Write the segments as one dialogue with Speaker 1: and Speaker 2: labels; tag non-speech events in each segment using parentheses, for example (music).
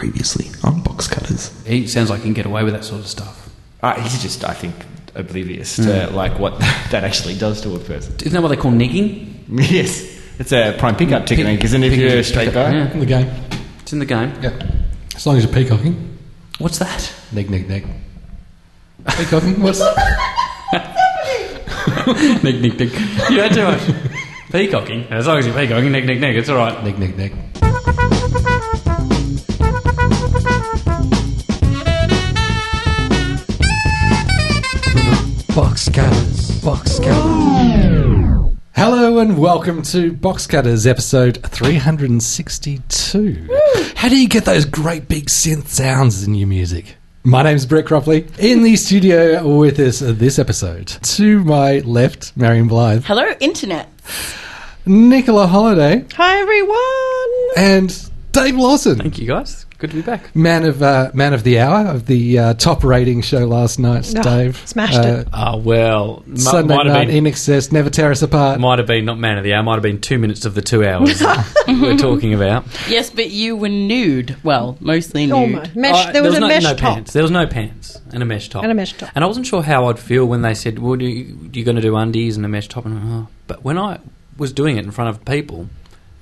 Speaker 1: previously on box cutters.
Speaker 2: He sounds like he can get away with that sort of stuff.
Speaker 3: Uh, he's just, I think, oblivious
Speaker 2: Hmm.
Speaker 3: to like what (laughs) that actually does to a person. (laughs)
Speaker 2: Isn't that what they call negging?
Speaker 3: yes, it's a prime pickup
Speaker 2: Pick-
Speaker 3: technique, isn't it? If
Speaker 2: pick-
Speaker 3: you're a straight
Speaker 2: pickup,
Speaker 3: guy,
Speaker 2: yeah.
Speaker 4: In the game.
Speaker 2: It's in the game.
Speaker 4: Yeah. As long as you're peacocking.
Speaker 2: What's (laughs) that?
Speaker 4: Neg, neg, neg. Peacocking? What's.
Speaker 2: neg, neg, neg. You had too (laughs) much. Peacocking. As long as you're peacocking, neg, neg, neg. It's all right.
Speaker 4: neg, neg, neg. Box Cutters. Box Cutters. Hello and welcome to Box Cutters episode 362. How do you get those great big synth sounds in your music? My name's Brett Cropley. In the studio with us this episode, to my left, Marion Blythe,
Speaker 5: Hello, Internet.
Speaker 4: Nicola Holiday,
Speaker 5: Hi, everyone.
Speaker 4: and Dave Lawson.
Speaker 2: Thank you, guys. Good to be back.
Speaker 4: Man of uh, Man of the Hour of the uh, top rating show last night,
Speaker 5: Ah,
Speaker 6: Oh,
Speaker 4: Dave Uh,
Speaker 6: smashed it.
Speaker 2: Ah, well. m-
Speaker 4: Sunday
Speaker 2: might have
Speaker 4: night
Speaker 2: been.
Speaker 4: in excess, never tear us apart.
Speaker 2: Might have been not man of the hour. Might have been two minutes of the two (laughs) hours we're talking about.
Speaker 5: Yes, but you were nude. Well, mostly nude.
Speaker 6: Almost. Mesh,
Speaker 2: Uh,
Speaker 6: there was, a
Speaker 2: no,
Speaker 6: mesh
Speaker 2: no
Speaker 6: top.
Speaker 2: Pants. There was no pants and a mesh top
Speaker 6: And a mesh top.
Speaker 2: And I wasn't sure how I'd feel when they said, "Well, you, you're going to do undies and a mesh top." And I'm, oh. but when I was doing it in front of people,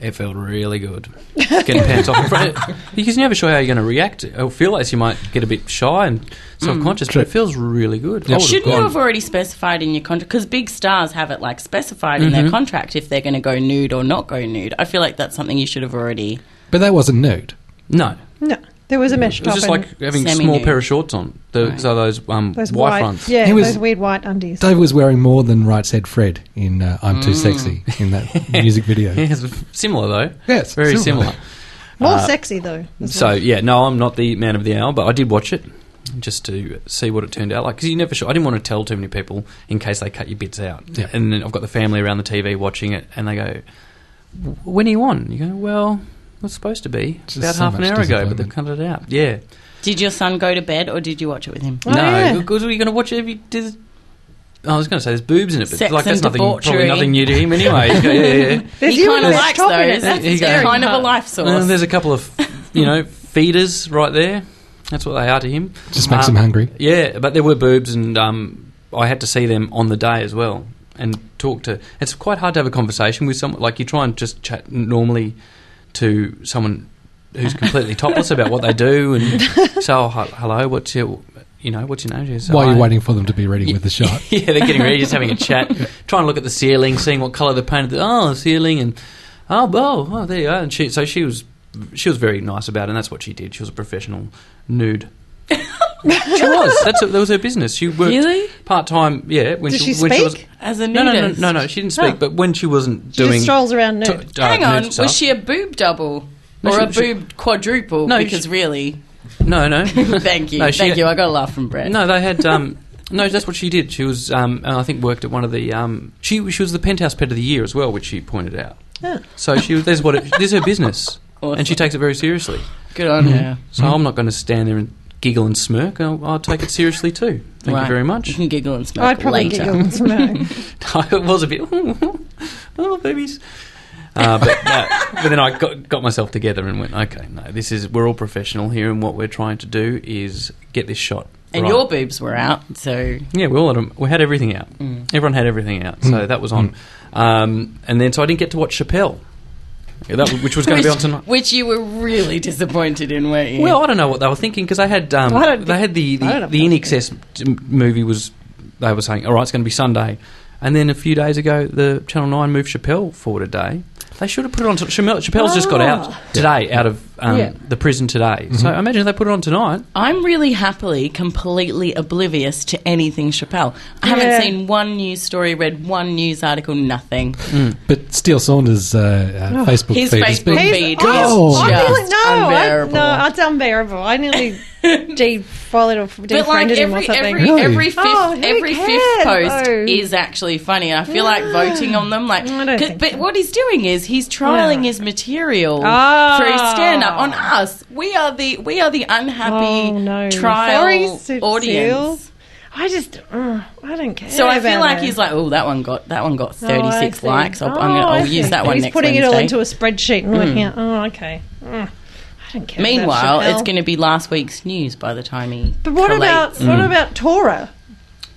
Speaker 2: it felt really good. Getting pants off in front
Speaker 6: (laughs)
Speaker 2: of, because you're never sure how you're going to react. I feel like you might get a bit shy and
Speaker 6: Hmm.
Speaker 2: self conscious, but it feels really good. I would
Speaker 5: Shouldn't you
Speaker 2: gone-
Speaker 5: have already specified in your contract? Because big stars have it like specified in
Speaker 2: Mm-hmm.
Speaker 5: their contract if they're going to go nude or not go nude. I feel like that's something you should have already.
Speaker 4: But that wasn't nude.
Speaker 2: No,
Speaker 6: No, there was a mesh
Speaker 2: it was
Speaker 6: top.
Speaker 2: just
Speaker 6: and
Speaker 2: like having a
Speaker 5: Semi-nude.
Speaker 2: small pair of shorts on. The, So those um,
Speaker 6: those
Speaker 2: Y
Speaker 6: white,
Speaker 2: fronts. (laughs)
Speaker 6: yeah,
Speaker 4: He was-
Speaker 6: those weird white undies.
Speaker 4: Dave was wearing more than Right Said Fred in uh, "I'm Too Sexy" in
Speaker 2: (laughs)
Speaker 4: that music video.
Speaker 2: Mm. Yeah, it's similar though.
Speaker 4: Yes,
Speaker 2: very
Speaker 4: similar.
Speaker 2: similar.
Speaker 6: More sexy though. as
Speaker 2: Uh, So
Speaker 6: well.
Speaker 2: yeah, no, I'm not the man of the hour, but I did watch it just to see what it turned out like. Because you never sure. I didn't want to tell too many people in case they cut your bits out.
Speaker 4: Yeah.
Speaker 2: And then I've got the family around the TV watching it, and they go, "W- "When are you on?" You go, "Well, it's supposed to be
Speaker 4: Just
Speaker 2: about
Speaker 4: so
Speaker 2: half an
Speaker 4: much
Speaker 2: hour ago, but they cut
Speaker 4: disappointment.
Speaker 2: it out." Yeah.
Speaker 5: Did your son go to bed or did you watch it with him?
Speaker 6: Oh,
Speaker 2: no,
Speaker 6: yeah.
Speaker 2: because we're going to watch every. There's, oh, I was going to say there's boobs in it, but
Speaker 5: Sex
Speaker 2: like that's
Speaker 5: and
Speaker 2: nothing, probably
Speaker 5: debauchery.
Speaker 2: nothing new to him
Speaker 5: (laughs)
Speaker 2: anyway. You go, yeah, yeah, yeah.
Speaker 6: There's
Speaker 5: he
Speaker 6: you
Speaker 5: kind
Speaker 6: in
Speaker 5: of
Speaker 6: a mesh
Speaker 5: likes
Speaker 6: top
Speaker 5: those.
Speaker 6: in it.
Speaker 5: That's
Speaker 2: He
Speaker 5: his
Speaker 2: goes-
Speaker 5: kind of a life source.
Speaker 2: And there's a couple of, you know, feeders right there. That's what they are to him.
Speaker 4: Just makes
Speaker 2: Uh,
Speaker 4: him hungry.
Speaker 2: Yeah, but there were boobs, and um, I had to see them on the day as well and talk to. It's quite hard to have a conversation with someone. Like you try and just chat normally to someone who's completely topless about what they do, and so "Oh, he- hello, what's your, you know, what's your name? She says,
Speaker 4: While
Speaker 2: "Hi."
Speaker 4: you're waiting for them to be ready with the shot,
Speaker 2: (laughs) Yeah, they're getting ready, just having a chat, trying to look at the ceiling, seeing what colour they painted. The, oh, the ceiling, and oh, well, oh, there you are. And she, so she was, she was very nice about, it, and that's what she did. She was a professional
Speaker 6: (laughs)
Speaker 2: nude. she was. That's that was her business. She worked
Speaker 5: Really?
Speaker 2: part time. Yeah, when
Speaker 6: Did she
Speaker 2: when was,
Speaker 6: speak?
Speaker 5: As a
Speaker 2: no, no, no,
Speaker 5: nudist.
Speaker 2: no, no. She didn't speak,
Speaker 6: Oh.
Speaker 2: but when she wasn't
Speaker 6: She
Speaker 2: doing,
Speaker 6: just strolls around
Speaker 2: to-
Speaker 6: nude.
Speaker 2: uh,
Speaker 5: Hang
Speaker 2: nude
Speaker 5: on,
Speaker 2: stuff.
Speaker 5: was she a boob double?
Speaker 2: No,
Speaker 5: or
Speaker 2: she-
Speaker 5: a
Speaker 2: she-
Speaker 5: boob quadruple?
Speaker 2: No,
Speaker 5: because
Speaker 2: she- (laughs)
Speaker 5: really,
Speaker 2: No,
Speaker 6: (laughs)
Speaker 2: no.
Speaker 5: thank you,
Speaker 2: No, she-
Speaker 5: thank you. I got a laugh from Brett.
Speaker 2: No, they had. Um, (laughs) no, that's what she did. She was, um, and I think worked at one of the. Um, she she was the penthouse pet of the year as well, which she pointed out.
Speaker 6: Yeah.
Speaker 2: So she was- there's what it, this is her business, and she Mm-hmm.
Speaker 5: Awesome.
Speaker 2: takes it very seriously.
Speaker 5: good on her.
Speaker 2: So I'm not going to stand there and giggle and smirk. I'll, I'll take it seriously too. Thank you
Speaker 5: Right.
Speaker 2: very
Speaker 5: You (laughs)
Speaker 2: much. (laughs)
Speaker 5: can giggle and smoke
Speaker 6: I'd probably
Speaker 5: later.
Speaker 6: get your ones. No.
Speaker 2: I was a bit, (laughs) oh babies. Uh, but, no, but then I got, got myself together and went, okay, no, this is we're all professional here, and what we're trying to do is get this shot.
Speaker 5: (laughs) And
Speaker 2: right.
Speaker 5: your boobs were out, so
Speaker 2: Yeah, we all had 'em- we had everything out.
Speaker 6: Mm.
Speaker 2: Everyone had everything out, so
Speaker 4: Mm.
Speaker 2: that was on. Um, and then so I didn't get to watch Chappelle, yeah, that, which was going to be on tonight.
Speaker 5: Which you were really disappointed in, weren't you?
Speaker 2: Well, I don't know what they were thinking because they had um,
Speaker 6: Well, I don't
Speaker 2: they
Speaker 6: think-
Speaker 2: had the
Speaker 6: I don't
Speaker 2: the,
Speaker 6: know
Speaker 2: the
Speaker 6: what
Speaker 2: in
Speaker 6: they
Speaker 2: excess m- movie was they were saying all right it's going to be Sunday, and then a few days ago the Channel Nine moved Chappelle forward a day. They should have put it on. t- Chappelle, Chappelle's just got out today out of um,
Speaker 6: Ah. Yeah.
Speaker 2: the prison today.
Speaker 4: Mm-hmm.
Speaker 2: So I imagine if they put it on tonight.
Speaker 5: I'm really happily completely oblivious to anything Chappelle. I
Speaker 6: Yeah.
Speaker 5: haven't seen one news story, read one news article, nothing.
Speaker 4: but Steele Saunders' uh, uh, Facebook
Speaker 5: Oh, His
Speaker 4: feed has
Speaker 5: Facebook
Speaker 4: been Oh,
Speaker 5: feed
Speaker 6: He's-
Speaker 5: Feed
Speaker 6: I-
Speaker 4: gold.
Speaker 6: I nearly-
Speaker 5: Just
Speaker 6: no, I,
Speaker 5: unbearable.
Speaker 6: no, it's unbearable.
Speaker 5: (laughs)
Speaker 6: I nearly defollowed or defriended
Speaker 5: But like
Speaker 6: him or
Speaker 5: every
Speaker 6: something.
Speaker 5: every
Speaker 4: Really?
Speaker 5: every fifth
Speaker 6: Oh, who
Speaker 5: every fifth
Speaker 6: cares,
Speaker 5: post
Speaker 6: though?
Speaker 5: is actually funny, and I feel like voting on them. Like,
Speaker 6: I don't
Speaker 5: 'cause-
Speaker 6: think
Speaker 5: but
Speaker 6: so.
Speaker 5: what he's doing is he's trialing his material
Speaker 6: Ah.
Speaker 5: through stand up on us. We are the we are the unhappy
Speaker 6: Oh, no. Sorry,
Speaker 5: trial
Speaker 6: Sue-
Speaker 5: audience.
Speaker 6: I just, uh, I don't care.
Speaker 5: So I feel
Speaker 6: about
Speaker 5: like
Speaker 6: it.
Speaker 5: he's like, oh, that one got that one got
Speaker 6: Oh,
Speaker 5: thirty six
Speaker 6: I see.
Speaker 5: likes. I'll,
Speaker 6: Oh,
Speaker 5: I'm gonna,
Speaker 6: I
Speaker 5: I'll
Speaker 6: see.
Speaker 5: use that one
Speaker 6: He's
Speaker 5: next
Speaker 6: putting it all
Speaker 5: Wednesday."
Speaker 6: into a spreadsheet and working out. Oh, okay. Mm. I don't care.
Speaker 5: Meanwhile, it's going to
Speaker 6: to.
Speaker 5: be last week's news by the time he.
Speaker 6: But what
Speaker 5: collates.
Speaker 6: about what
Speaker 5: Hmm.
Speaker 6: about Tora?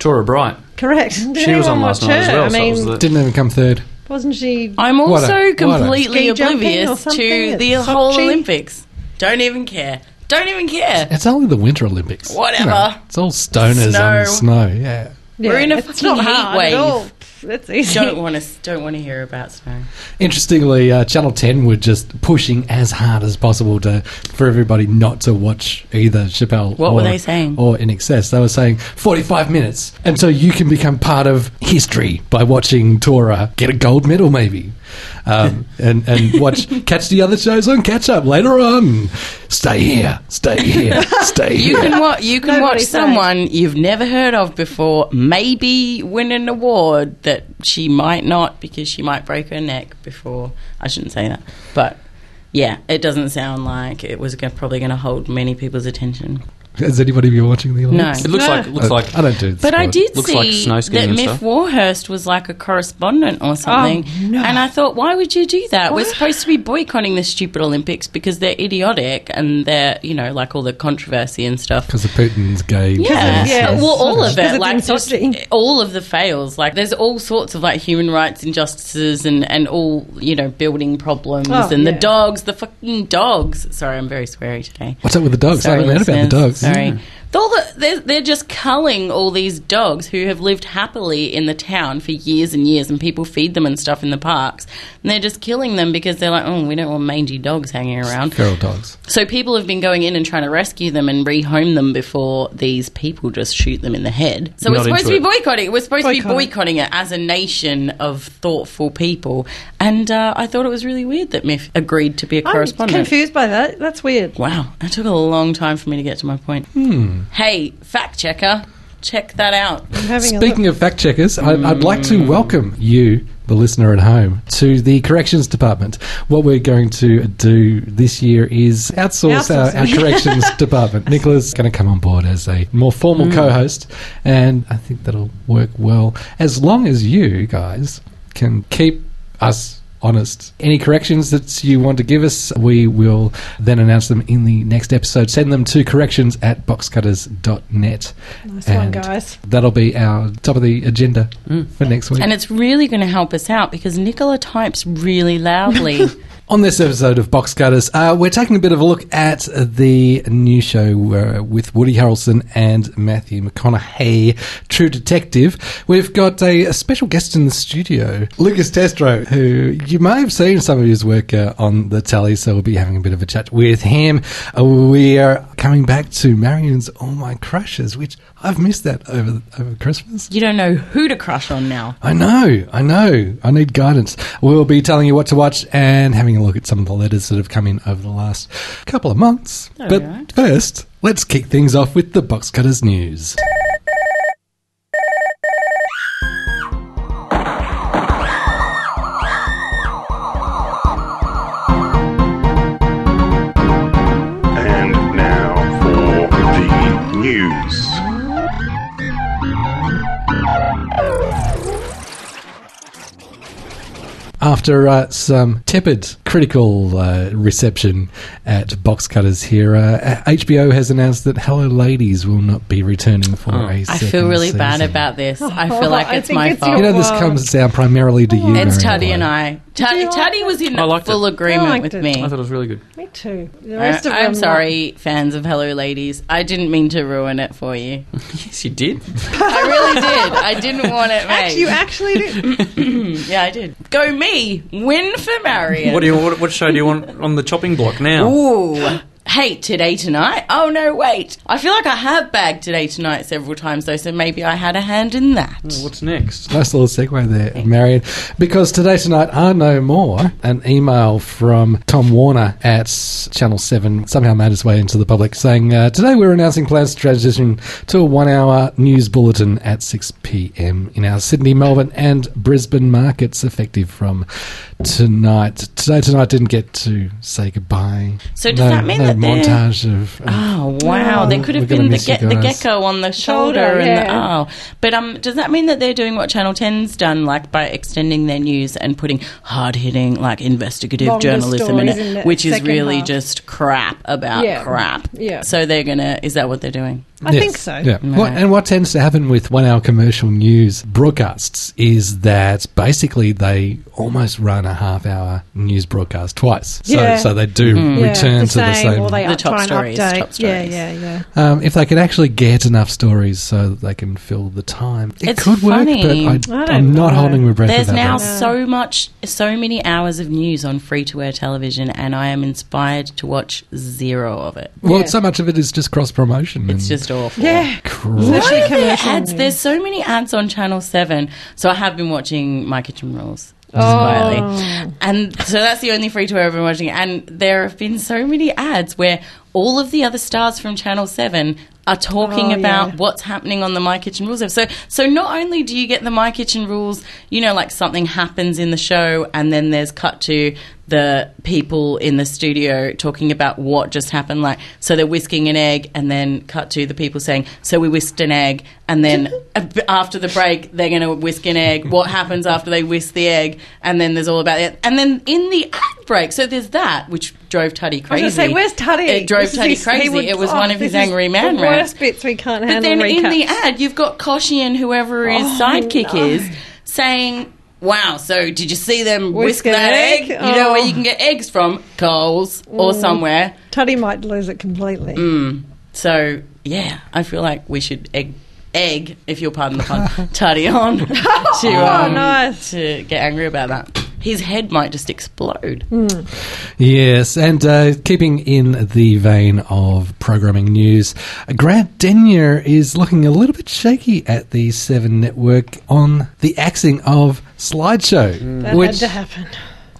Speaker 2: Tora Bright.
Speaker 6: Correct. Did
Speaker 2: She was
Speaker 6: anyone
Speaker 2: on last
Speaker 6: watch
Speaker 2: night as
Speaker 6: her?
Speaker 2: well.
Speaker 6: I
Speaker 2: so it
Speaker 6: mean,
Speaker 2: was the-
Speaker 4: Didn't even come third.
Speaker 6: wasn't she?
Speaker 5: I'm
Speaker 4: What
Speaker 5: also
Speaker 4: a- what a-
Speaker 5: completely
Speaker 6: Ski jumping or
Speaker 5: oblivious to
Speaker 6: something
Speaker 5: the
Speaker 6: at
Speaker 5: whole
Speaker 6: Sochi?
Speaker 5: Olympics. Don't even care. Don't even (laughs) care.
Speaker 4: It's only the Winter Olympics.
Speaker 5: Whatever.
Speaker 4: it's all stoners
Speaker 5: Snow.
Speaker 4: on snow. Yeah.
Speaker 6: Yeah,
Speaker 5: We're in a
Speaker 6: it's
Speaker 5: fucking
Speaker 6: not
Speaker 5: heat
Speaker 6: hard at
Speaker 5: wave.
Speaker 6: all. Pff, It's easy.
Speaker 5: Don't want to. Don't want to hear about snow.
Speaker 4: Interestingly, uh, Channel 10 were just pushing as hard as possible to for everybody not to watch either Chappelle.
Speaker 5: What
Speaker 4: or,
Speaker 5: were they saying?
Speaker 4: Or in excess, they were saying 45 minutes, and so you can become part of history by watching Tora get a gold medal, maybe,
Speaker 5: (laughs)
Speaker 4: um, and and watch catch the other shows on catch up later on. Stay here, stay here,
Speaker 5: (laughs)
Speaker 4: stay
Speaker 5: You
Speaker 4: here.
Speaker 5: can watch. You can watch
Speaker 6: Nobody's saying.
Speaker 5: someone you've never heard of before, maybe win an award that she might not because she might break her neck before. I shouldn't say that, but yeah, it doesn't sound like it was go- probably going to hold many people's attention.
Speaker 4: Has anybody been watching the Olympics?
Speaker 2: it looks like it looks
Speaker 4: Uh, I-
Speaker 2: like
Speaker 4: I don't do.
Speaker 5: But I
Speaker 4: sport.
Speaker 5: did
Speaker 2: Looks
Speaker 5: see
Speaker 2: like snow skiing
Speaker 5: that
Speaker 2: and
Speaker 5: Miff
Speaker 2: stuff.
Speaker 5: Warhurst was like a correspondent or something,
Speaker 6: no.
Speaker 5: and I thought, why would you do that? We're supposed to be boycotting the stupid Olympics because they're idiotic and they're you know like all the controversy and stuff.
Speaker 4: because of Putin's gay.
Speaker 5: Yeah.
Speaker 6: Yeah.
Speaker 5: well, all of
Speaker 6: Because
Speaker 5: it,
Speaker 6: it's
Speaker 5: like
Speaker 6: in
Speaker 5: just
Speaker 6: Sochi.
Speaker 5: all of the fails. Like there's all sorts of like human rights injustices and and all you know building problems
Speaker 6: Oh,
Speaker 5: and the
Speaker 6: yeah.
Speaker 5: dogs, the fucking dogs. Sorry, I'm very sweary today.
Speaker 4: What's up with the dogs? I
Speaker 5: Sorry,
Speaker 4: haven't heard about the
Speaker 5: listeners.
Speaker 4: dogs.
Speaker 5: Sorry. All the- they're, they're just culling all these dogs who have lived happily in the town for years and years, and people feed them and stuff in the parks. And they're just killing them because they're like, oh, we don't want mangy dogs hanging around.
Speaker 4: Feral dogs.
Speaker 5: So people have been going in and trying to rescue them and rehome them before these people just shoot them in the head. So
Speaker 2: Not
Speaker 5: we're supposed to
Speaker 2: into
Speaker 5: be
Speaker 2: it.
Speaker 5: boycotting. it. We're supposed to be
Speaker 6: Boycott it.
Speaker 5: boycotting it as a nation of thoughtful people. And uh, I thought it was really weird that Miff agreed to be a
Speaker 6: (laughs) I'm
Speaker 5: correspondent.
Speaker 6: confused by that. That's weird.
Speaker 5: Wow, that took a long time for me to get to my point.
Speaker 2: Hmm.
Speaker 5: Hey, fact checker, check that out.
Speaker 6: I'm having a look.
Speaker 4: Speaking of fact checkers, I'd, I'd like to welcome you, the listener at home, to the corrections department. What we're going to do this year is outsource our, our
Speaker 6: Outsourcing. (laughs)
Speaker 4: corrections department. Nicola's going to come on board as a more formal
Speaker 6: Mm.
Speaker 4: co-host, and I think that'll work well as long as you guys can keep us. Honest. Any corrections that you want to give us, we will then announce them in the next episode. Send them to corrections at boxcutters.net.
Speaker 6: Nice one, guys.
Speaker 4: That'll be our top of the agenda for next week.
Speaker 5: And it's really going to help us out because Nicola types really loudly.
Speaker 2: (laughs)
Speaker 4: On this episode of Box Cutters, uh, we're taking a bit of a look at the new show uh, with Woody Harrelson and Matthew McConaughey, True Detective. We've got a, a special guest in the studio, Lucas Testro, who you may have seen some of his work uh, on the telly, so we'll be having a bit of a chat with him. Uh, we are coming back to Marion's All My Crushes, which I've missed that over, over Christmas.
Speaker 5: you don't know who to crush on now.
Speaker 4: I know, I know. I need guidance. We'll be telling you what to watch and having a look at some of the letters that have come in over the last couple of months. but
Speaker 5: right.
Speaker 4: first, let's kick things off with the Box Cutters news.
Speaker 7: And now for the news.
Speaker 4: After uh, some tepid critical uh, reception at Box Cutters here, uh, HBO has announced that Hello Ladies will not be returning for a
Speaker 5: Oh, I
Speaker 4: second
Speaker 5: feel really bad
Speaker 4: season.
Speaker 5: about (laughs) this. I
Speaker 6: Oh,
Speaker 5: feel like
Speaker 6: I
Speaker 5: it's
Speaker 6: think
Speaker 5: my
Speaker 6: it's
Speaker 5: fault.
Speaker 4: You know, this
Speaker 6: Wow.
Speaker 4: comes down primarily to you.
Speaker 5: it's
Speaker 4: Mary
Speaker 5: Tuddy and
Speaker 4: Ellen.
Speaker 5: I. Tuddy,
Speaker 6: you like
Speaker 5: Tuddy was in
Speaker 2: I liked
Speaker 5: full
Speaker 2: it.
Speaker 6: I
Speaker 5: agreement
Speaker 6: liked
Speaker 5: with
Speaker 6: it.
Speaker 5: me.
Speaker 2: I thought it was really good.
Speaker 6: Me too. The
Speaker 5: I-
Speaker 6: rest of them.
Speaker 5: I'm sorry, fans of Hello Ladies. I didn't mean to ruin it for
Speaker 6: (laughs)
Speaker 5: you.
Speaker 2: Yes, you did.
Speaker 5: I really did. I didn't want it,
Speaker 6: Like,
Speaker 5: mate.
Speaker 6: you actually
Speaker 2: (laughs)
Speaker 6: do.
Speaker 5: Yeah, I did. Go me. Win for Marion.
Speaker 2: What do you? What, what show do you want on the chopping block now?
Speaker 5: Ooh. Hey, today tonight? Oh no, wait. I feel like I have bagged today tonight several times though, so maybe I had a hand in that.
Speaker 2: What's next?
Speaker 4: Nice little segue there, Marion. Because today, tonight, are no more. An email from Tom Warner at Channel 7 somehow made its way into the public saying, uh, Today we're announcing plans to transition to a one hour news bulletin at 6 p.m. in our Sydney, Melbourne, and Brisbane markets, effective from tonight. Today, tonight didn't get to say goodbye.
Speaker 5: So does
Speaker 4: No-
Speaker 5: that mean
Speaker 4: no
Speaker 5: that
Speaker 4: montage of. um, of-
Speaker 5: Oh wow!
Speaker 4: Oh,
Speaker 5: there could have
Speaker 4: we're gonna
Speaker 5: been the,
Speaker 4: miss you
Speaker 5: ge- the
Speaker 4: guys.
Speaker 5: gecko on the shoulder,
Speaker 6: Shoulder,
Speaker 5: and
Speaker 6: yeah.
Speaker 5: the oh. But um, does that mean that they're doing what Channel 10's done, like by extending their news and putting hard hitting, like investigative
Speaker 6: Longer
Speaker 5: journalism in
Speaker 6: stories in the
Speaker 5: it, which is
Speaker 6: second
Speaker 5: really
Speaker 6: half.
Speaker 5: just crap about
Speaker 6: Yeah.
Speaker 5: crap.
Speaker 6: Yeah.
Speaker 5: So they're gonna. Is that what they're doing?
Speaker 6: I
Speaker 4: Yes.
Speaker 6: think so.
Speaker 4: Yeah.
Speaker 5: Right.
Speaker 4: What, and what tends to happen with one hour commercial news broadcasts is that basically they almost run a half hour news broadcast twice. So,
Speaker 6: Yeah. Mm-hmm.
Speaker 4: so they do
Speaker 6: Yeah,
Speaker 4: return to the same.
Speaker 6: Or they
Speaker 5: The
Speaker 6: up-
Speaker 5: top
Speaker 6: try and
Speaker 5: stories,
Speaker 6: update.
Speaker 5: top
Speaker 6: Yeah,
Speaker 5: stories.
Speaker 6: yeah, yeah.
Speaker 4: um, if they could actually get enough stories so that they can fill the time, it
Speaker 5: It's
Speaker 4: could
Speaker 5: funny.
Speaker 4: work,
Speaker 6: I
Speaker 4: but I,
Speaker 6: don't
Speaker 4: I'm not
Speaker 6: know.
Speaker 4: holding my breath.
Speaker 5: There's
Speaker 4: about
Speaker 5: now
Speaker 4: that.
Speaker 5: so much, so many hours of news on free to air television, and I am inspired to watch zero of it.
Speaker 4: Well,
Speaker 6: Yeah.
Speaker 4: so much of it is just cross promotion.
Speaker 5: It's just awful.
Speaker 6: Yeah.
Speaker 4: crap.
Speaker 5: Why
Speaker 6: Especially
Speaker 5: are there
Speaker 6: commercial
Speaker 5: ads?
Speaker 6: news.
Speaker 5: There's so many ads on Channel 7. So I have been watching My Kitchen Rules. Just
Speaker 6: Oh.
Speaker 5: quietly. And so that's the only free to air I've been watching. And there have been so many ads where all of the other stars from Channel 7 are talking
Speaker 6: Oh,
Speaker 5: about
Speaker 6: yeah.
Speaker 5: what's happening on the My Kitchen Rules episode. So, so not only do you get the My Kitchen Rules, you know, like something happens in the show and then there's cut to the people in the studio talking about what just happened. Like, so they're whisking an egg and then cut to the people saying, so we whisked an egg. And then a b- after the break, they're going to whisk an egg. What happens after they whisk the egg? And then there's all about it. And then in the ad break, so there's that, which drove Tutty
Speaker 6: I was
Speaker 5: crazy.
Speaker 6: going to say, where's Tutty?
Speaker 5: It drove
Speaker 6: This is
Speaker 5: Tutty
Speaker 6: his- he
Speaker 5: crazy.
Speaker 6: would-
Speaker 5: it was
Speaker 6: oh,
Speaker 5: one of his
Speaker 6: this is
Speaker 5: angry man
Speaker 6: the
Speaker 5: rants.
Speaker 6: worst bits we can't
Speaker 5: But
Speaker 6: handle.
Speaker 5: then in the
Speaker 6: recaps.
Speaker 5: ad, you've got Koshian, whoever his
Speaker 6: Oh,
Speaker 5: sidekick is, saying, "Wow, so did you see them whisk,
Speaker 6: Whisk an
Speaker 5: that egg?
Speaker 6: egg?
Speaker 5: You know where
Speaker 6: Oh. Mm.
Speaker 5: you can get eggs from, Coles or somewhere."
Speaker 6: Tutty might lose it completely.
Speaker 5: Mm. So yeah, I feel like we should egg, egg, if you'll pardon the
Speaker 6: (laughs)
Speaker 5: pun, tutty on to um,
Speaker 6: Oh, nice.
Speaker 5: to get angry about that. His head might just explode.
Speaker 6: Mm.
Speaker 4: Yes, and uh, keeping in the vein of programming news, Grant Denyer is looking a little bit shaky at the Seven Network on the axing of slideshow,
Speaker 6: That
Speaker 4: which
Speaker 6: had to happen.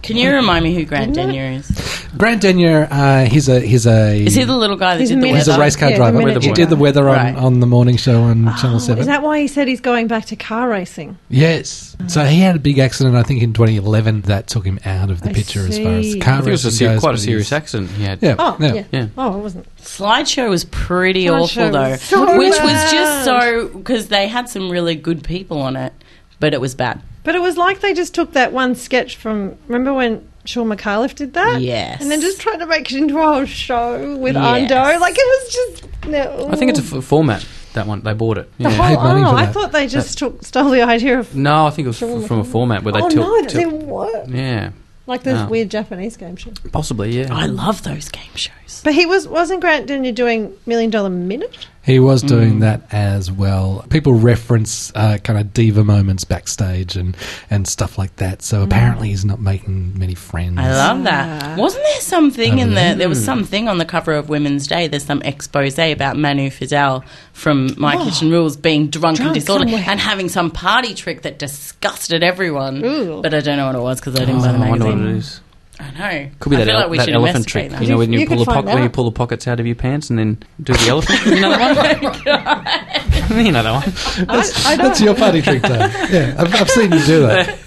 Speaker 5: Can you remind me who Grant Denyer is?
Speaker 4: Grant Denyer, uh, he's a he's a
Speaker 5: Is he the little guy that
Speaker 6: He's
Speaker 5: did
Speaker 6: a
Speaker 5: the
Speaker 6: mini-
Speaker 4: he's
Speaker 5: weather?
Speaker 4: a race car
Speaker 6: Yeah, the
Speaker 4: driver.
Speaker 6: weather
Speaker 4: he
Speaker 6: boy. Oh,
Speaker 4: did the weather on,
Speaker 5: Right.
Speaker 4: on the morning show on Channel Seven.
Speaker 6: Is that why he said he's going back to car racing?
Speaker 4: yes, so he had a big accident, I think, in 2011 that took him out of the
Speaker 6: I
Speaker 4: picture as far as
Speaker 6: see.
Speaker 4: car
Speaker 2: I think it was a
Speaker 4: racing
Speaker 2: ser-
Speaker 4: goes,
Speaker 2: quite a
Speaker 4: but
Speaker 2: serious
Speaker 4: he's-
Speaker 2: accident he had.
Speaker 4: Yeah,
Speaker 6: Oh, yeah.
Speaker 2: Yeah.
Speaker 6: Oh, it wasn't.
Speaker 5: Slideshow was pretty
Speaker 6: Slideshow
Speaker 5: awful
Speaker 6: was
Speaker 5: though,
Speaker 6: so
Speaker 5: which was
Speaker 6: bad.
Speaker 5: just so because they had some really good people on it, but it was bad.
Speaker 6: But it was like they just took that one sketch from. Remember when Sean McAuliffe did that?
Speaker 5: Yes.
Speaker 6: And then just tried to make it into a whole show with
Speaker 5: Yes.
Speaker 6: Ando. Like it was just. No.
Speaker 2: I think it's a f- format, that one. They bought it. Yeah.
Speaker 6: The whole,
Speaker 4: Paid money
Speaker 6: oh,
Speaker 4: for
Speaker 6: I
Speaker 4: that.
Speaker 6: thought they just took, stole the idea of.
Speaker 2: No, I think it was f- from a format where they
Speaker 6: oh
Speaker 2: tilt.
Speaker 6: no, it
Speaker 2: tilt-
Speaker 6: didn't work.
Speaker 2: yeah,
Speaker 6: Like this
Speaker 2: No.
Speaker 6: weird Japanese game show.
Speaker 2: possibly. Yeah,
Speaker 5: I love those game shows.
Speaker 6: But he was wasn't Grant Denyer doing Million Dollar Minute?
Speaker 4: He was doing that as well. People reference uh, kind of diva moments backstage and, and stuff like that. So apparently he's not making many friends.
Speaker 5: I love that. Wasn't there something in the
Speaker 4: Mm.
Speaker 5: there was something on the cover of Women's Day? There's some expose about Manu Fidel from My Kitchen Rules being drunk, and
Speaker 6: Oh. Drunk
Speaker 5: disorderly
Speaker 6: somewhere.
Speaker 5: and having some party trick that disgusted everyone.
Speaker 6: Ooh.
Speaker 5: But I don't know what it was because I didn't buy the
Speaker 2: Oh, I wonder what
Speaker 5: magazine.
Speaker 2: it is.
Speaker 5: I know.
Speaker 2: Could be
Speaker 5: I
Speaker 2: that,
Speaker 5: feel
Speaker 2: ele-
Speaker 5: like we
Speaker 2: that
Speaker 5: should
Speaker 2: elephant
Speaker 5: investigate
Speaker 2: trick.
Speaker 5: that.
Speaker 2: You know, when you,
Speaker 6: You
Speaker 2: pull
Speaker 6: could
Speaker 2: the pocket,
Speaker 6: find
Speaker 2: when you
Speaker 6: out.
Speaker 2: pull the pockets out of your pants and then do the elephant. (laughs) you know that one. (laughs) you know that one.
Speaker 4: That's, that's your party trick,
Speaker 5: (laughs)
Speaker 4: Dave. Yeah, I've, I've seen you do that.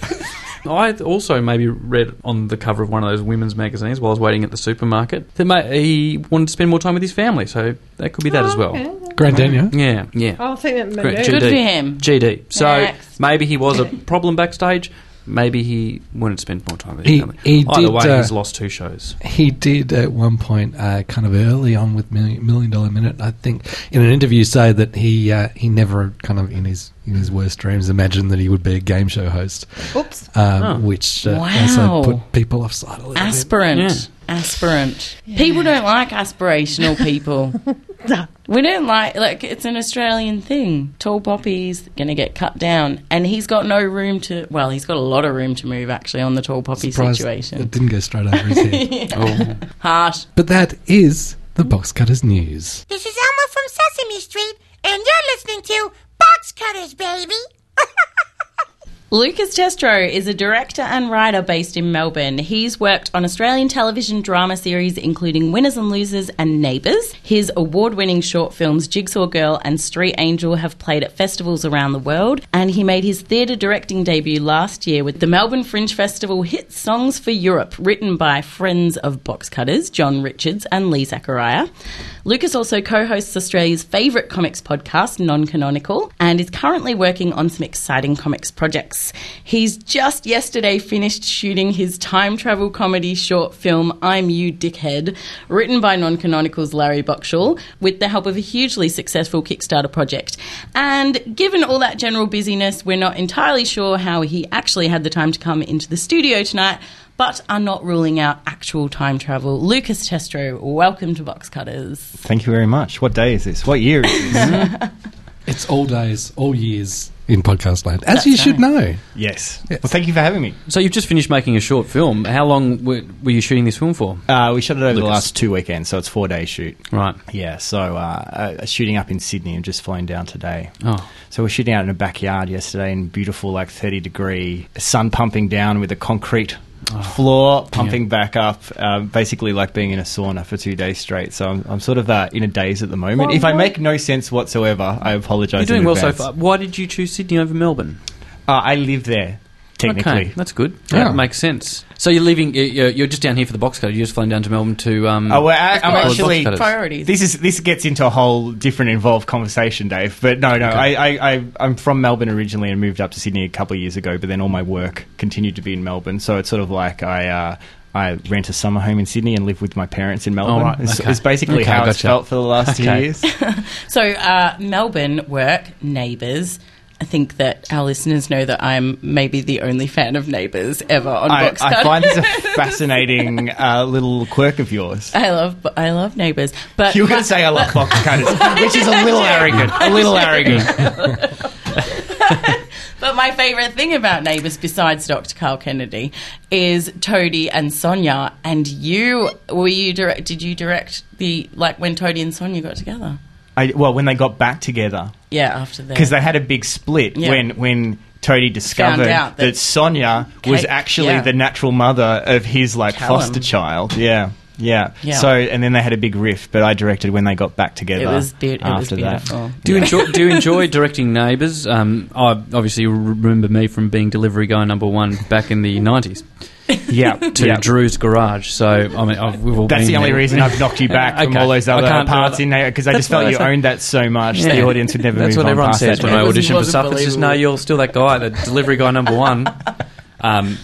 Speaker 2: I also maybe read on the cover of one of those women's magazines while I was waiting at the supermarket that ma- he wanted to spend more time with his family, so that could be that as well.
Speaker 6: Oh, Okay. Oh,
Speaker 4: Grand Daniel.
Speaker 2: Yeah, yeah.
Speaker 6: I think that
Speaker 2: Great,
Speaker 6: Manu.
Speaker 5: Good
Speaker 2: GD.
Speaker 5: for him.
Speaker 2: GD. So
Speaker 5: Next.
Speaker 2: maybe he was a problem backstage. Maybe he wanted to spend more time with his
Speaker 4: He-
Speaker 2: family.
Speaker 4: he
Speaker 2: Either
Speaker 4: did,
Speaker 2: way,
Speaker 4: uh,
Speaker 2: he's lost two shows.
Speaker 4: He did at one point, uh, kind of early on with Million, Million Dollar Minute, I think, in an interview, say that he uh, he never kind of in his in his worst dreams imagined that he would be a game show host,
Speaker 6: Oops.
Speaker 4: um,
Speaker 2: Oh.
Speaker 4: which uh,
Speaker 5: Wow.
Speaker 4: also put people offside a little bit.
Speaker 5: Aspirant.
Speaker 2: Yeah.
Speaker 5: Aspirant. People don't like aspirational people. we don't like like it's an Australian thing. Tall poppy's gonna get cut down and he's got no room to well, he's got a lot of room to move actually on the tall poppy
Speaker 4: Surprised
Speaker 5: situation.
Speaker 4: It didn't go straight over his
Speaker 5: (laughs)
Speaker 4: head.
Speaker 2: Oh.
Speaker 5: Harsh.
Speaker 4: But that is the Box Cutters News.
Speaker 8: This is Elmo from (laughs) Sesame Street, and you're listening to Box Cutters, baby.
Speaker 5: Lucas Testro is a director and writer based in Melbourne. He's worked on Australian television drama series including Winners and Losers and Neighbours. His award winning short films Jigsaw Girl and Street Angel have played at festivals around the world, and he made his theatre directing debut last year with the Melbourne Fringe Festival hit Songs for Europe, written by friends of box cutters John Richards and Lee Zachariah. Lucas also co hosts Australia's favourite comics podcast, Non Canonical, and is currently working on some exciting comics projects. He's just yesterday finished shooting his time travel comedy short film, I'm You Dickhead, written by Non Canonical's Larry Boxall, with the help of a hugely successful Kickstarter project. And given all that general busyness, we're not entirely sure how he actually had the time to come into the studio tonight but are not ruling out actual time travel. Lucas Testro, welcome to Box Cutters.
Speaker 3: Thank you very much. What day is this? What year
Speaker 2: (laughs)
Speaker 3: is this?
Speaker 4: It's all days, all years in podcast land, as you should know.
Speaker 3: yes.
Speaker 4: Yes.
Speaker 3: Well, thank you for having me.
Speaker 2: So you've just finished making a short film. How long were, were you shooting this film for?
Speaker 3: Uh, we shot it over the
Speaker 2: Lucas.
Speaker 3: last two weekends, so it's four day shoot.
Speaker 2: Right.
Speaker 3: Yeah, so uh, uh, shooting up in Sydney and just flown down today.
Speaker 2: Oh.
Speaker 3: So we're shooting out in a backyard yesterday in beautiful, like 30 degree sun pumping down with a concrete
Speaker 2: Oh,
Speaker 3: floor pumping back up. Um, basically, like being in a sauna for two days straight. So I'm, I'm sort of uh, in a daze at the moment. if I make no sense whatsoever, I apologize.
Speaker 2: You're doing
Speaker 3: in
Speaker 2: well so
Speaker 3: advance.
Speaker 2: far. Why did you choose Sydney over Melbourne?
Speaker 3: Uh, I live there, technically.
Speaker 2: Okay, that's good. That
Speaker 4: Yeah.
Speaker 2: makes sense. So you're leaving. you- You're, you're just down here for the box code. You're just flown down to Melbourne to. Um,
Speaker 3: Oh, well, I,
Speaker 5: Of
Speaker 3: I'm
Speaker 5: course.
Speaker 2: Box
Speaker 3: actually.
Speaker 2: cutters.
Speaker 5: Priorities.
Speaker 3: This is this gets into a whole different involved conversation, Dave. But no, no, I, I, I I'm from Melbourne originally and moved up to Sydney a couple of years ago. But then all my work continued to be in Melbourne, so it's sort of like I. Uh, I rent a summer home in Sydney and live with my parents in Melbourne.
Speaker 2: right,
Speaker 3: It's,
Speaker 2: okay.
Speaker 3: it's basically
Speaker 2: Okay,
Speaker 3: how it's
Speaker 2: gotcha.
Speaker 3: felt for the last two
Speaker 2: Okay.
Speaker 5: (laughs)
Speaker 3: years.
Speaker 5: So, uh, Melbourne work, Neighbours. I think that our listeners know that I'm maybe the only fan of Neighbours ever on
Speaker 3: I,
Speaker 5: Box
Speaker 3: I
Speaker 5: Cutters.
Speaker 3: find this a fascinating uh, little quirk of yours.
Speaker 5: (laughs) I love I love Neighbours, but
Speaker 3: You were going to say I love box cutters, which is a
Speaker 5: (laughs)
Speaker 3: little arrogant. A little arrogant.
Speaker 5: But my favourite thing about Neighbours, besides Dr. Carl Kennedy, is Toadie and Sonia. And you were you direct? Did you direct the like when Toadie and Sonia got together?
Speaker 3: I, well, when they got back together,
Speaker 5: Yeah, after that.
Speaker 3: because they had a big split
Speaker 5: Yeah.
Speaker 3: when when Toadie discovered
Speaker 5: out
Speaker 3: that,
Speaker 5: that-
Speaker 3: Sonia was
Speaker 5: Kate-
Speaker 3: actually
Speaker 5: yeah.
Speaker 3: the natural mother of his like
Speaker 5: Callum.
Speaker 3: foster child. Yeah. Yeah.
Speaker 5: Yeah.
Speaker 3: So and then they had a big rift, but I directed when they got back together.
Speaker 5: It was, be- it was
Speaker 3: after
Speaker 5: beautiful.
Speaker 2: do you enjoy? Do you enjoy directing Neighbours? Um, I obviously remember me from being delivery guy number one back in the
Speaker 3: (laughs)
Speaker 2: nineties
Speaker 3: that.
Speaker 2: (laughs)
Speaker 3: Yeah.
Speaker 2: to
Speaker 3: yeah.
Speaker 2: Drew's garage. So I mean, I've, we've all
Speaker 3: That's
Speaker 2: been
Speaker 3: the only
Speaker 2: there.
Speaker 3: reason I've knocked you back
Speaker 2: (laughs)
Speaker 3: from
Speaker 2: Okay.
Speaker 3: all those
Speaker 2: I
Speaker 3: other
Speaker 2: can't do
Speaker 3: parts
Speaker 2: it.
Speaker 3: in there because I
Speaker 2: That's
Speaker 3: just felt
Speaker 2: what
Speaker 3: you
Speaker 2: I say.
Speaker 3: owned that so much.
Speaker 2: Yeah.
Speaker 3: The audience would never
Speaker 2: That's what
Speaker 3: move on
Speaker 2: everyone
Speaker 3: past
Speaker 2: says
Speaker 3: that.
Speaker 2: when I
Speaker 5: It was-
Speaker 2: audition for
Speaker 5: wasn't
Speaker 2: stuff. It's just no,
Speaker 5: believable.
Speaker 2: you're still that guy, the delivery guy number
Speaker 3: (laughs)
Speaker 2: one. Um,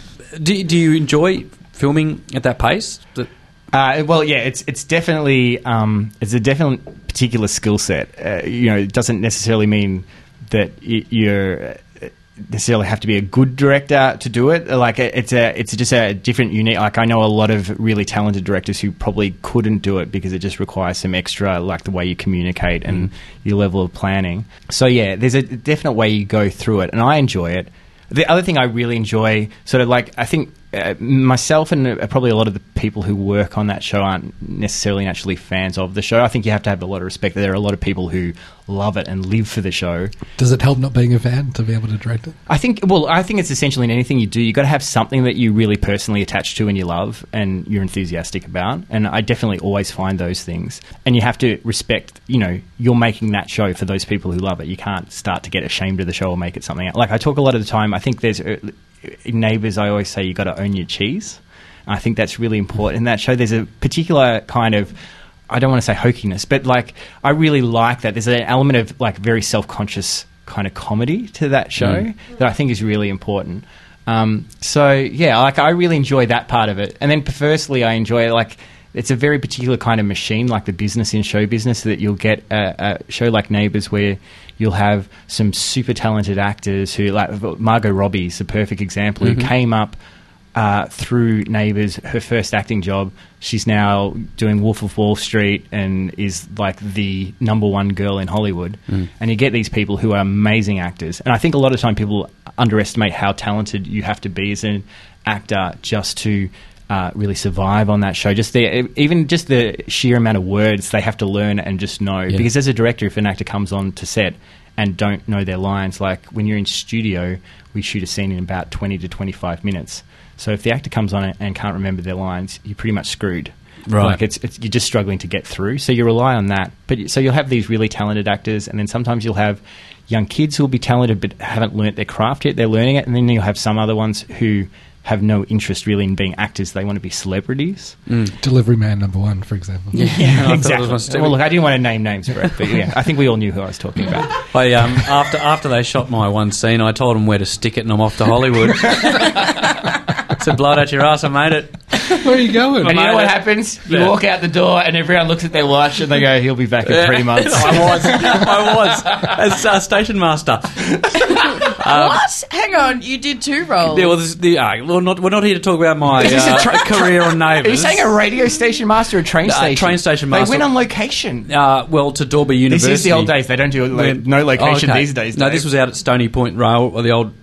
Speaker 2: do do you enjoy filming at that pace? The-
Speaker 3: Uh, well, yeah, it's it's definitely um, it's a definite particular skill set. Uh, you know, it doesn't necessarily mean that y- you're uh, necessarily have to be a good director to do it. Like it- it's a it's just a different unique. Like I know a lot of really talented directors who probably couldn't do it because it just requires some extra, like the way you communicate and your level of planning. So yeah, there's a definite way you go through it, and I enjoy it. The other thing I really enjoy, sort of like, I think uh, myself and uh, probably a lot of the people who work on that show aren't necessarily naturally fans of the show. I think you have to have a lot of respect. that There are a lot of people who love it and live for the show.
Speaker 4: Does it help not being a fan to be able to direct it?
Speaker 3: I think, well, I think it's essential in anything you do. You've got to have something that you really personally attach to and you love and you're enthusiastic about. And I definitely always find those things. And you have to respect, you know, you're making that show for those people who love it. You can't start to get ashamed of the show or make it something else. Like I talk a lot of the time, I think there's, uh, in Neighbours, I always say you got to own your cheese. I think that's really important in that show. There's a particular kind of I don't want to say hokiness, but like I really like that. There's an element of like very self conscious kind of comedy to that show that I think is really important. Um, so yeah, like I really enjoy that part of it, and then perversely I enjoy like. It's a very particular kind of machine, like the business in show business, that you'll get a, a show like Neighbours, where you'll have some super talented actors who, like Margot Robbie's, the perfect example, who came up uh, through Neighbours, her first acting job. She's now doing Wolf of Wall Street and is like the number one girl in Hollywood. And you get these people who are amazing actors. And I think a lot of time people underestimate how talented you have to be as an actor just to uh, really survive on that show. Just the even just the sheer amount of words they have to learn and just know.
Speaker 1: Yeah.
Speaker 3: Because as a director, if an actor comes on to set and don't know their lines, like when you're in studio, we shoot a scene in about 20 to 25 minutes. So if the actor comes on and can't remember their lines, you're pretty much screwed.
Speaker 1: Right.
Speaker 3: Like it's, it's you're just struggling to get through. So you rely on that. But you- so you'll have these really talented actors, and then sometimes you'll have young kids who'll be talented but haven't learnt their craft yet. They're learning it, and then you'll have some other ones who have no interest really in being actors. They want to be celebrities.
Speaker 4: Delivery man number one, for example.
Speaker 2: Mm. (laughs) I
Speaker 4: (laughs)
Speaker 2: thought it was
Speaker 3: exactly.
Speaker 2: my stupid-
Speaker 3: Well, look, I didn't want to name names, Brett, but yeah, I think we all knew who I was talking about.
Speaker 2: (laughs) I um, after after they shot my one scene, I told them where to stick it, and I'm off to
Speaker 3: (laughs)
Speaker 2: Hollywood. Said, "Blow it out your ass, I made it."
Speaker 4: Where are you going?
Speaker 3: And you
Speaker 2: Mate,
Speaker 3: know what
Speaker 2: I-
Speaker 3: happens? You
Speaker 2: Yeah.
Speaker 3: walk out the door, and everyone looks at their watch, and they go, "He'll be back in
Speaker 2: (laughs)
Speaker 3: three months."
Speaker 2: I was, I was as uh, station master.
Speaker 5: what?
Speaker 3: Um,
Speaker 5: Hang on, you did two roles.
Speaker 2: Yeah, well, this, the, uh, well not, we're not here to talk about my
Speaker 3: Is this a
Speaker 2: uh,
Speaker 3: tra-
Speaker 2: career on
Speaker 3: Are you
Speaker 2: neighbours.
Speaker 3: saying a radio station master or a train
Speaker 2: Uh,
Speaker 3: station?
Speaker 2: train station master.
Speaker 3: They went on location.
Speaker 2: uh, well, to Dorby
Speaker 3: This
Speaker 2: University.
Speaker 3: is the old days. They don't do lo-
Speaker 2: When-
Speaker 3: no location
Speaker 2: Oh, okay.
Speaker 3: these days.
Speaker 2: No,
Speaker 3: Dave.
Speaker 2: this was out at Stony Point Rail, or the old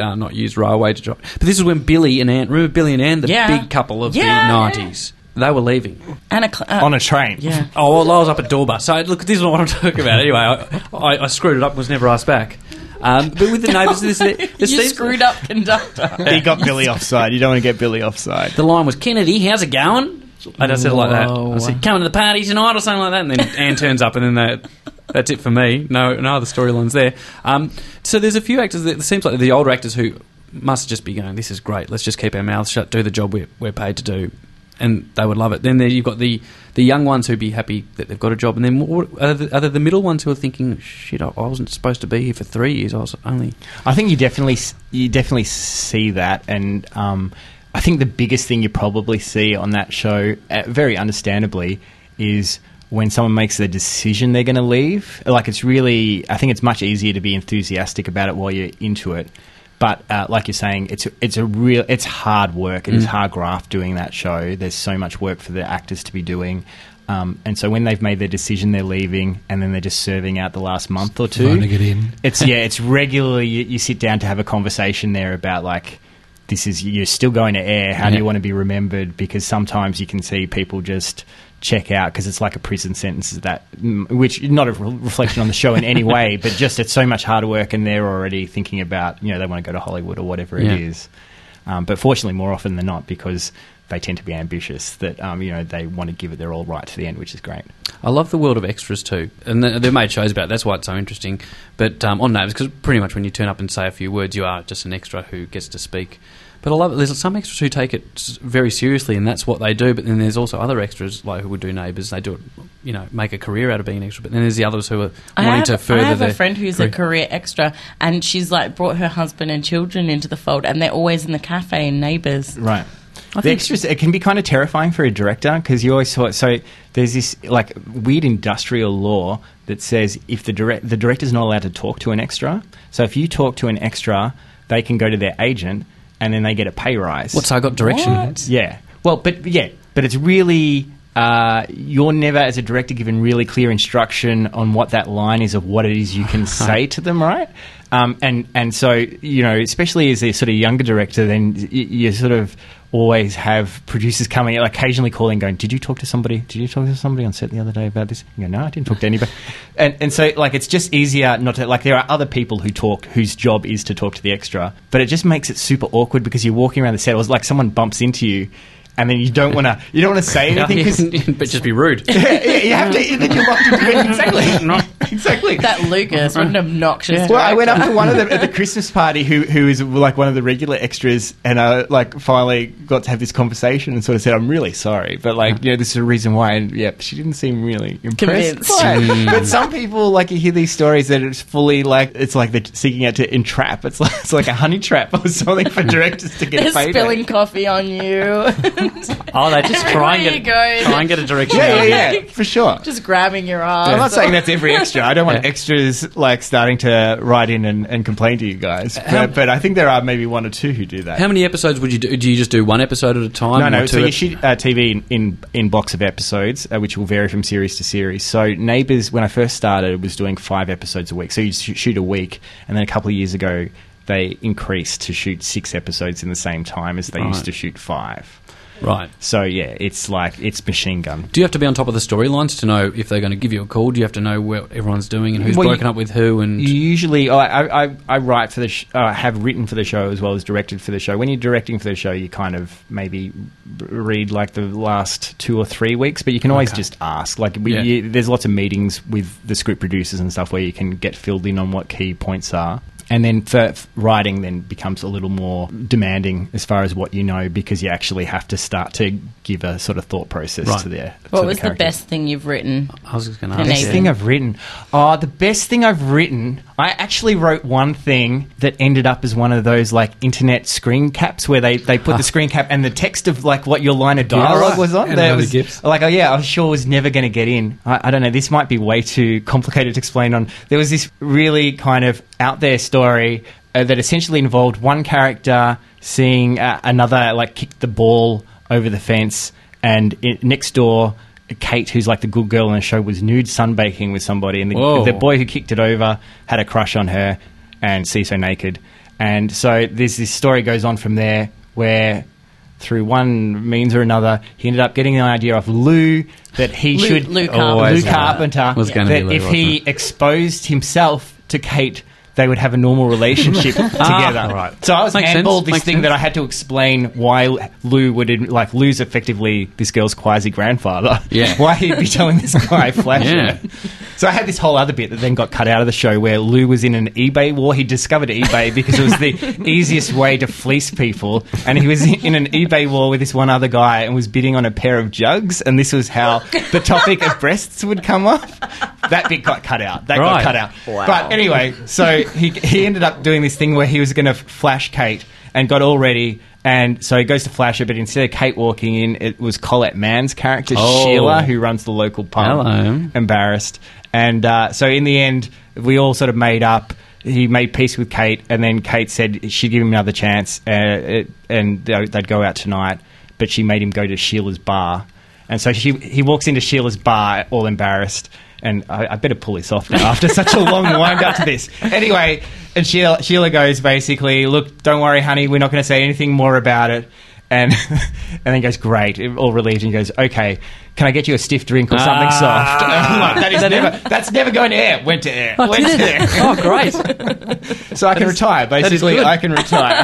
Speaker 2: uh, not used railway to drop. But this is when Billy and Ann, remember Billy and Ann, the
Speaker 5: Yeah.
Speaker 2: big couple of
Speaker 5: Yeah.
Speaker 2: the nineties. They were leaving.
Speaker 5: and a cl- uh,
Speaker 3: on a train. (laughs)
Speaker 5: yeah.
Speaker 2: Oh well, I was up at Dorba. So look, this is not what I'm (laughs) talking about. Anyway, I, I, I screwed it up. and Was never asked back. Um, but with the
Speaker 5: (laughs)
Speaker 2: neighbours, this, this,
Speaker 5: you
Speaker 2: these-
Speaker 5: screwed up conductor.
Speaker 3: He got
Speaker 2: (laughs)
Speaker 3: Billy offside. You don't want to get Billy offside.
Speaker 2: The line was Kennedy, how's it going? I just said it like that. I
Speaker 5: Whoa.
Speaker 2: said, coming to the party tonight or something like that. And then Anne turns up, and then that, that's it for me. No, no other storylines there. Um, so there's a few actors that it seems like the older actors who must just be going, this is great. Let's just keep our mouths shut, do the job we're, we're paid to do. And they would love it. Then there you've got the, the young ones who'd be happy that they've got a job. And then what are, the, are there the middle ones who are thinking, shit, I, I wasn't supposed to be here for three years. I was only.
Speaker 3: I think you definitely s- you definitely see that, and um, I think the biggest thing you probably see on that show, uh, very understandably, is when someone makes the decision they're going to leave. Like it's really, I think it's much easier to be enthusiastic about it while you're into it. But uh, like you're saying, it's it's a real it's hard work. It's hard graft doing that show. There's so much work for the actors to be doing. Um, and so when they've made their decision, they're leaving, and then they're just serving out the last month or two.
Speaker 4: Phoning it in.
Speaker 3: (laughs) It's yeah, it's regularly you, you sit down to have a conversation there about like this is you're still going to air. How do
Speaker 2: Yeah.
Speaker 3: you want to be remembered? Because sometimes you can see people just check out because it's like a prison sentence is that mm, which not a re- reflection on the show
Speaker 2: (laughs)
Speaker 3: in any way but just it's so much hard work and they're already thinking about you know they want to go to hollywood or whatever
Speaker 2: Yeah.
Speaker 3: it is um, but fortunately more often than not because they tend to be ambitious that um, you know they want to give it their all right to the end which is great
Speaker 2: I love the world of extras too, and th- they've made shows about. It. That's why it's so interesting. But um, on names, because pretty much when you turn up and say a few words, you are just an extra who gets to speak. But I love it. There's some extras who take it s- very seriously, and that's what they do. But then there's also other extras like who would do neighbours. They do it, you know, make a career out of being an extra. But then there's the others who are
Speaker 5: I
Speaker 2: wanting
Speaker 5: have,
Speaker 2: to further
Speaker 5: I have
Speaker 2: their
Speaker 5: a friend who's a
Speaker 2: career.
Speaker 5: career extra, and she's like brought her husband and children into the fold, and they're always in the cafe and neighbours.
Speaker 3: Right. the extras, it can be kind of terrifying for a director because you always thought, so there's this like weird industrial law that says if the direct, the director's not allowed to talk to an extra. So if you talk to an extra, they can go to their agent and then they get a pay rise.
Speaker 2: What's I got direction? (laughs)
Speaker 5: What?
Speaker 3: Yeah. Well, but yeah, but it's really uh, you're never as a director given really clear instruction on what that line is of what it is you can say to them, right? Um, and and so you know, especially as a sort of younger director, then y- you sort of always have producers coming occasionally calling going did you talk to somebody did you talk to somebody on set the other day about this you go no i didn't talk to (laughs) anybody and and so like it's just easier not to like there are other people who talk whose job is to talk to the extra but it just makes it super awkward because you're walking around the set it was like someone bumps into you and then you don't want to you don't want to (laughs) say anything because
Speaker 2: (laughs) but just be rude.
Speaker 3: (laughs) you have to then you're locked into it (laughs) exactly exactly
Speaker 5: That
Speaker 3: (laughs)
Speaker 5: Lucas, what an obnoxious.
Speaker 3: well,
Speaker 5: (laughs)
Speaker 3: I went up to one of them at the Christmas party who who is like one of the regular extras, and I like finally got to have this conversation and sort of said, "I'm really sorry, but like you know this is a reason why." And yeah, she didn't seem really impressed.
Speaker 5: Convinced. Hmm.
Speaker 3: by it. (laughs) but some people like you hear these stories that it's fully like it's like they're seeking out to entrap. It's like it's like a honey trap or something for directors to get
Speaker 5: (laughs) They're
Speaker 3: paid.
Speaker 5: spilling coffee on
Speaker 3: (laughs)
Speaker 5: you.
Speaker 2: oh, they
Speaker 5: (laughs)
Speaker 2: just try and
Speaker 5: Everywhere
Speaker 2: get
Speaker 5: you go.
Speaker 2: try and get a direction.
Speaker 3: Yeah,
Speaker 2: out of you.
Speaker 3: yeah, yeah, for sure.
Speaker 5: just grabbing your arm.
Speaker 3: I'm not saying that's every extra. I don't want
Speaker 5: (laughs)
Speaker 2: Yeah.
Speaker 3: extras like starting to write in and, and complain to you guys. But, but I think there are maybe one or two who do that.
Speaker 2: How many episodes would you do? Do you just do one episode at a time?
Speaker 3: no,
Speaker 2: or
Speaker 3: no.
Speaker 2: two
Speaker 3: So you
Speaker 2: ep-
Speaker 3: shoot uh, TV in, in in box of episodes, uh, which will vary from series to series. So Neighbours, when I first started, was doing five episodes a week. So you sh- shoot a week, and then a couple of years ago, they increased to shoot six episodes in the same time as they
Speaker 2: Right.
Speaker 3: used to shoot five.
Speaker 2: Right.
Speaker 3: So yeah, it's like it's machine gun.
Speaker 2: Do you have to be on top of the storylines to know if they're going to give you a call? Do you have to know what everyone's doing and who's
Speaker 3: Well, you-
Speaker 2: broken up with who? And
Speaker 3: You usually, oh, I, I, I write for the, sh- uh, have written for the show as well as directed for the show. When you're directing for the show, you kind of maybe b- read like the last two or three weeks, but you can always
Speaker 2: Okay.
Speaker 3: just ask. Like, we,
Speaker 2: Yeah.
Speaker 3: you, there's lots of meetings with the script producers and stuff where you can get filled in on what key points are. And then for f- writing, then becomes a little more demanding as far as what you know because you actually have to start to give a sort of thought process
Speaker 2: Right.
Speaker 3: to their.
Speaker 5: What
Speaker 3: to
Speaker 5: was the
Speaker 3: characters.
Speaker 5: best thing you've written?
Speaker 2: I was just going to
Speaker 5: And
Speaker 2: ask.
Speaker 3: Best
Speaker 5: Nathan.
Speaker 3: thing I've written. Oh, the best thing I've written. I actually wrote one thing that ended up as one of those like internet screen caps where they, they put the screen cap and the text of like what your line of dialogue
Speaker 4: Right.
Speaker 3: was on.
Speaker 4: And
Speaker 3: There
Speaker 4: another
Speaker 3: was
Speaker 4: GIFs.
Speaker 3: like, oh yeah, I'm sure it was never going to get in. I, I don't know. This might be way too complicated to explain. On there was this really kind of out there story uh, that essentially involved one character seeing uh, another like kick the ball over the fence, and it, next door. Kate, who's like the good girl in the show, was nude sunbaking with somebody, and the,
Speaker 2: Whoa.
Speaker 3: the boy who kicked it over had a crush on her and sees her naked. And so there's this story goes on from there where through one means or another, he ended up getting the idea of Lou that he
Speaker 5: Lou-
Speaker 3: should Oh,
Speaker 5: Lou
Speaker 3: Lou
Speaker 5: Always
Speaker 3: Carpenter
Speaker 2: was gonna
Speaker 3: that
Speaker 2: be Lou,
Speaker 3: if he
Speaker 2: wasn't
Speaker 3: exposed himself to Kate, they would have a normal
Speaker 2: (laughs)
Speaker 3: relationship (laughs) together. So I was
Speaker 2: Ah, Makes sense,
Speaker 3: handballed this
Speaker 2: makes
Speaker 3: thing
Speaker 2: sense.
Speaker 3: that I had to explain why Lou would like Lou's effectively this girl's quasi grandfather.
Speaker 2: Yeah.
Speaker 3: (laughs) why he'd be telling this
Speaker 2: (laughs)
Speaker 3: guy Flash.
Speaker 2: Yeah.
Speaker 3: So I had this whole other bit that then got cut out of the show where Lou was in an eBay war. He discovered eBay because it was the easiest way to fleece people. And he was in an eBay war with this one other guy and was bidding on a pair of jugs. And this was how the topic of breasts would come up. That bit got cut out. That got
Speaker 2: Right.
Speaker 3: cut out. But anyway, so he, he ended up doing this thing where he was going to flash Kate and got all ready. And so he goes to flash her, but instead of Kate walking in, it was Colette Mann's character,
Speaker 2: Oh.
Speaker 3: Sheila, who runs the local pub
Speaker 2: Hello.
Speaker 3: embarrassed. And uh, so in the end, we all sort of made up. He made peace with Kate, and then Kate said she'd give him another chance, uh, it, and they- they'd go out tonight. But she made him go to Sheila's bar, and so she, he walks into Sheila's bar, all embarrassed. And I, I better pull this off now after such a long wind up to this. Anyway, and Sheila, Sheila goes basically, look, don't worry, honey, we're not going to say anything more about it. And (laughs) and then he goes, great, all relieved, and he goes, okay, can I get you a stiff drink or something
Speaker 2: Ah.
Speaker 3: soft? (laughs) I'm like, that is never, that's never going to air. Went to air. Went to air.
Speaker 2: (laughs) Oh, great!
Speaker 3: So I can retire. Basically, I can (laughs) retire.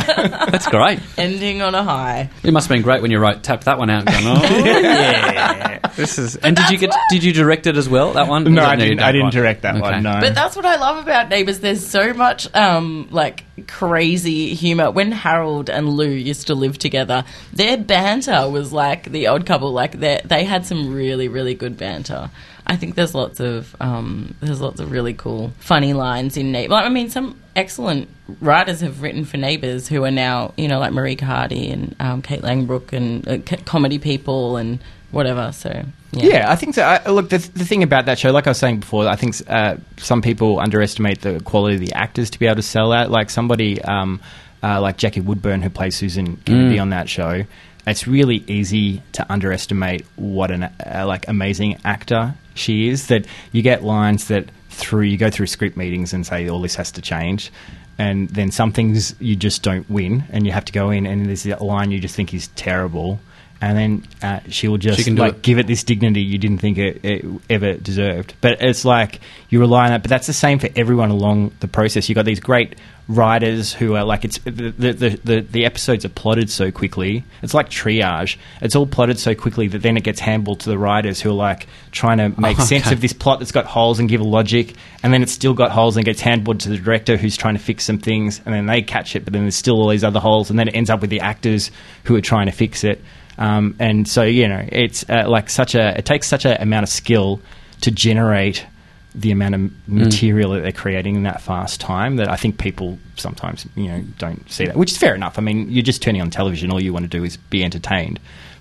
Speaker 2: That's great.
Speaker 5: Ending on a high.
Speaker 2: It must have been great when you wrote tapped that one out. and Going, oh,
Speaker 3: (laughs)
Speaker 2: yeah, this is. And did you get? Did you direct it as well? That one?
Speaker 3: no,
Speaker 2: you
Speaker 3: I didn't.
Speaker 2: don't,
Speaker 3: I didn't
Speaker 2: right.
Speaker 3: direct that
Speaker 2: Okay.
Speaker 3: one. No.
Speaker 5: But that's what I love about Neighbours. There's so much um, like crazy humor. When Harold and Lou used to live together, their banter was like the odd couple. Like they they had some really really good banter. I think there's lots of um, there's lots of really cool funny lines in Neighbours. Like, I mean, some excellent writers have written for Neighbours who are now you know like Marika Hardy and um, Kate Langbrook and uh, c- comedy people and whatever. So
Speaker 3: Yeah, I think so. I, look, the, the thing about that show, like I was saying before, I think uh, some people underestimate the quality of the actors to be able to sell that. Like somebody um, uh, like Jackie Woodburn, who plays Susan
Speaker 2: Mm.
Speaker 3: Kennedy on that show, it's really easy to underestimate what an uh, like amazing actor she is. That you get lines that through you go through script meetings and say all this has to change. And then some things you just don't win, and you have to go in, and there's that line you just think is terrible, and then uh, she will just
Speaker 2: She can do
Speaker 3: like
Speaker 2: it.
Speaker 3: give it this dignity you didn't think it, it ever deserved. But it's like you rely on that. But that's the same for everyone along the process. You got these great writers who are like it's the the, the, the the episodes are plotted so quickly. It's like triage. It's all plotted so quickly that then it gets handballed to the writers who are like trying to make sense of this plot that's got holes and give a logic, and then it's still got holes and gets handballed to the director who's trying to fix some things, and then they catch it, but then there's still all these other holes, and then it ends up with the actors who are trying to fix it. Um, and so you know, it's uh, like such a it takes such a amount of skill to generate the amount of material that they're creating in that fast time that I think people sometimes you know don't see that, which is fair enough. I mean, you're just turning on television; all you want to do is be entertained.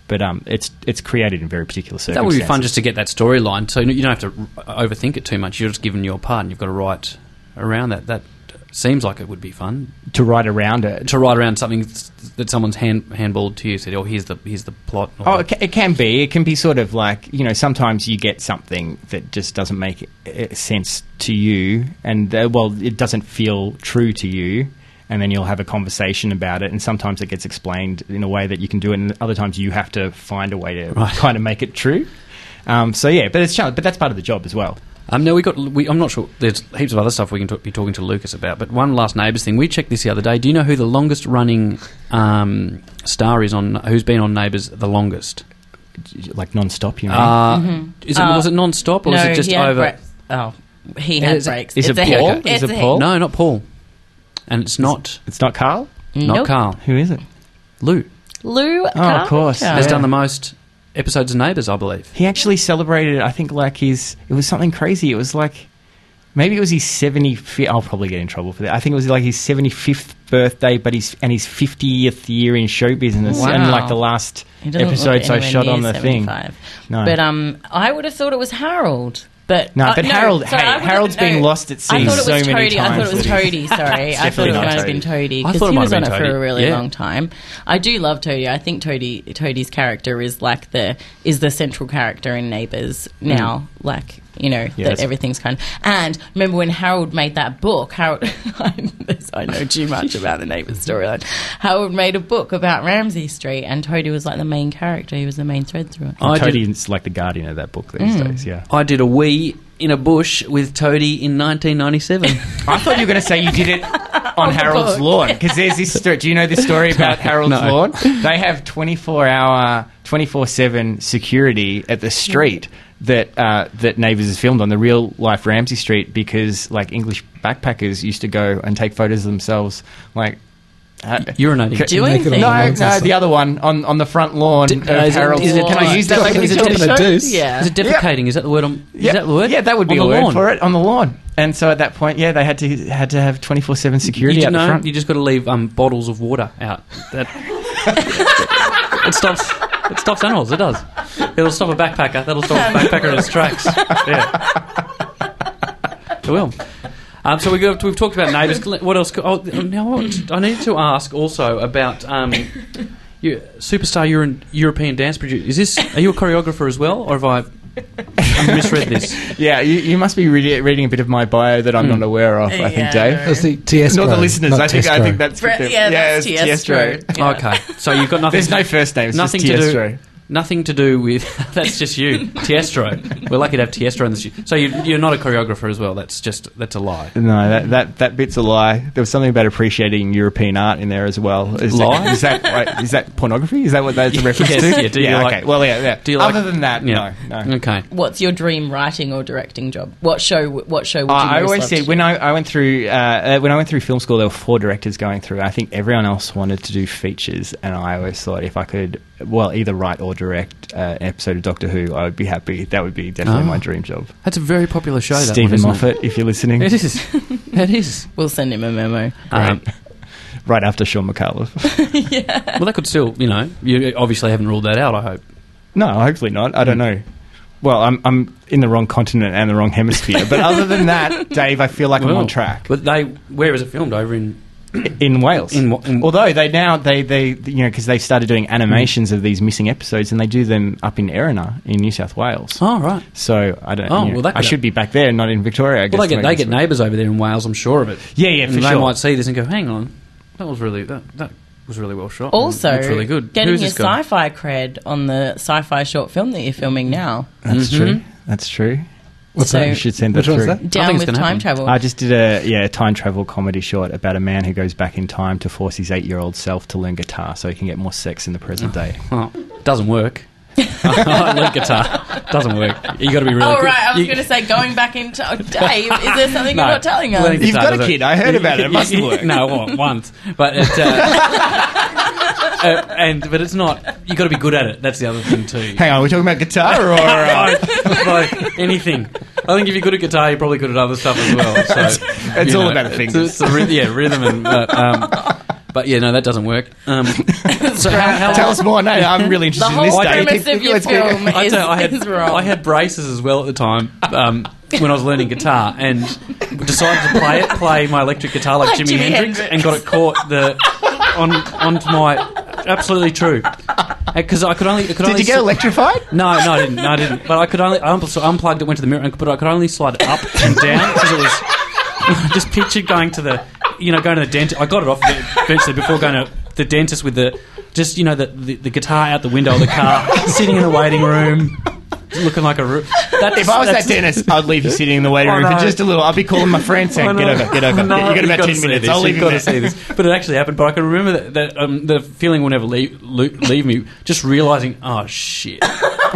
Speaker 3: But um, it's it's created in very particular
Speaker 2: That
Speaker 3: circumstances.
Speaker 2: would be fun just to get that storyline, so you don't have to r- overthink it too much. You're just given your part, and you've got to write around that. That seems like it would be fun
Speaker 3: to write around it.
Speaker 2: to write around something s- that someone's hand handballed to you. Said, "Oh, here's the here's the plot." or-
Speaker 3: Oh, it ca- it can be. It can be sort of like you know. Sometimes you get something that just doesn't eh, make uh, sense to you, and uh, well, it doesn't feel true to you, and then you'll have a conversation about it. And sometimes it gets explained in a way that you can do it, and other times you have to find a way to (laughs) kind of make it true. Um, so yeah, but it's challenge- but that's part of the job as well.
Speaker 2: Um, no, we got. We, I'm not sure. There's heaps of other stuff we can t- be talking to Lucas about. But one last neighbours thing. We checked this the other day. Do you know who the longest running um, star is on? Who's been on Neighbours the longest?
Speaker 3: Like non-stop, you mean?
Speaker 2: Uh, Is it was it non-stop or
Speaker 5: no,
Speaker 2: is it just
Speaker 5: he had
Speaker 2: over?
Speaker 5: break- oh, he had
Speaker 2: Is it-
Speaker 5: breaks.
Speaker 3: is
Speaker 5: it's
Speaker 3: it
Speaker 5: a
Speaker 3: Paul?
Speaker 5: He.
Speaker 3: Is
Speaker 5: It's
Speaker 3: it
Speaker 5: a he.
Speaker 3: Paul?
Speaker 2: No, not Paul. And it's not
Speaker 3: it's not Carl.
Speaker 2: not
Speaker 5: Nope.
Speaker 2: Carl.
Speaker 3: Who is it?
Speaker 2: Lou
Speaker 5: Lou.
Speaker 3: Oh, of course.
Speaker 2: has
Speaker 3: Yeah.
Speaker 2: done the most episodes of Neighbours, I believe.
Speaker 3: He actually celebrated. I think like his. It was something crazy. It was like maybe it was his 75th. I'll probably get in trouble for that. I think it was like his 75th birthday, but his and his 50th year in show business,
Speaker 5: Wow.
Speaker 3: and like the last
Speaker 5: He doesn't look
Speaker 3: episodes I
Speaker 5: anywhere
Speaker 3: shot
Speaker 5: near
Speaker 3: on the thing.
Speaker 5: 75.
Speaker 3: No.
Speaker 5: But um, I would have thought it was Harold. But
Speaker 3: No,
Speaker 5: uh,
Speaker 3: but Harold-
Speaker 5: sorry,
Speaker 3: hey,
Speaker 5: I would've-
Speaker 3: Harold's been lost at sea
Speaker 5: I thought it
Speaker 3: so
Speaker 5: was
Speaker 3: many
Speaker 5: Toady. I thought it was
Speaker 3: times. (laughs)
Speaker 5: Toady. Sorry, I thought
Speaker 3: definitely
Speaker 5: it
Speaker 3: not
Speaker 5: might have
Speaker 3: Toady.
Speaker 5: been Toady
Speaker 2: I
Speaker 5: because
Speaker 2: thought it
Speaker 5: he
Speaker 2: might
Speaker 5: was
Speaker 2: have
Speaker 5: on
Speaker 2: been
Speaker 5: it for
Speaker 2: Toady,
Speaker 5: a really
Speaker 2: yeah.
Speaker 5: long time. I do love Toady. I think Toady Toady's character is like the is the central character in Neighbours now. Like you know
Speaker 3: Mm. Yes.
Speaker 5: that everything's kind. And remember when Harold made that book? Harold, (laughs) I this- I know
Speaker 3: (laughs)
Speaker 5: too much about the Neighbours storyline. Harold made a book about Ramsey Street, and Toady was like the main character. He was the main thread through it.
Speaker 2: I did-
Speaker 3: Toadie's like the guardian of that book
Speaker 5: Hmm.
Speaker 3: these days. Yeah.
Speaker 2: I did a wee in a bush with Toadie in
Speaker 3: (laughs)
Speaker 2: 1997.
Speaker 3: I thought you were going to say you did it on Harold's
Speaker 5: book.
Speaker 3: lawn because there's this story. Do you know this story about Harold's
Speaker 2: (laughs) no.
Speaker 3: lawn? They have 24 hour, 24 7 security at the street that uh, that Neighbours is filmed on the real life Ramsey Street because like English backpackers used to go and take photos of themsells like. Uh,
Speaker 2: urinating.
Speaker 3: c-
Speaker 5: Doing
Speaker 3: no,
Speaker 5: things.
Speaker 3: no, the other one on, on the front lawn
Speaker 2: Did-
Speaker 3: of
Speaker 2: uh, is it-
Speaker 3: Harold's.
Speaker 2: is it-
Speaker 3: Can I use that?
Speaker 2: (laughs)
Speaker 3: Like,
Speaker 2: is it-
Speaker 3: a
Speaker 2: is it-
Speaker 3: show?
Speaker 4: Deuce.
Speaker 5: Yeah.
Speaker 2: Is it defecating? Is that the word? On,
Speaker 3: Yeah.
Speaker 2: Is that the word?
Speaker 3: Yeah, that would
Speaker 2: on
Speaker 3: be a
Speaker 2: the
Speaker 3: word
Speaker 2: lawn.
Speaker 3: for it on the lawn. And so at that point, yeah, they had to had to have twenty four seven security
Speaker 2: You, just,
Speaker 3: out the
Speaker 2: know,
Speaker 3: front.
Speaker 2: you just got to leave um, bottles of water out. That it stops. It stops animals. It does. It'll stop a backpacker. That'll stop a backpacker in his tracks. Yeah, it will. Um, so we got, we've talked about neighbours. What else? co- Oh, now what- I need to ask also about um, you, superstar Euro- European dance producer. Is this? Are you a choreographer as well, or have I, I misread this?
Speaker 3: Yeah, you, you must be reading reading a bit of my bio that
Speaker 2: Hmm.
Speaker 3: I'm not aware of. I think,
Speaker 5: Yeah,
Speaker 3: Dave.
Speaker 5: no.
Speaker 4: That's the Tiestro,
Speaker 3: Not the listeners. I think I think that's
Speaker 5: Bre-
Speaker 3: for them.
Speaker 5: yeah, that's
Speaker 3: it's
Speaker 5: Tiestro. Yeah.
Speaker 2: Okay, so you've got nothing.
Speaker 3: There's no first names.
Speaker 2: Nothing
Speaker 3: just
Speaker 2: to do-
Speaker 3: Tiestro.
Speaker 2: Nothing to do with (laughs) that's just you, Tiestro. We're lucky to have Tiestro in the studio. So you, you're not a choreographer as well. That's just that's a lie.
Speaker 3: No, that, that that bit's a lie. There was something about appreciating European art in there as well. Is
Speaker 2: Lie?
Speaker 3: That, is that right, is that pornography? Is that what that's a reference
Speaker 2: Yes, (laughs)
Speaker 3: to?
Speaker 2: yeah, do you
Speaker 3: yeah.
Speaker 2: like-
Speaker 3: okay. Well, yeah. yeah.
Speaker 2: Do you
Speaker 3: Other
Speaker 2: like-
Speaker 3: than that,
Speaker 2: Yeah.
Speaker 3: no, no.
Speaker 2: Okay.
Speaker 5: What's your dream writing or directing job? What show? What show would you?
Speaker 3: Uh, I
Speaker 5: most
Speaker 3: always
Speaker 5: love to
Speaker 3: said
Speaker 5: do?
Speaker 3: when I, I went through uh, uh, when I went through film school, there were four directors going through. I think everyone else wanted to do features, and I always thought if I could, well, either write or direct uh, an episode of Doctor Who, I would be happy. That would be definitely
Speaker 2: Oh.
Speaker 3: my dream job.
Speaker 2: That's a very popular show. that
Speaker 3: Stephen
Speaker 2: one, isn't
Speaker 3: Moffat, if you're listening,
Speaker 2: It? it is. It is.
Speaker 5: We'll send him a memo.
Speaker 2: Um,
Speaker 3: right after Sean McAuliffe. (laughs)
Speaker 2: well, that could still, you know, you obviously haven't ruled that out. I hope.
Speaker 3: no, hopefully not. I
Speaker 2: Hmm.
Speaker 3: don't know. Well, I'm I'm in the wrong continent and the wrong hemisphere. But other than that, Dave, I feel like I'm
Speaker 2: Well,
Speaker 3: on track.
Speaker 2: But they, where is it filmed? Over in
Speaker 3: in Wales.
Speaker 2: In Wa- in-
Speaker 3: Although they now they they you know because they started doing animations of these missing episodes and they do them up in Erina in New South Wales.
Speaker 2: oh right.
Speaker 3: So I don't.
Speaker 2: Oh,
Speaker 3: you know,
Speaker 2: well, that
Speaker 3: I
Speaker 2: could-
Speaker 3: should be back there, not in Victoria. I guess,
Speaker 2: Well, they
Speaker 3: to
Speaker 2: get
Speaker 3: make
Speaker 2: they
Speaker 3: this
Speaker 2: get
Speaker 3: work.
Speaker 2: neighbours over there in Wales. I'm sure of it.
Speaker 3: Yeah, yeah,
Speaker 2: and
Speaker 3: for
Speaker 2: they
Speaker 3: sure.
Speaker 2: might see this and go, "Hang on, that was really that that was really well shot.
Speaker 5: Also,
Speaker 2: Mm, that's really good.
Speaker 5: getting
Speaker 2: Who's
Speaker 5: your
Speaker 2: this guy?
Speaker 5: sci-fi cred on the sci-fi short film that you're filming now.
Speaker 3: That's
Speaker 2: Mhm.
Speaker 3: true. That's true.
Speaker 4: What's
Speaker 5: So-
Speaker 3: You
Speaker 4: that?
Speaker 3: should send that
Speaker 4: Which
Speaker 3: through.
Speaker 4: one's that?
Speaker 2: I
Speaker 5: Down
Speaker 2: think it's
Speaker 5: with
Speaker 2: gonna
Speaker 5: time
Speaker 2: happen.
Speaker 5: travel.
Speaker 3: I just did a yeah a time travel comedy short about a man who goes back in time to force his eight year old self to learn guitar so he can get more sex in the present day.
Speaker 2: Oh, doesn't
Speaker 5: (laughs)
Speaker 2: work. lead guitar doesn't work. You got to be really.
Speaker 5: oh
Speaker 2: good.
Speaker 5: right, I was
Speaker 2: You-
Speaker 5: going to say going back
Speaker 2: (laughs)
Speaker 5: in time. Dave, is there something
Speaker 2: No.
Speaker 5: you're not telling us?
Speaker 2: Lead
Speaker 3: You've
Speaker 2: guitar
Speaker 3: got a
Speaker 2: doesn't-
Speaker 3: kid. I heard about it. It must
Speaker 2: (laughs)
Speaker 3: work.
Speaker 2: no, well, once, but it, uh,
Speaker 5: (laughs)
Speaker 2: uh, and but it's not. You got to be good at it. That's the other thing too.
Speaker 3: (laughs) Hang on, we're talking about guitar or uh, (laughs)
Speaker 2: (laughs) Both, both, anything. I think if you're good at guitar, you're probably good at other stuff as
Speaker 3: (laughs)
Speaker 2: well. So
Speaker 3: it's
Speaker 2: you
Speaker 3: all
Speaker 2: know,
Speaker 3: about the
Speaker 2: it's- It's,
Speaker 3: fingers.
Speaker 2: a ry- yeah, rhythm and. But, um, but yeah, no, that doesn't work.
Speaker 3: (laughs)
Speaker 2: Um,
Speaker 5: (laughs)
Speaker 2: so how, how
Speaker 3: Tell us more. No, I'm really interested
Speaker 5: the
Speaker 3: in this
Speaker 5: whole
Speaker 3: day.
Speaker 5: premise of your film
Speaker 2: I,
Speaker 5: is,
Speaker 2: tell you, I, had,
Speaker 5: is (laughs) wrong.
Speaker 2: I had braces as well at the time um, when I was learning guitar and decided to play it, play my electric guitar like,
Speaker 5: Like
Speaker 2: Jimi,
Speaker 5: Jimi
Speaker 2: Hendrix,
Speaker 5: Hendrix.
Speaker 2: and got it caught the on onto my absolutely true because I could only I could
Speaker 3: Did
Speaker 2: only
Speaker 3: you get
Speaker 2: s-
Speaker 3: electrified?
Speaker 2: no, no, I didn't. No, I didn't. But I could only I un- so unplugged (laughs) it, went to the mirror, and- but I could only slide it up and down because it was. I just pictured going to the you know, going to the dentist. I got it off eventually before going to the dentist with the just you know the the, the guitar out the window of the car, sitting in the waiting room, looking like a. Ro- that's,
Speaker 3: If I was
Speaker 2: that's-
Speaker 3: that dentist, I'd leave you sitting in the waiting
Speaker 2: Oh,
Speaker 3: room
Speaker 2: no.
Speaker 3: for just a little. I'd be calling my friend
Speaker 2: I
Speaker 3: saying, "Get
Speaker 2: know.
Speaker 3: over, get
Speaker 2: (laughs)
Speaker 3: over.
Speaker 2: No,
Speaker 3: you got
Speaker 2: you've
Speaker 3: about
Speaker 2: gotta
Speaker 3: ten
Speaker 2: see
Speaker 3: minutes.
Speaker 2: this.
Speaker 3: I'll
Speaker 2: You've
Speaker 3: leave you
Speaker 2: gotta
Speaker 3: there."
Speaker 2: see this. (laughs) But it actually happened. But I can remember that, that um, the feeling will never leave, lo- leave me. Just realizing, oh shit, (laughs)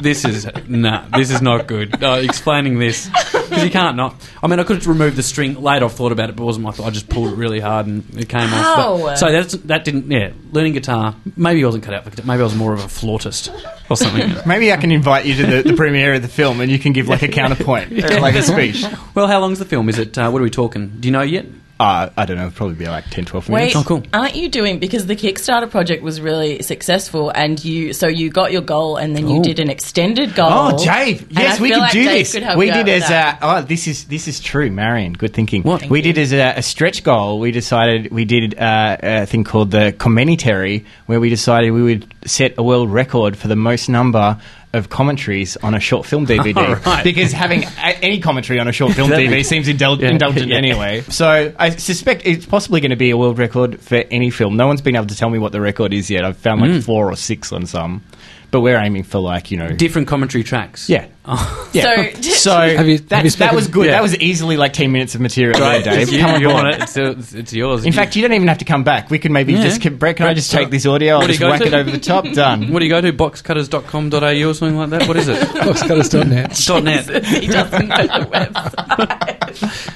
Speaker 2: this is nah, this is not good. Uh, explaining this because you can't not. I mean, I could have removed the string later. I've thought about it, but it wasn't my thought. I just pulled it really hard and it came off.
Speaker 5: Ow.
Speaker 2: But, so that's that didn't. Yeah, learning guitar. Maybe I wasn't cut out for guitar. Maybe I was more of a flautist or (laughs) something.
Speaker 3: Maybe I can invite you to the, the premiere of the film, and you can give like
Speaker 2: (laughs)
Speaker 3: a counterpoint, like a speech.
Speaker 2: well, how long's the film? Is it? Uh, what are we talking? Do you know yet?
Speaker 3: Uh, I don't know. It'd probably be like 10, 12 minutes.
Speaker 5: Wait,
Speaker 2: Oh, cool.
Speaker 5: aren't you doing because the Kickstarter project was really successful and you so you got your goal and then you
Speaker 2: Ooh.
Speaker 5: did an extended goal.
Speaker 3: Oh, Dave!
Speaker 5: And
Speaker 3: Yes,
Speaker 5: I
Speaker 3: we
Speaker 5: feel
Speaker 3: can
Speaker 5: like
Speaker 3: do
Speaker 5: Dave
Speaker 3: this.
Speaker 5: could help
Speaker 3: we
Speaker 5: you out
Speaker 3: did
Speaker 5: with
Speaker 3: as
Speaker 5: that.
Speaker 3: a, oh, this is this is true, Marion. Good thinking.
Speaker 2: What?
Speaker 3: we
Speaker 5: Thank
Speaker 3: did as a, a stretch goal, we decided we did uh, a thing called the commentary, where we decided we would set a world record for the most number of commentaries on a short
Speaker 5: (laughs)
Speaker 3: film DVD.
Speaker 2: All right.
Speaker 3: Because having a, any commentary on a short film
Speaker 2: That
Speaker 3: DVD
Speaker 2: makes-
Speaker 3: seems indul-
Speaker 2: Yeah.
Speaker 3: indulgent
Speaker 5: (laughs)
Speaker 2: Yeah.
Speaker 3: anyway. So I suspect it's possibly going to be a world record for any film. No one's been able to tell me what the record is yet. I've found
Speaker 5: Mm.
Speaker 3: like four or six on some, but we're aiming for like you know.
Speaker 2: Different commentary tracks.
Speaker 3: Yeah.
Speaker 2: Oh.
Speaker 3: Yeah. (laughs)
Speaker 5: So-
Speaker 4: Have you-
Speaker 3: that,
Speaker 4: have you
Speaker 3: that
Speaker 4: spoken-
Speaker 3: was good.
Speaker 2: Yeah.
Speaker 3: That was easily like 10 minutes of material
Speaker 2: Right,
Speaker 3: there, Dave.
Speaker 2: If you,
Speaker 3: Come on
Speaker 2: you
Speaker 3: board.
Speaker 2: want it, it's, it's, it's yours.
Speaker 3: In fact, you don't even have to come back. We could maybe
Speaker 2: Yeah.
Speaker 3: just, can, Brett, can I
Speaker 2: Brett,
Speaker 3: just take this audio?
Speaker 2: what
Speaker 3: I'll
Speaker 2: do
Speaker 3: just
Speaker 2: you go
Speaker 3: whack
Speaker 2: to?
Speaker 3: it over
Speaker 2: (laughs)
Speaker 3: the top. Done.
Speaker 2: what do you go to? Boxcutters.com.au or something like that? What is it?
Speaker 4: Boxcutters.net.
Speaker 2: Dot .net.
Speaker 5: (laughs) he doesn't
Speaker 2: (laughs)
Speaker 5: know the website.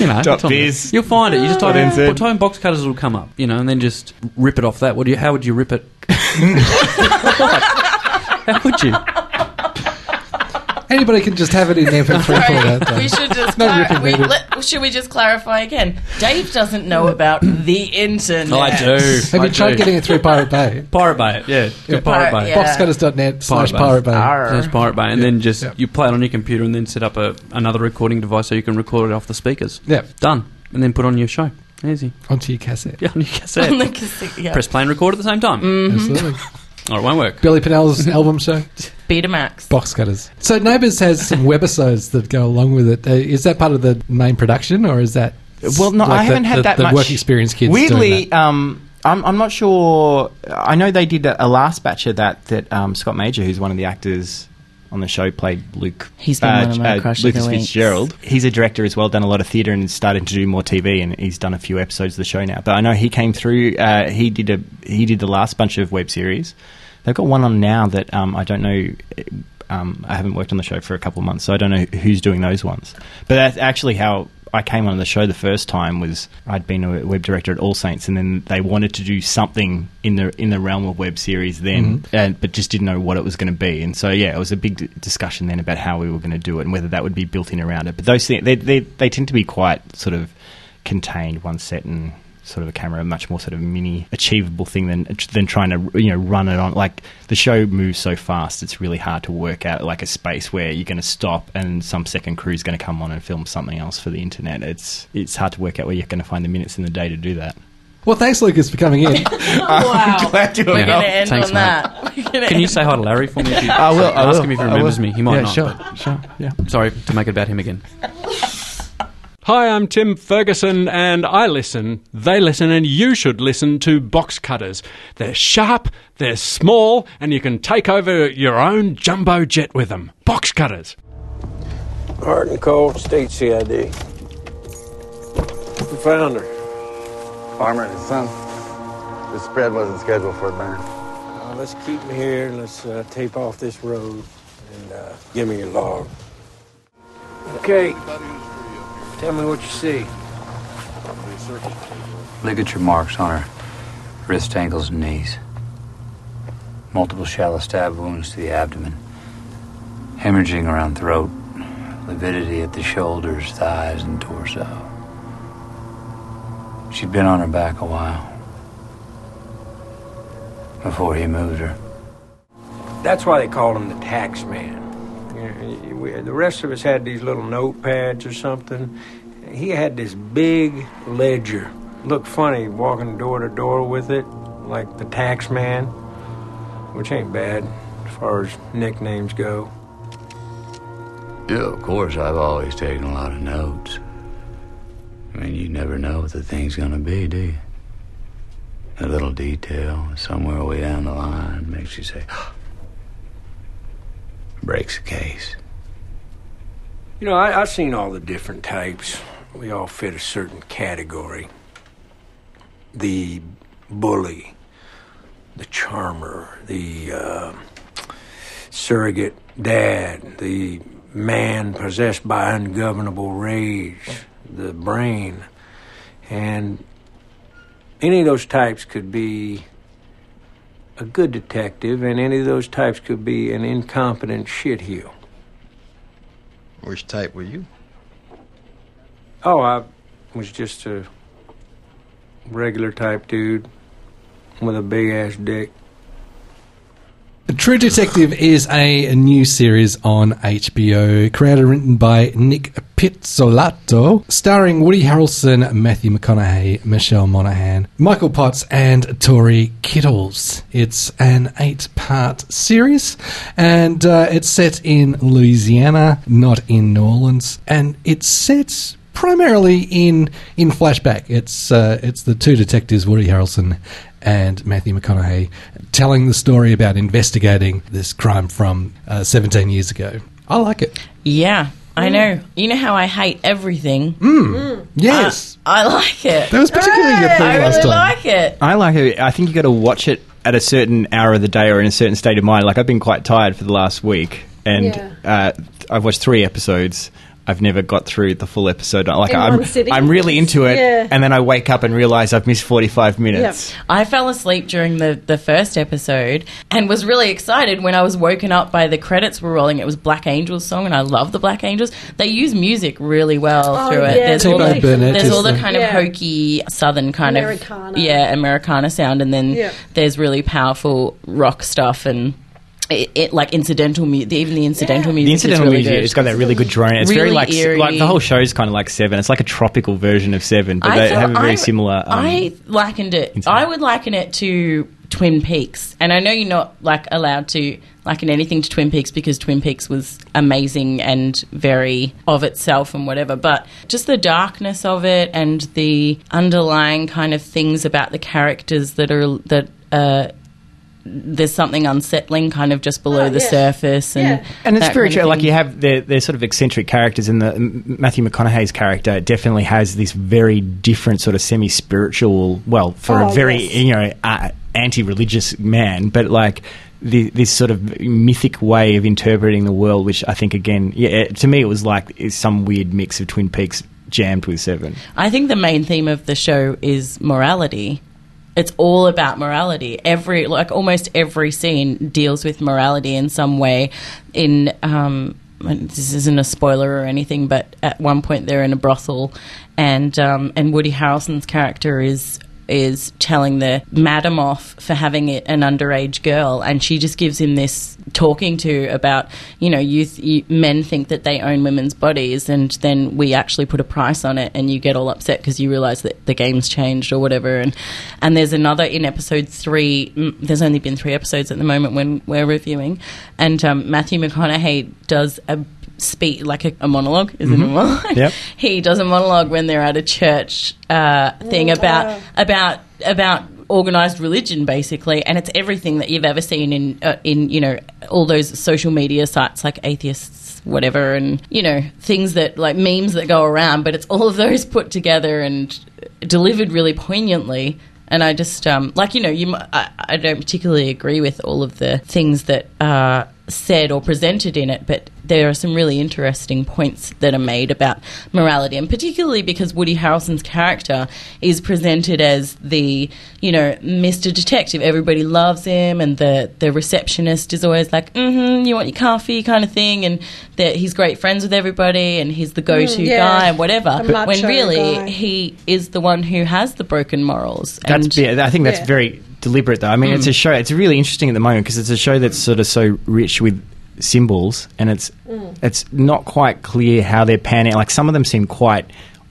Speaker 2: You know,
Speaker 3: Dot
Speaker 2: it's on
Speaker 3: biz.
Speaker 2: there. You'll find it. You just type
Speaker 3: Dot
Speaker 2: in,
Speaker 3: NZ.
Speaker 2: well, type in box cutters, it'll come up, you know, and then just rip it off that. What do you, how would you rip it? What? How would you?
Speaker 4: Anybody can just have it in MP3 format. though.
Speaker 5: Sorry, we should just
Speaker 4: No
Speaker 5: clar-
Speaker 4: ripping
Speaker 5: we,
Speaker 4: needed.
Speaker 5: let, should we just clarify again? Dave doesn't know about the internet.
Speaker 2: I do.
Speaker 4: Have
Speaker 2: I
Speaker 4: you tried
Speaker 2: do.
Speaker 4: getting it through Pirate Bay?
Speaker 2: Pirate Bay? Yeah. yeah. Pirate
Speaker 5: Pirate-
Speaker 2: Bay.
Speaker 5: yeah.
Speaker 4: Boxcutters.net slash Pirate
Speaker 2: Pirate Bay.
Speaker 4: Bay.
Speaker 2: So it's Pirate Bay, and then just
Speaker 4: Yeah.
Speaker 2: you play it on your computer, and then set up a, another recording device so you can record it off the speakers.
Speaker 4: Yeah,
Speaker 2: Done, and then put on your show. Easy.
Speaker 4: onto your cassette.
Speaker 2: Yeah, on your cassette.
Speaker 5: On the cassette, (laughs) yeah.
Speaker 2: Press play and record at the same time.
Speaker 3: Mm.
Speaker 4: Absolutely.
Speaker 2: Oh, it won't work.
Speaker 4: Billy Pinnell's album show,
Speaker 5: Betamax.
Speaker 4: Box Cutters. So Neighbours has some (laughs) webisodes that go along with it. Uh, is that part of the main production, or is that
Speaker 3: Well, no,
Speaker 4: like
Speaker 3: I
Speaker 4: the-
Speaker 3: haven't
Speaker 4: the,
Speaker 3: had that
Speaker 4: the
Speaker 3: much.
Speaker 4: work experience kids. doing
Speaker 3: Weirdly,
Speaker 4: that?
Speaker 3: um, I'm, I'm not sure. I know they did a, a last batch of that. That um, Scott Major, who's one of the actors on the show, played Luke. uh,
Speaker 5: He's been one of my crush of the
Speaker 3: Lucas
Speaker 5: weeks.
Speaker 3: Fitzgerald. He's a director as well. Done a lot of theatre and started to do more TV. And he's done a few episodes of the show now. But I know he came through. Uh, he did a he did the last bunch of web series. They've got one on now that um, I don't know. Um, I haven't worked on the show for a couple of months, so I don't know who's doing those ones. But that's actually how I came on the show the first time. Was I'd been a web director at All Saints, and then they wanted to do something in the in the realm of web series then, and, but just didn't know what it was going to be. And so yeah, it was a big d- discussion then about how we were going to do it and whether that would be built in around it. But those things they they, they tend to be quite sort of contained, one set and sort of a camera, a much more sort of mini achievable thing than than trying to you know run it on. Like the show moves so fast, it's really hard to work out like a space where you're going to stop and some second crew's going to come on and film something else for the internet. It's it's hard to work out where you're going to find the minutes in the day to do that.
Speaker 4: well, thanks, Lucas, for coming in.
Speaker 5: wow.
Speaker 3: Glad to
Speaker 5: We're going
Speaker 2: well,
Speaker 5: to end
Speaker 2: thanks,
Speaker 5: on
Speaker 2: mate.
Speaker 5: that. (laughs) We're gonna
Speaker 2: Can you
Speaker 5: end-
Speaker 2: say hi to Larry for me? If you,
Speaker 3: (laughs) I will. I
Speaker 2: Ask
Speaker 3: will.
Speaker 2: him if he
Speaker 3: I
Speaker 2: remembers
Speaker 3: will.
Speaker 2: me. He might
Speaker 3: yeah,
Speaker 2: not.
Speaker 3: Sure, sure. Yeah.
Speaker 2: but- Sorry to make it about him again.
Speaker 8: (laughs) Hi, I'm Tim Ferguson, and I listen, they listen, and you should listen to box cutters. They're sharp, they're small, and you can take over your own jumbo jet with them. Box cutters.
Speaker 9: Hard and cold state CID. We found her.
Speaker 10: Farmer and his son. The spread wasn't scheduled for a burn.
Speaker 9: Uh, let's keep him here and let's uh, tape off this road and uh, give me your log. Okay. Tell me what you see.
Speaker 10: Ligature marks on her wrist, ankles, and knees. Multiple shallow stab wounds to the abdomen. Hemorrhaging around throat. Lividity at the shoulders, thighs, and torso. She'd been on her back a while. Before he moved her.
Speaker 9: (laughs) That's why they called him the tax man. Yeah, we- The rest of us had these little notepads or something. He had this big ledger. Looked funny walking door to door with it, like the tax man, which ain't bad as far as nicknames go.
Speaker 10: Yeah, of course, I've always taken a lot of notes. I mean, you never know what the thing's going to be, do you? A little detail somewhere way down the line makes you say, (gasps) breaks the case.
Speaker 9: You know, I, I've seen all the different types. We all fit a certain category. The bully, the charmer, the uh, surrogate dad, the man possessed by ungovernable rage, the brain. And any of those types could be a good detective, and any of those types could be an incompetent shitheel.
Speaker 11: Which type were you?
Speaker 9: Oh, I was just a regular type dude with a big ass dick.
Speaker 4: True Detective is a new series on HBO, created and written by Nick Pizzolato, starring Woody Harrelson, Matthew McConaughey, Michelle Monaghan, Michael Potts, and Tori Kittles. It's an eight part series, and uh, it's set in Louisiana, not in New Orleans, and it's set primarily in in flashback. It's uh, it's the two detectives Woody Harrelson and Matthew McConaughey telling the story about investigating this crime from uh, 17 years ago. I like it.
Speaker 5: Yeah, I know. You know how I hate everything.
Speaker 4: Mm. Yes.
Speaker 5: I like it.
Speaker 4: That was particularly your thing
Speaker 5: I really
Speaker 3: last time.
Speaker 5: like it.
Speaker 3: I like it. I think you got to watch it at a certain hour of the day or in a certain state of mind. Like I've been quite tired for the last week, and
Speaker 6: Yeah.
Speaker 3: uh, I've watched three episodes. I've never got through the full episode. Like
Speaker 6: In
Speaker 3: I'm,
Speaker 6: one sitting?
Speaker 3: I'm really into it,
Speaker 6: Yeah.
Speaker 3: and then I wake up and realize I've missed 45 minutes.
Speaker 5: I fell asleep during the, the first episode and was really excited when I was woken up by the credits were rolling. It was Black Angels song, and I love the Black Angels. They use music really well
Speaker 6: Oh,
Speaker 5: through it.
Speaker 6: yeah,
Speaker 5: there's
Speaker 6: T-Bone
Speaker 5: all the,
Speaker 4: Burnett
Speaker 5: there's
Speaker 4: is
Speaker 5: all the
Speaker 4: the-
Speaker 5: kind
Speaker 6: Yeah.
Speaker 5: of hokey southern kind
Speaker 6: Americana.
Speaker 5: of yeah Americana sound, and then
Speaker 6: Yeah.
Speaker 5: there's really powerful rock stuff and. It, it like incidental music, even the incidental music.
Speaker 3: The incidental
Speaker 5: is really
Speaker 3: music,
Speaker 5: good.
Speaker 3: it's got that really good drone. It's very
Speaker 5: Really
Speaker 3: like
Speaker 5: eerie.
Speaker 3: like the whole show's kind of like Seven. It's like a tropical version of Seven, but
Speaker 5: I
Speaker 3: they
Speaker 5: feel-
Speaker 3: have a very
Speaker 5: I-
Speaker 3: similar. Um,
Speaker 5: I likened it. I would liken it to Twin Peaks, and I know you're not like allowed to liken anything to Twin Peaks because Twin Peaks was amazing and very of itself and whatever. But just the darkness of it and the underlying kind of things about the characters that are that. Uh, there's something unsettling kind of just below
Speaker 6: Oh,
Speaker 5: the
Speaker 6: yeah.
Speaker 5: surface and
Speaker 6: Yeah.
Speaker 3: and it's
Speaker 5: that
Speaker 3: very
Speaker 5: kind of
Speaker 3: true. Like
Speaker 5: thing.
Speaker 3: you have they're, they're sort of eccentric characters, and the M- Matthew McConaughey's character definitely has this very different sort of semi-spiritual. Well, for
Speaker 6: Oh,
Speaker 3: a very
Speaker 6: yes.
Speaker 3: you know uh, anti-religious man, but like. The, this sort of mythic way of interpreting the world, which I think, again, yeah, it- to me, it was like it's some weird mix of Twin Peaks jammed with Seven.
Speaker 5: I think the main theme of the show is morality. It's all about morality. Every like almost every scene deals with morality in some way. In um, and this isn't a spoiler or anything, but at one point they're in a brothel, and um, and Woody Harrelson's character is is telling the madam off for having it, an underage girl, and she just gives him this talking to about you know you, th- you men think that they own women's bodies, and then we actually put a price on it, and you get all upset because you realize that the game's changed or whatever. And and there's another in episode three. mm, There's only been three episodes at the moment when we're reviewing, and um, Matthew McConaughey does a speak like a, a monologue isn't it a monologue
Speaker 3: Yep.
Speaker 5: (laughs) he does a monologue when they're at a church uh, thing about about about organized religion basically and it's everything that you've ever seen in uh, in you know all those social media sites like atheists whatever and you know things that like memes that go around but it's all of those put together and delivered really poignantly and I just um, like you know you m- I, I don't particularly agree with all of the things that are said or presented in it, but there are some really interesting points that are made about morality, and particularly because Woody Harrelson's character is presented as the you know Mr. Detective, everybody loves him, and the the receptionist is always like, mm-hmm, you want your coffee kind of thing, and that he's great friends with everybody, and he's the go-to
Speaker 6: Mm, yeah.
Speaker 5: guy and whatever,
Speaker 6: The
Speaker 5: when
Speaker 6: macho
Speaker 5: really
Speaker 6: guy.
Speaker 5: he is the one who has the broken morals.
Speaker 3: That's yeah, I think that's
Speaker 6: Yeah.
Speaker 3: very deliberate, though. I mean, it's a show. It's really interesting at the moment because it's a show that's sort of so rich with symbols, and it's it's not quite clear how they're panning. Like some of them seem quite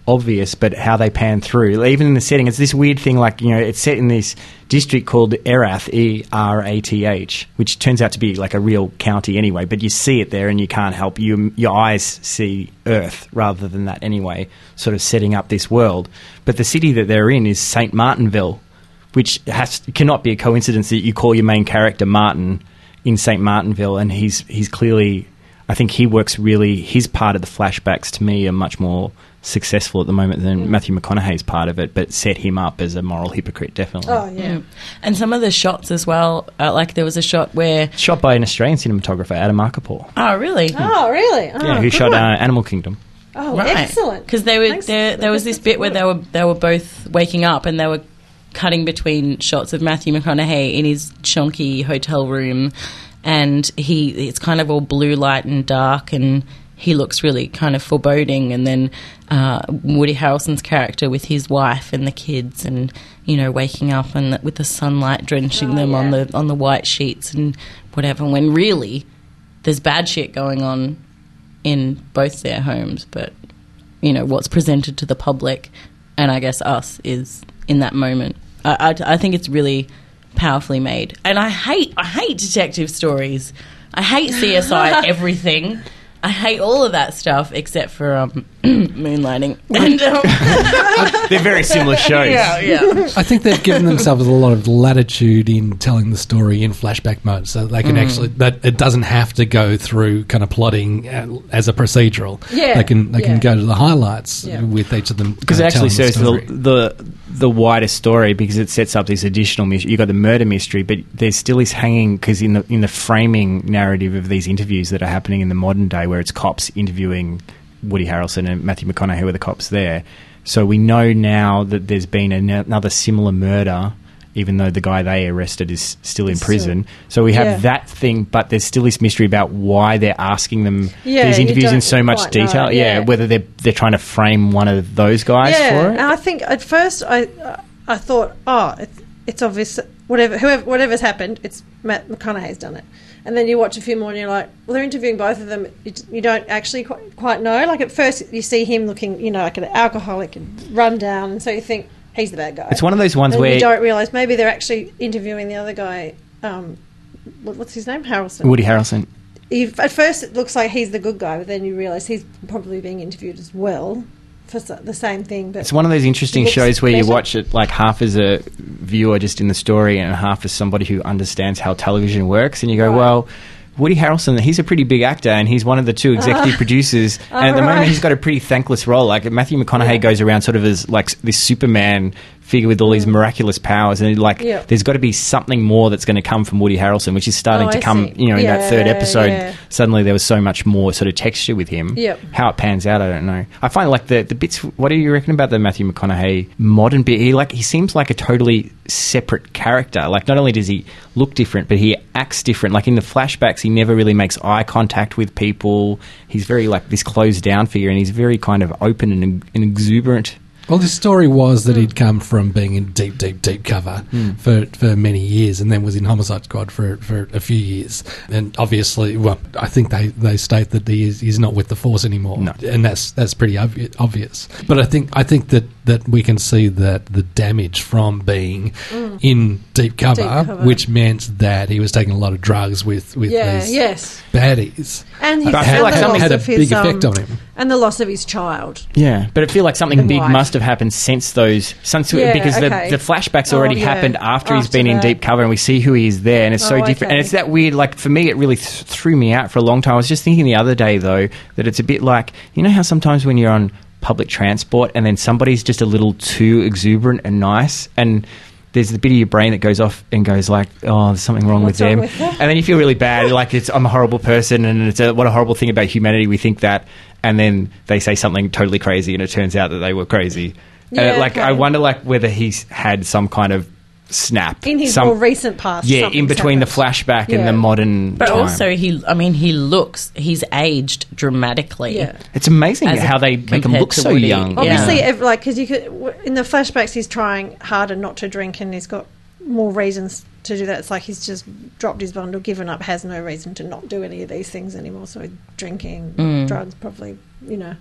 Speaker 3: obvious, but how they pan through, even in the setting, it's this weird thing. Like you know, it's set in this district called Erath, E R A T H, which turns out to be like a real county anyway. But you see it there, and you can't help you. Your eyes see Earth rather than that anyway. Sort of setting up this world, but the city that they're in is Saint Martinville, which has cannot be a coincidence that you call your main character Martin in Saint Martinville, and he's he's clearly. I think he works really. His part of the flashbacks to me are much more successful at the moment than
Speaker 6: Mm.
Speaker 3: Matthew McConaughey's part of it, but set him up as a moral hypocrite, definitely.
Speaker 5: Oh yeah. And some of the shots as well. Uh, like there was a shot where.
Speaker 3: Shot by an Australian cinematographer, Adam Arkapour.
Speaker 5: Oh really?
Speaker 6: Oh, really? Oh,
Speaker 3: yeah, who
Speaker 6: good
Speaker 3: shot uh,
Speaker 6: one.
Speaker 3: Animal Kingdom.
Speaker 6: Oh, excellent.
Speaker 5: Because they were there. There was this bit where they were they were both waking up and they were cutting between shots of Matthew McConaughey in his chunky hotel room, and he it's kind of all blue light and dark and. He looks really kind of foreboding, and then uh, Woody Harrelson's character with his wife and the kids, and you know, waking up and the, with the sunlight drenching them on the on the white sheets and whatever. When really, there's bad shit going on in both their homes, but you know what's presented to the public, and I guess us is in that moment. I, I, I think it's really powerfully made, and I hate I hate detective stories. I hate CSI everything. I hate all of that stuff except for um, (clears throat) moonlighting. And, (laughs) um,
Speaker 3: They're very similar shows.
Speaker 5: Yeah, yeah.
Speaker 4: I think they've given themselves a lot of latitude in telling the story in flashback mode, so they can
Speaker 5: Mm.
Speaker 4: actually that it doesn't have to go through kind of plotting uh, as a procedural.
Speaker 3: Yeah,
Speaker 4: they can they
Speaker 3: yeah.
Speaker 4: can go to the highlights
Speaker 3: Yeah.
Speaker 4: with each of them
Speaker 3: because it
Speaker 4: kinda
Speaker 3: actually
Speaker 4: telling
Speaker 3: serves
Speaker 4: Uh, story.
Speaker 3: the, the the wider story because it sets up this additional mystery. You got the murder mystery, but there still is hanging because in the in the framing narrative of these interviews that are happening in the modern day, where it's cops interviewing Woody Harrelson and Matthew McConaughey were the cops there. So we know now that there's been an, another similar murder, even though the guy they arrested is still in
Speaker 12: Still-
Speaker 3: prison. So we have
Speaker 12: Yeah.
Speaker 3: that thing, but there's still this mystery about why they're asking them
Speaker 6: Yeah,
Speaker 3: these
Speaker 6: you
Speaker 3: interviews in
Speaker 6: don't
Speaker 3: so much
Speaker 6: quite know,
Speaker 3: detail. yeah,
Speaker 6: yeah.
Speaker 3: whether they're they're trying to frame one of those guys
Speaker 6: yeah,
Speaker 3: for it.
Speaker 6: and
Speaker 12: uh,
Speaker 6: I think at first I I thought, oh, it's, it's obvious. Whatever, whoever, whatever's happened, it's Matt McConaughey's done it. And then you watch a few more, and you're like, well, they're interviewing both of them. You, d- you don't actually quite, quite know. Like at first, you see him looking, you know, like an alcoholic and run down, and so you think he's the bad guy.
Speaker 3: It's one of those ones
Speaker 6: And
Speaker 3: where-
Speaker 6: you don't realise maybe they're actually interviewing the other guy. Um, what- what's his name? Harrelson.
Speaker 3: Woody Harrelson.
Speaker 6: You, at first, it looks like he's the good guy, but then you realise he's probably being interviewed as well for s- the same thing. But
Speaker 3: It's one of those interesting
Speaker 6: Looks
Speaker 3: shows where you
Speaker 6: better.
Speaker 3: watch it like half as a viewer just in the story and half as somebody who understands how television works and you go, Well, Woody Harrelson, he's a pretty big actor and he's one of the two executive
Speaker 12: Ah. (laughs)
Speaker 3: producers and at the moment
Speaker 12: Alright.
Speaker 3: he's got a pretty thankless role. Like Matthew McConaughey goes around sort of as like s- this Superman figure with all these miraculous powers and like
Speaker 12: Mm. Yeah.
Speaker 3: there's got to be something more that's going to come from Woody Harrelson which is starting
Speaker 12: Oh,
Speaker 3: to
Speaker 12: I
Speaker 3: come,
Speaker 12: see.
Speaker 3: you know, in that third
Speaker 12: Yeah,
Speaker 3: episode
Speaker 12: yeah.
Speaker 3: suddenly there was so much more sort of texture with him.
Speaker 12: Yep.
Speaker 3: How it pans out, I don't know. I find like the the bits. What do you reckon about the Matthew McConaughey modern bit? He like he seems like a totally separate character. Like not only does he look different, but he acts different. Like in the flashbacks, he never really makes eye contact with people. He's very like this closed down figure, and he's very kind of open and, and exuberant.
Speaker 4: Well, the story was that he'd come from being in deep, deep, deep cover
Speaker 3: Mm.
Speaker 4: for, for many years and then was in Homicide Squad for, for a few years. And obviously, well, I think they, they state that he is, he's not with the Force anymore. And that's that's pretty obvi- obvious. But I think I think that, that we can see that the damage from being
Speaker 6: Mm.
Speaker 4: in deep cover,
Speaker 6: Deep cover.
Speaker 4: which meant that he was taking a lot of drugs with, with
Speaker 6: Yeah,
Speaker 4: these
Speaker 6: yes.
Speaker 4: baddies.
Speaker 6: And he
Speaker 4: I
Speaker 6: had
Speaker 4: feel like
Speaker 6: the
Speaker 4: something had
Speaker 6: loss
Speaker 4: a
Speaker 6: of his,
Speaker 4: big
Speaker 6: um,
Speaker 4: effect on him.
Speaker 6: and the loss of his child.
Speaker 3: Yeah, but it feel like something
Speaker 6: And
Speaker 3: big
Speaker 6: wife.
Speaker 3: must have happened since those since
Speaker 6: Yeah,
Speaker 3: because
Speaker 6: okay.
Speaker 3: the, the flashbacks
Speaker 6: Oh,
Speaker 3: already
Speaker 6: yeah.
Speaker 3: happened after, he's
Speaker 6: After
Speaker 3: been in
Speaker 6: that.
Speaker 3: deep cover and we see who he is there and it's so
Speaker 6: Oh,
Speaker 3: different and
Speaker 6: okay.
Speaker 3: it's that weird like for me it really th- threw me out for a long time. I was just thinking the other day though that it's a bit like you know how sometimes when you're on public transport and then somebody's just a little too exuberant and nice and there's the bit of your brain that goes off and goes like, "Oh, there's something wrong with
Speaker 12: wrong
Speaker 3: them,"
Speaker 12: with them?
Speaker 3: and then you feel really bad, like it's I'm a horrible person, and it's a, what a horrible thing about humanity. We think that, and then they say something totally crazy, and it turns out that they were crazy. and
Speaker 6: Yeah,
Speaker 3: it, like
Speaker 6: okay.
Speaker 3: I wonder, like whether he's had some kind of snap
Speaker 6: In his
Speaker 3: some,
Speaker 6: more recent past.
Speaker 3: yeah, in
Speaker 6: something's
Speaker 3: between
Speaker 6: happened.
Speaker 3: the flashback
Speaker 6: Yeah.
Speaker 3: and the modern
Speaker 5: But
Speaker 3: time.
Speaker 5: also, he, I mean, he looks, he's aged dramatically.
Speaker 6: Yeah.
Speaker 3: it's amazing
Speaker 5: As a-
Speaker 3: how they make him
Speaker 5: compared
Speaker 3: look
Speaker 5: to
Speaker 3: so
Speaker 5: Woody.
Speaker 3: young.
Speaker 6: Obviously,
Speaker 3: Yeah.
Speaker 6: if, like because you could w- in the flashbacks, he's trying harder not to drink, and he's got more reasons to do that. It's like he's just dropped his bundle, given up, has no reason to not do any of these things anymore. So he's drinking,
Speaker 5: Mm.
Speaker 6: drugs, probably, you know.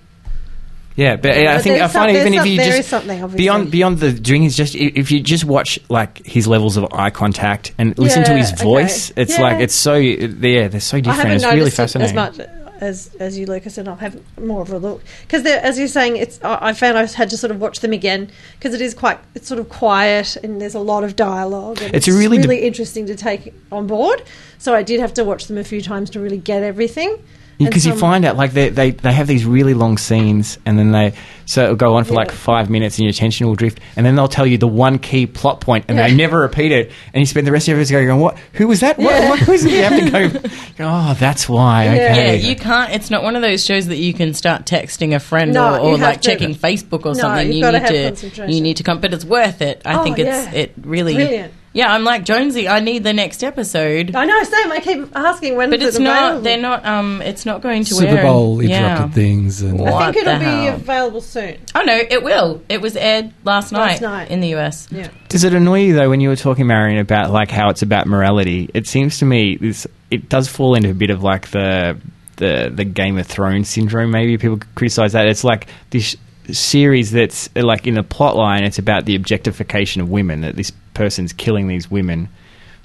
Speaker 3: Yeah, but I
Speaker 6: But
Speaker 3: think I find
Speaker 6: there's some-
Speaker 3: even
Speaker 6: there's
Speaker 3: if you
Speaker 6: some- there
Speaker 3: just
Speaker 6: is something, obviously.
Speaker 3: beyond beyond the doing is just i- if you just watch like his levels of eye contact and listen to
Speaker 6: Yeah,
Speaker 3: his
Speaker 6: okay.
Speaker 3: voice, it's
Speaker 6: Yeah.
Speaker 3: like it's so yeah, they're so
Speaker 6: I
Speaker 3: different.
Speaker 6: haven't
Speaker 3: It's really
Speaker 6: noticed it as
Speaker 3: fascinating.
Speaker 6: much as as you, Lucas, and I'll have more of a look because as you're saying, it's I I found I had to sort of watch them again because it is quite it's sort of quiet and there's a lot of dialogue. And
Speaker 3: It's a really de-
Speaker 6: really interesting to take on board. So I did have to watch them a few times to really get everything. And
Speaker 3: Because you
Speaker 6: some-
Speaker 3: find out like they, they they have these really long scenes, and then they so it'll go on for like five minutes, and your attention will drift, and then they'll tell you the one key plot point, and they
Speaker 6: Yeah.
Speaker 3: never repeat it, and you spend the rest of your episode going, "What? Who was that? What?
Speaker 5: Yeah.
Speaker 3: what was it?" You have to
Speaker 6: (laughs)
Speaker 3: go, "Oh, that's why."
Speaker 5: Yeah,
Speaker 3: Okay.
Speaker 5: you can't. It's not one of those shows that you can start texting a friend
Speaker 6: No,
Speaker 5: or, or
Speaker 6: you have
Speaker 5: like
Speaker 6: to-
Speaker 5: checking Facebook or
Speaker 6: No,
Speaker 5: something.
Speaker 6: you've
Speaker 5: You
Speaker 6: gotta
Speaker 5: need
Speaker 6: have
Speaker 5: to.
Speaker 6: concentration.
Speaker 5: You need to come, but it's worth it. I
Speaker 6: Oh,
Speaker 5: think it's
Speaker 6: yeah.
Speaker 5: it really.
Speaker 6: Brilliant.
Speaker 5: Yeah, I'm like Jonesy. I need the next episode.
Speaker 6: I know, same. I keep asking when,
Speaker 5: But
Speaker 6: is
Speaker 5: it's
Speaker 6: it
Speaker 5: not.
Speaker 6: available?
Speaker 5: They're not. Um, it's not going to air.
Speaker 4: Super Bowl
Speaker 5: Yeah.
Speaker 4: interrupted things and
Speaker 5: What
Speaker 6: I think
Speaker 5: the
Speaker 6: it'll be
Speaker 5: hell?
Speaker 6: available soon.
Speaker 5: Oh no, it will. It was aired last night,
Speaker 6: Last night.
Speaker 5: in the US.
Speaker 6: Yeah.
Speaker 3: Does it annoy you though when you were talking, Marion, about like how it's about morality? It seems to me this it does fall into a bit of like the the the Game of Thrones syndrome. Maybe people could criticize that. It's like this series that's uh, like in the plot line. It's about the objectification of women. That this person's killing these women,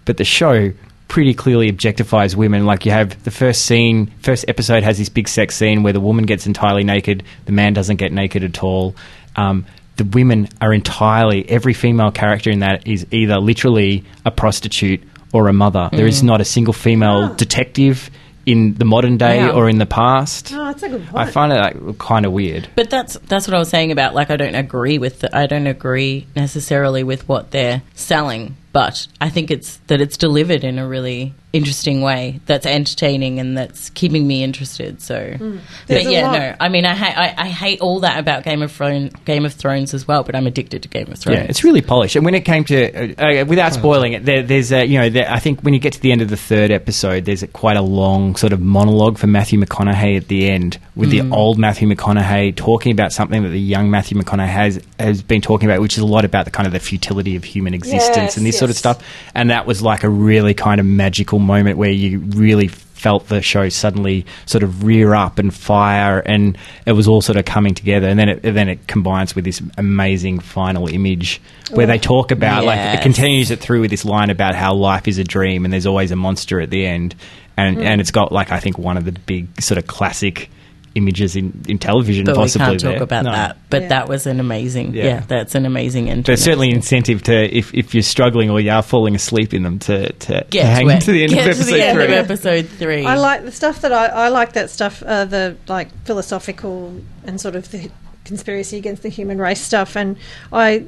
Speaker 3: but the show pretty clearly objectifies women. Like you have the first scene, first episode has this big sex scene where the woman gets entirely naked, the man doesn't get naked at all. Um, the women are entirely every female character in that is either literally a prostitute or a mother. There
Speaker 6: Mm.
Speaker 3: is not a single female detective in the modern day
Speaker 5: Yeah.
Speaker 3: or in the past.
Speaker 6: Oh, that's a good point.
Speaker 3: I find it like, kind of weird.
Speaker 5: But that's that's what I was saying about like I don't agree with the, I don't agree necessarily with what they're selling, but I think it's that it's delivered in a really interesting way that's entertaining and that's keeping me interested. So, but
Speaker 6: Hmm. There's a
Speaker 5: yeah,
Speaker 6: lot.
Speaker 5: no, I mean I, ha- I I hate all that about Game of Thrones Game of Thrones as well, but I'm addicted to Game of Thrones.
Speaker 3: Yeah, it's really polished. And when it came to, uh, uh, without spoiling it, there, there's a, you know, there, I think when you get to the end of the third episode, there's a, quite a long sort of monologue for Matthew McConaughey at the end with
Speaker 6: Mm.
Speaker 3: the old Matthew McConaughey talking about something that the young Matthew McConaughey has has been talking about, which is a lot about the kind of the futility of human existence
Speaker 6: Yes,
Speaker 3: and this sort of
Speaker 6: yes.
Speaker 3: stuff. And that was like a really kind of magical moment where you really felt the show suddenly sort of rear up and fire and it was all sort of coming together and then it and then it combines with this amazing final image where they talk about like it
Speaker 5: Yes.
Speaker 3: continues it through with this line about how life is a dream and there's always a monster at the end and
Speaker 5: Mm.
Speaker 3: and it's got like I think one of the big sort of classic images in, in television
Speaker 5: but we
Speaker 3: possibly
Speaker 5: can't talk
Speaker 3: there.
Speaker 5: about
Speaker 3: No.
Speaker 5: that. But
Speaker 6: Yeah.
Speaker 5: that was an amazing,
Speaker 3: Yeah.
Speaker 5: yeah, that's an amazing intro.
Speaker 3: There's certainly incentive to if, if you're struggling or you are falling asleep in them to, to, to
Speaker 5: get
Speaker 3: hang
Speaker 5: to, it.
Speaker 3: the end
Speaker 5: Get
Speaker 3: of
Speaker 5: to
Speaker 3: episode
Speaker 5: the end
Speaker 3: three.
Speaker 5: of episode three.
Speaker 6: I like the stuff that I, I like that stuff, uh, the like philosophical and sort of the conspiracy against the human race stuff. And I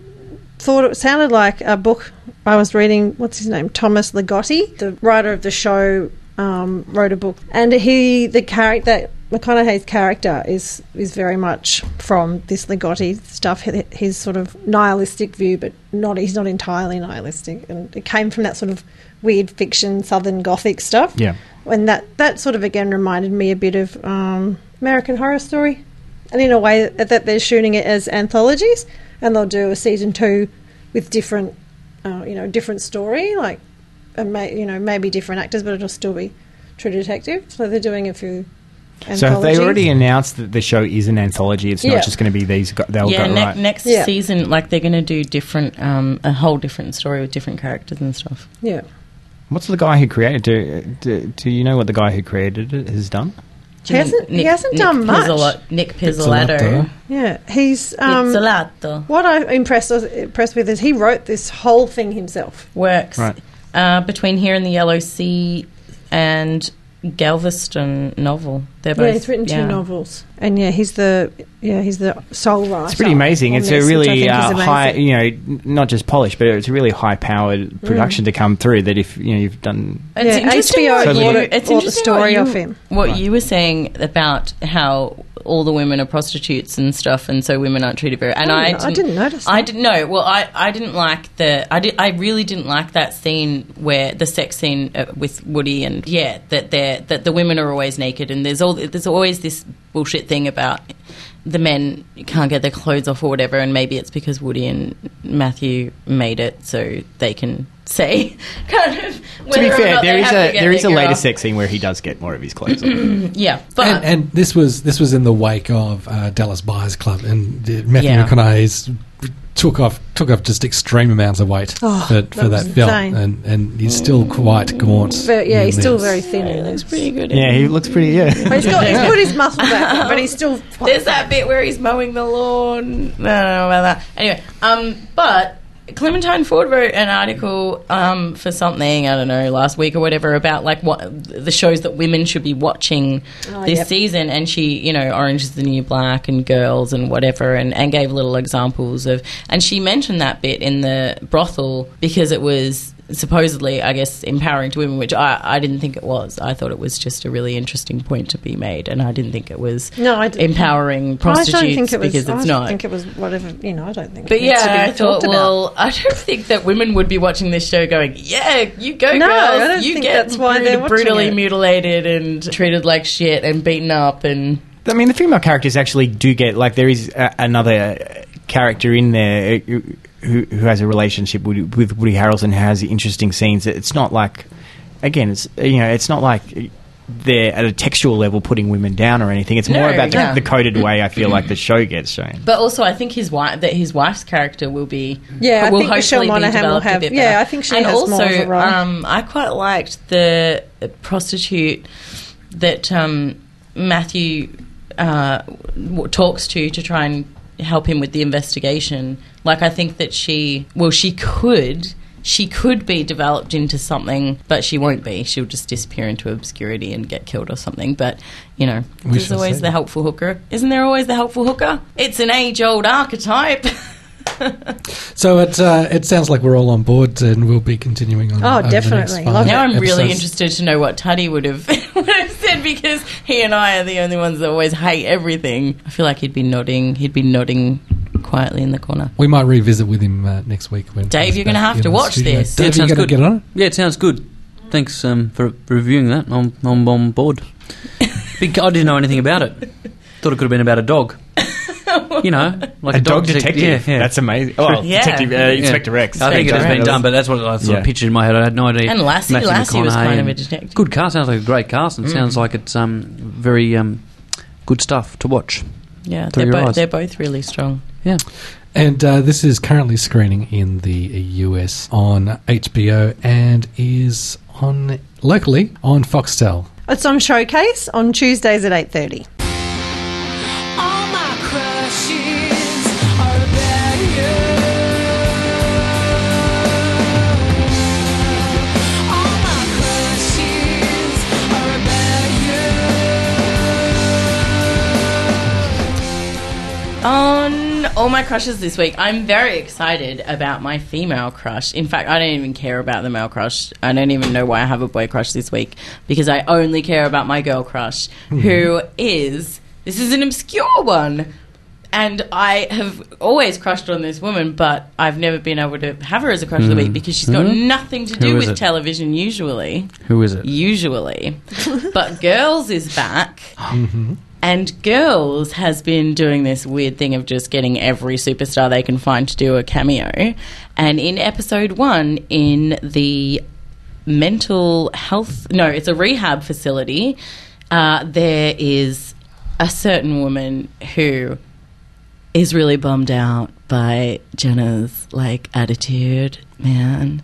Speaker 6: thought it sounded like a book I was reading. What's his name? Thomas Ligotti, the writer of the show, um, wrote a book, and he the character. McConaughey's character is is very much from this Ligotti stuff. hi- His sort of nihilistic view, but not he's not entirely nihilistic, and it came from that sort of weird fiction, Southern Gothic stuff
Speaker 3: Yeah.
Speaker 6: and that that sort of again reminded me a bit of um, American Horror Story, and in a way that, that they're shooting it as anthologies, and they'll do a season two with different, uh, you know, different story, like and may, you know maybe different actors, but it'll still be True Detective. So they're doing a few.
Speaker 3: So have they
Speaker 6: anthologies.
Speaker 3: already announced that the show is an anthology? It's
Speaker 6: Yeah.
Speaker 3: not just going to be these. Go- they'll
Speaker 5: yeah,
Speaker 3: go
Speaker 5: ne-
Speaker 3: right.
Speaker 5: next
Speaker 6: Yeah.
Speaker 5: season, like they're going to do different, um, a whole different story with different characters and stuff.
Speaker 6: Yeah.
Speaker 3: What's the guy who created? Do, do, do you know what the guy who created it has done?
Speaker 6: He hasn't- he hasn't done much.
Speaker 5: Pizzola- Nick Pizzolatto.
Speaker 6: Yeah, he's um,
Speaker 5: Pizzolatto
Speaker 6: what I'm impressed was- impressed with is he wrote this whole thing himself.
Speaker 5: works
Speaker 3: Right.
Speaker 5: uh, between here and the Yellow Sea and Galveston novel. They're both
Speaker 6: yeah, he's written two
Speaker 5: yeah.
Speaker 6: novels, and yeah, he's the yeah he's the sole writer.
Speaker 3: It's pretty amazing.
Speaker 6: on
Speaker 3: It's a
Speaker 6: this, which I
Speaker 3: really
Speaker 6: think
Speaker 3: uh,
Speaker 6: is amazing.
Speaker 3: high, you know, n- not just polished, but it's a really high-powered production to come through. That if you know you've done,
Speaker 5: It's
Speaker 6: Yeah,
Speaker 5: interesting.
Speaker 6: HBO
Speaker 3: bought
Speaker 5: what you,
Speaker 3: it-
Speaker 5: it's
Speaker 6: bought the
Speaker 5: interesting
Speaker 6: story
Speaker 5: what you,
Speaker 6: off him.
Speaker 5: What you were saying about how all the women are prostitutes and stuff, and so women aren't treated very. And
Speaker 6: Oh,
Speaker 5: I,
Speaker 6: no, I
Speaker 5: didn't,
Speaker 6: didn't notice
Speaker 5: I
Speaker 6: that.
Speaker 5: didn't know. Well, I, I didn't like the. I did, I really didn't like that scene where the sex scene uh, with Woody and yeah, that they're that the women are always naked, and there's all there's always this bullshit thing about the men can't get their clothes off or whatever, and maybe it's because Woody and Matthew made it so they can say (laughs) kind of
Speaker 3: to
Speaker 5: whether
Speaker 3: be
Speaker 5: or
Speaker 3: fair,
Speaker 5: not
Speaker 3: there
Speaker 5: they
Speaker 3: is
Speaker 5: have to
Speaker 3: a
Speaker 5: get
Speaker 3: there is a
Speaker 5: their
Speaker 3: later
Speaker 5: girl.
Speaker 3: sex scene where he does get more of his clothes. on.
Speaker 5: yeah, but
Speaker 4: and, and this was this was in the wake of uh, Dallas Buyers Club, and uh, Matthew
Speaker 5: Yeah.
Speaker 4: McConaughey's took off took off just extreme amounts of weight
Speaker 6: Oh,
Speaker 4: for,
Speaker 6: that
Speaker 4: for
Speaker 6: was
Speaker 4: that film,
Speaker 6: insane.
Speaker 4: and and he's still quite gaunt.
Speaker 6: But yeah,
Speaker 4: in
Speaker 6: he's still
Speaker 4: this.
Speaker 6: very thin. He looks pretty good.
Speaker 3: Yeah, he looks pretty. Yeah,
Speaker 6: But he's, got, he's put his muscle
Speaker 5: (laughs)
Speaker 6: back, but he's still.
Speaker 5: There's that bit where he's mowing the lawn. I don't know about that. Anyway, um, but Clementine Ford wrote an article um, for something I don't know last week or whatever about like what the shows that women should be watching
Speaker 6: Oh,
Speaker 5: this
Speaker 6: yep.
Speaker 5: season, and she you know Orange is the New Black and Girls and whatever, and, and gave little examples of, and she mentioned that bit in the brothel because it was. Supposedly, I guess empowering to women, which I, I didn't think it was. I thought it was just a really interesting point to be made, and I didn't think it was
Speaker 6: No, I didn't.
Speaker 5: empowering
Speaker 6: I
Speaker 5: prostitutes
Speaker 6: don't think it was.
Speaker 5: because
Speaker 6: I
Speaker 5: it's
Speaker 6: don't
Speaker 5: not.
Speaker 6: think it was whatever. You know, I don't think.
Speaker 5: but
Speaker 6: it needs to be
Speaker 5: yeah, I
Speaker 6: talked
Speaker 5: thought,
Speaker 6: about.
Speaker 5: well, I don't think that women would be watching this show going, yeah, you go,
Speaker 6: No, I
Speaker 5: girls.
Speaker 6: don't
Speaker 5: you
Speaker 6: think
Speaker 5: get
Speaker 6: that's why they're
Speaker 5: brut-
Speaker 6: watching
Speaker 5: brutally
Speaker 6: it."
Speaker 5: mutilated and treated like shit and beaten up and
Speaker 3: I mean the female characters actually do get like there is a, another uh, character in there uh, who who has a relationship with, with Woody Harrelson who has interesting scenes. It's not like again, it's you know, it's not like. They're at a textual level putting women down or anything. It's
Speaker 5: No,
Speaker 3: more about the,
Speaker 5: yeah.
Speaker 3: the coded way I feel like the show gets shown.
Speaker 5: But also, I think his wife that his wife's character will be
Speaker 6: Yeah, I
Speaker 5: will
Speaker 6: think Michelle
Speaker 5: hopefully be
Speaker 6: Monaghan will
Speaker 5: developed a
Speaker 6: have-
Speaker 5: bit
Speaker 6: yeah,
Speaker 5: better.
Speaker 6: I think she
Speaker 5: and
Speaker 6: has
Speaker 5: also,
Speaker 6: more of a role.
Speaker 5: Um, I quite liked the prostitute that um, Matthew uh, w- talks to to try and help him with the investigation. Like, I think that she well, she could. She could be developed into something, but she won't be. She'll just disappear into obscurity and get killed or something. But, you know,
Speaker 4: We
Speaker 5: there's
Speaker 4: shall
Speaker 5: always
Speaker 4: see.
Speaker 5: the helpful hooker. Isn't there always the helpful hooker? It's an age old archetype. (laughs)
Speaker 4: So it uh, it sounds like we're all on board, and we'll be continuing on.
Speaker 6: Oh,
Speaker 4: over the next
Speaker 6: definitely.
Speaker 4: five
Speaker 6: Love it.
Speaker 5: now I'm really
Speaker 4: episodes.
Speaker 5: interested to know what Tuddy would have, (laughs) would have said because he and I are the only ones that always hate everything. I feel like he'd be nodding. He'd be nodding quietly in the corner.
Speaker 4: We might revisit with him uh, next week. When
Speaker 5: Dave,
Speaker 4: he's
Speaker 5: you're gonna
Speaker 4: back
Speaker 5: have
Speaker 4: in
Speaker 5: to
Speaker 4: the
Speaker 5: watch
Speaker 4: studio.
Speaker 5: this.
Speaker 2: Yeah,
Speaker 4: Dave,
Speaker 2: it
Speaker 4: you
Speaker 2: sounds
Speaker 4: going to
Speaker 2: good.
Speaker 4: get on it?
Speaker 2: Yeah, it sounds good. Thanks um, for reviewing that. I'm, I'm on
Speaker 5: (laughs)
Speaker 2: board. Big- I didn't know anything about it. Thought it could have been about a
Speaker 5: (laughs)
Speaker 2: dog. You know, like
Speaker 3: a, dog, detective.
Speaker 2: Yeah, yeah.
Speaker 3: That's amazing. Oh,
Speaker 5: Yeah.
Speaker 3: detective uh,
Speaker 5: Yeah.
Speaker 3: Inspector Rex.
Speaker 2: I think it has
Speaker 3: Inspector
Speaker 2: been
Speaker 3: Rex.
Speaker 2: done, but that's what I sort
Speaker 3: Yeah.
Speaker 2: of pictured in my head. I had no idea.
Speaker 5: And Lassie,
Speaker 2: Matthew
Speaker 5: Lassie was
Speaker 2: McConaughey
Speaker 5: kind of
Speaker 2: and-
Speaker 5: a detective. Mm-hmm.
Speaker 2: Good cast. Sounds like a great cast, and sounds like it's um, very um, good stuff to watch. Through
Speaker 5: Yeah, they're,
Speaker 2: your
Speaker 5: bo-
Speaker 2: eyes.
Speaker 5: they're both really strong.
Speaker 2: Yeah.
Speaker 4: And uh, this is currently screening in the US on HBO and is on locally on Foxtel.
Speaker 6: It's on Showcase on Tuesdays at eight thirty.
Speaker 12: All my crushes are about you. All my crushes are about you.
Speaker 5: On all my crushes this week, I'm very excited about my female crush. In fact, I don't even care about the male crush. I don't even know why I have a boy crush this week because I only care about my girl crush,
Speaker 2: Hmm.
Speaker 5: who is this is an obscure one. And I have always crushed on this woman, but I've never been able to have her as a crush of the week because she's got nothing to do
Speaker 2: Hmm. Who is
Speaker 5: with
Speaker 2: it?
Speaker 5: television usually
Speaker 2: Who is it?
Speaker 5: (laughs) usually. but Girls is back. And Girls has been doing this weird thing of just getting every superstar they can find to do a cameo. And in episode one, in the mental health, no, it's a rehab facility, uh, there is a certain woman who is really bummed out by Jenna's like attitude, man.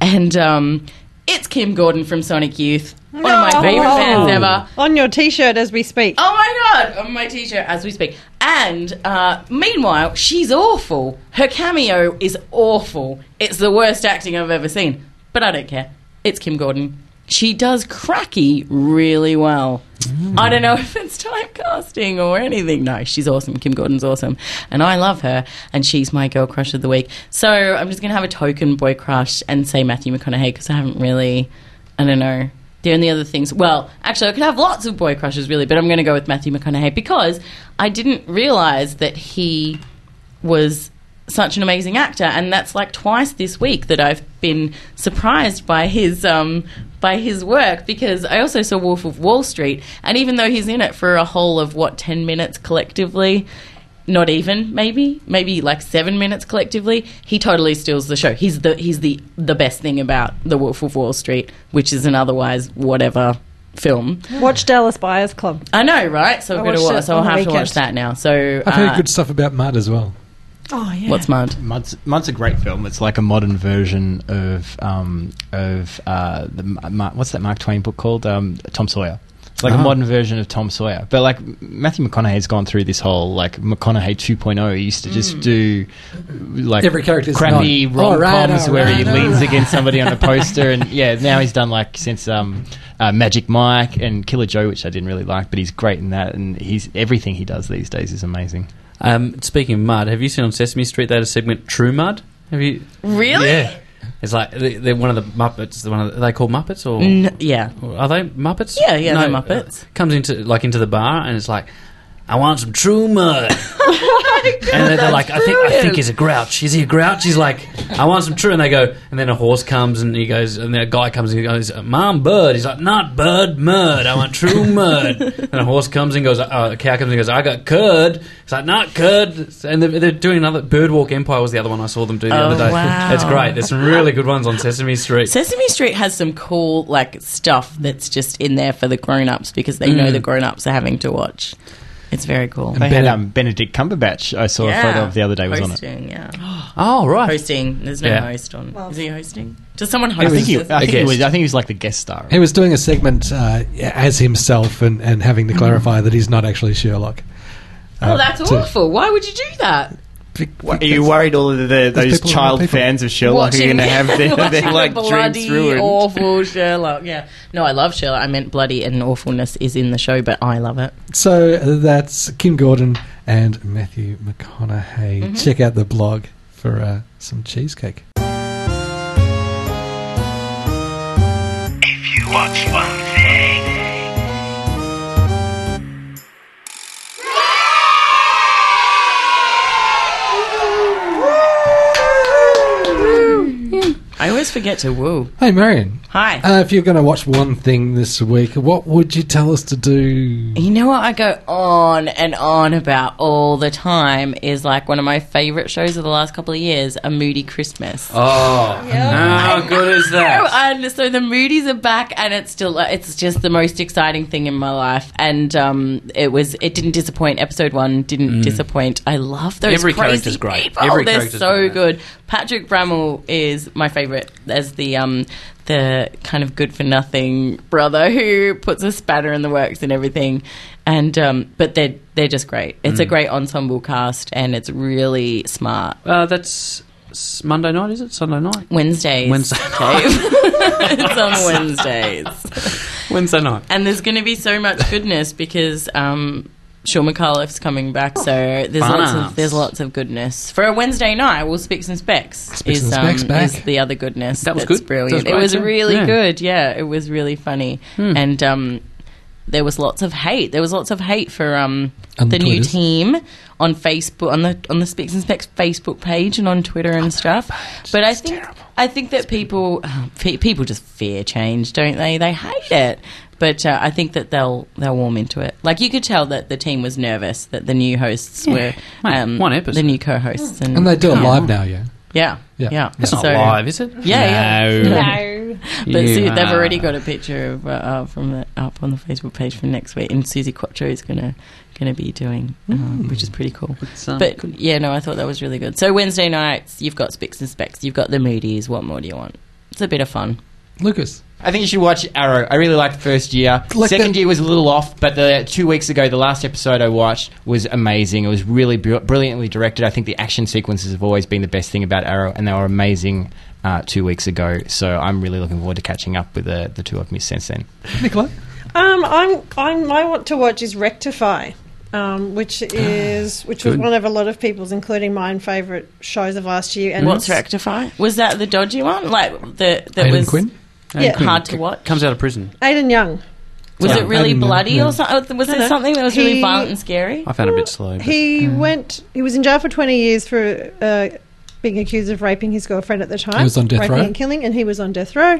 Speaker 5: And um, it's Kim Gordon from Sonic Youth, one of my favorite bands ever.
Speaker 6: Oh. On your T-shirt as we speak.
Speaker 5: Oh my god, on my t-shirt as we speak. And uh, meanwhile, she's awful. Her cameo is awful. It's the worst acting I've ever seen. But I don't care. It's Kim Gordon. She does cracky really well. Mm-hmm. I don't know (laughs) if it's typecasting or anything. No, she's awesome. Kim Gordon's awesome. And I love her. And she's my girl crush of the week. So I'm just going to have a token boy crush and say Matthew McConaughey because I haven't really, I don't know. The only other things, well, actually, I could have lots of boy crushes, really, but I'm going to go with Matthew McConaughey because I didn't realize that he was such an amazing actor, and that's like twice this week that I've been surprised by his um, by his work because I also saw Wolf of Wall Street, and even though he's in it for a whole of what ten minutes collectively, not even maybe maybe like seven minutes collectively he totally steals the show he's the he's the the best thing about the wolf of wall street which is an otherwise whatever film
Speaker 6: Watch Dallas Buyers Club.
Speaker 5: i know right so
Speaker 6: I
Speaker 5: i've got to
Speaker 6: watched
Speaker 5: watch
Speaker 6: it
Speaker 5: so i'll
Speaker 6: on the
Speaker 5: have to
Speaker 6: weekend.
Speaker 5: watch that now so
Speaker 4: I've heard
Speaker 5: uh,
Speaker 4: good stuff about Mud as well.
Speaker 6: Oh yeah.
Speaker 5: what's mud
Speaker 3: Mud's, Mud's a great film. It's like a modern version of um, of uh, the Ma- what's that Mark Twain book called? Um, Tom Sawyer. It's like
Speaker 4: Ah.
Speaker 3: a modern version of Tom Sawyer, but like Matthew McConaughey's gone through this whole like McConaughey 2.0. He used to just do like
Speaker 4: Mm. Every character's Oh,
Speaker 3: crappy
Speaker 4: not-
Speaker 3: rom coms
Speaker 4: Alright, alright,
Speaker 3: where he
Speaker 4: alright.
Speaker 3: leans against somebody
Speaker 4: (laughs)
Speaker 3: on a poster, and yeah, now he's done like since um, uh, Magic Mike and Killer Joe, which I didn't really like, but he's great in that, and he's everything he does these days is amazing.
Speaker 2: Um, speaking of mud, have you seen on Sesame Street they had a segment True Mud? Have you?
Speaker 5: Really?
Speaker 2: Yeah. It's like they- they're one of the Muppets. One of the, are they called Muppets or?
Speaker 5: N- yeah.
Speaker 2: Are they Muppets?
Speaker 5: Yeah, yeah, they're
Speaker 2: uh,
Speaker 5: Muppets.
Speaker 2: comes into like into the bar and it's like, I want some True
Speaker 5: (laughs)
Speaker 2: Mud. and they're, they're like, I think I think he's a grouch. Is he a grouch? He's like, I want some True. And they go, and then a horse comes and he goes, and then a guy comes and he goes, Mom, Bird. He's like, Not Bird, Mud. I want True
Speaker 5: (laughs)
Speaker 2: Mud. and a horse comes and goes, uh, a cow comes and goes, I got curd. It's like, Not curd. And they're, they're doing another Birdwalk Empire was the other one I saw them do the
Speaker 5: Oh,
Speaker 2: other day.
Speaker 5: wow.
Speaker 2: It's great. There's some really good ones on Sesame Street.
Speaker 5: Sesame Street has some cool like stuff that's just in there for the grown-ups because they know
Speaker 2: Mm.
Speaker 5: the grown-ups are having to watch. It's very cool.
Speaker 3: They had um, Benedict Cumberbatch. I saw a photo of the other day was on it.
Speaker 5: hosting, Yeah.
Speaker 2: Oh right.
Speaker 5: Hosting. There's no
Speaker 3: Yeah.
Speaker 5: host on. Is he hosting? Does someone
Speaker 3: I
Speaker 5: host?
Speaker 3: think, he,
Speaker 5: this?
Speaker 3: I, think he was, I think he was like the guest star.
Speaker 4: He was doing a segment uh, as himself and, and having to clarify that he's not actually Sherlock.
Speaker 5: Oh,
Speaker 4: Uh,
Speaker 5: that's
Speaker 4: to-
Speaker 5: awful. Why would you do that?
Speaker 3: What, are you worried all of the, those
Speaker 4: people,
Speaker 3: child
Speaker 4: people.
Speaker 3: fans of Sherlock are going to
Speaker 5: (laughs)
Speaker 3: have their,
Speaker 5: watching
Speaker 3: their like
Speaker 5: the
Speaker 3: dreams
Speaker 5: bloody
Speaker 3: ruined?
Speaker 5: awful Sherlock. Yeah. No, I love Sherlock. I meant bloody and awfulness is in the show, but I love it.
Speaker 4: So that's Kim Gordon and Matthew McConaughey.
Speaker 5: Mhm.
Speaker 4: Check out the blog for uh, some cheesecake.
Speaker 12: If you watch one thing,
Speaker 5: I always forget to woo.
Speaker 4: Hey, Marion.
Speaker 5: Hi.
Speaker 4: Uh, if you're going to watch one thing this week, what would you tell us to do?
Speaker 5: You know what I go on and on about all the time is like one of my favorite shows of the last couple of years, A Moody Christmas.
Speaker 2: Oh, how good is
Speaker 5: Oh,
Speaker 2: that?
Speaker 5: (laughs) and so the Moody's are back, and it's still uh, it's just the most exciting thing in my life. And um, it was it didn't disappoint. Episode one didn't
Speaker 2: Mm.
Speaker 5: disappoint. I love those.
Speaker 2: Every
Speaker 5: crazy
Speaker 2: character's great.
Speaker 5: People.
Speaker 2: Every
Speaker 5: They're
Speaker 2: character's
Speaker 5: so
Speaker 2: great.
Speaker 5: good. Patrick Brammel is my favorite as the um the kind of good for nothing brother who puts a spanner in the works and everything. And um, but they're they're just great. It's a
Speaker 2: Mm.
Speaker 5: great ensemble cast, and it's really smart.
Speaker 2: Uh, that's s- Monday night, is it? Sunday night?
Speaker 5: Wednesdays.
Speaker 2: Wednesday
Speaker 5: Dave.
Speaker 2: night.
Speaker 5: (laughs)
Speaker 2: (laughs)
Speaker 5: it's on Wednesdays.
Speaker 2: Wednesday night.
Speaker 5: And there's going to be so much goodness because um, Sean McAuliffe's coming back, so there's lots
Speaker 2: Bonas.
Speaker 5: of there's lots of goodness for a Wednesday night. Well, Specs and Specs
Speaker 2: Specs
Speaker 5: is,
Speaker 2: and Specs
Speaker 5: um,
Speaker 2: back.
Speaker 5: is the other goodness.
Speaker 2: That was
Speaker 5: that's
Speaker 2: good.
Speaker 5: Brilliant.
Speaker 2: That was
Speaker 5: it
Speaker 2: great,
Speaker 5: was
Speaker 2: too.
Speaker 5: really
Speaker 2: Yeah.
Speaker 5: good. Yeah, it was really funny,
Speaker 2: Hmm.
Speaker 5: and um, there was lots of hate. There was lots of hate for um,
Speaker 2: On
Speaker 5: the
Speaker 2: the
Speaker 5: new
Speaker 2: Twitters.
Speaker 5: team on Facebook on the on the Specs and Specs Facebook page and on Twitter and stuff. But I think I think that people pe- people just fear change, don't they? They hate it. But uh, I think that they'll they'll warm into it. Like you could tell that the team was nervous that the new hosts
Speaker 2: Yeah.
Speaker 5: were
Speaker 2: Mate,
Speaker 5: um,
Speaker 2: one episode.
Speaker 5: the new co-hosts, and,
Speaker 4: And they do it
Speaker 5: Yeah.
Speaker 4: live now, yeah?
Speaker 5: Yeah,
Speaker 4: Yeah.
Speaker 5: yeah.
Speaker 4: It's
Speaker 2: not live, is it?
Speaker 5: Yeah,
Speaker 2: No. (laughs)
Speaker 5: yeah.
Speaker 2: No.
Speaker 5: But see,
Speaker 2: You
Speaker 5: they've
Speaker 2: are.
Speaker 5: already got a picture of, uh, uh, from the, up on the Facebook page for next week, and Susie Quattro is gonna gonna be doing, um,
Speaker 2: Mm.
Speaker 5: which is pretty cool.
Speaker 2: um,
Speaker 5: but yeah, no, I thought that was really good. So Wednesday nights, you've got Specs and Specs, you've got the Moody's. What more do you want? It's a bit of fun.
Speaker 4: Lucas.
Speaker 3: I think you should watch Arrow. I really liked the first year.
Speaker 4: Like
Speaker 3: Second
Speaker 4: that-
Speaker 3: year was a little off, but the two weeks ago, the last episode I watched was amazing. It was really br- brilliantly directed. I think the action sequences have always been the best thing about Arrow, and they were amazing uh, two weeks ago. So I'm really looking forward to catching up with the, the two I've missed since then.
Speaker 4: Nicola?
Speaker 6: Um, I'm, I'm, I want to watch is Rectify, um, which is which was
Speaker 5: Good.
Speaker 6: one of a lot of people's, including mine, favourite shows of last year. And
Speaker 5: What's
Speaker 6: it's-
Speaker 5: Rectify? Was that the dodgy one? Like the that
Speaker 2: Aidan
Speaker 5: was
Speaker 2: Quinn?
Speaker 6: Yeah. Quinn
Speaker 5: hard to watch.
Speaker 2: Comes out of prison.
Speaker 6: Aiden Young.
Speaker 5: Was
Speaker 2: Yeah.
Speaker 5: it really
Speaker 2: Aidan,
Speaker 5: bloody
Speaker 2: yeah.
Speaker 5: or something? Was it something that was really
Speaker 6: He-
Speaker 5: violent and scary?
Speaker 2: I found it a bit slow. but-
Speaker 6: He went. He was in jail for twenty years for uh, being accused of raping his girlfriend at the time.
Speaker 4: He was on death
Speaker 6: raping
Speaker 4: row?
Speaker 5: Mm,
Speaker 6: and killing, and he was on death row.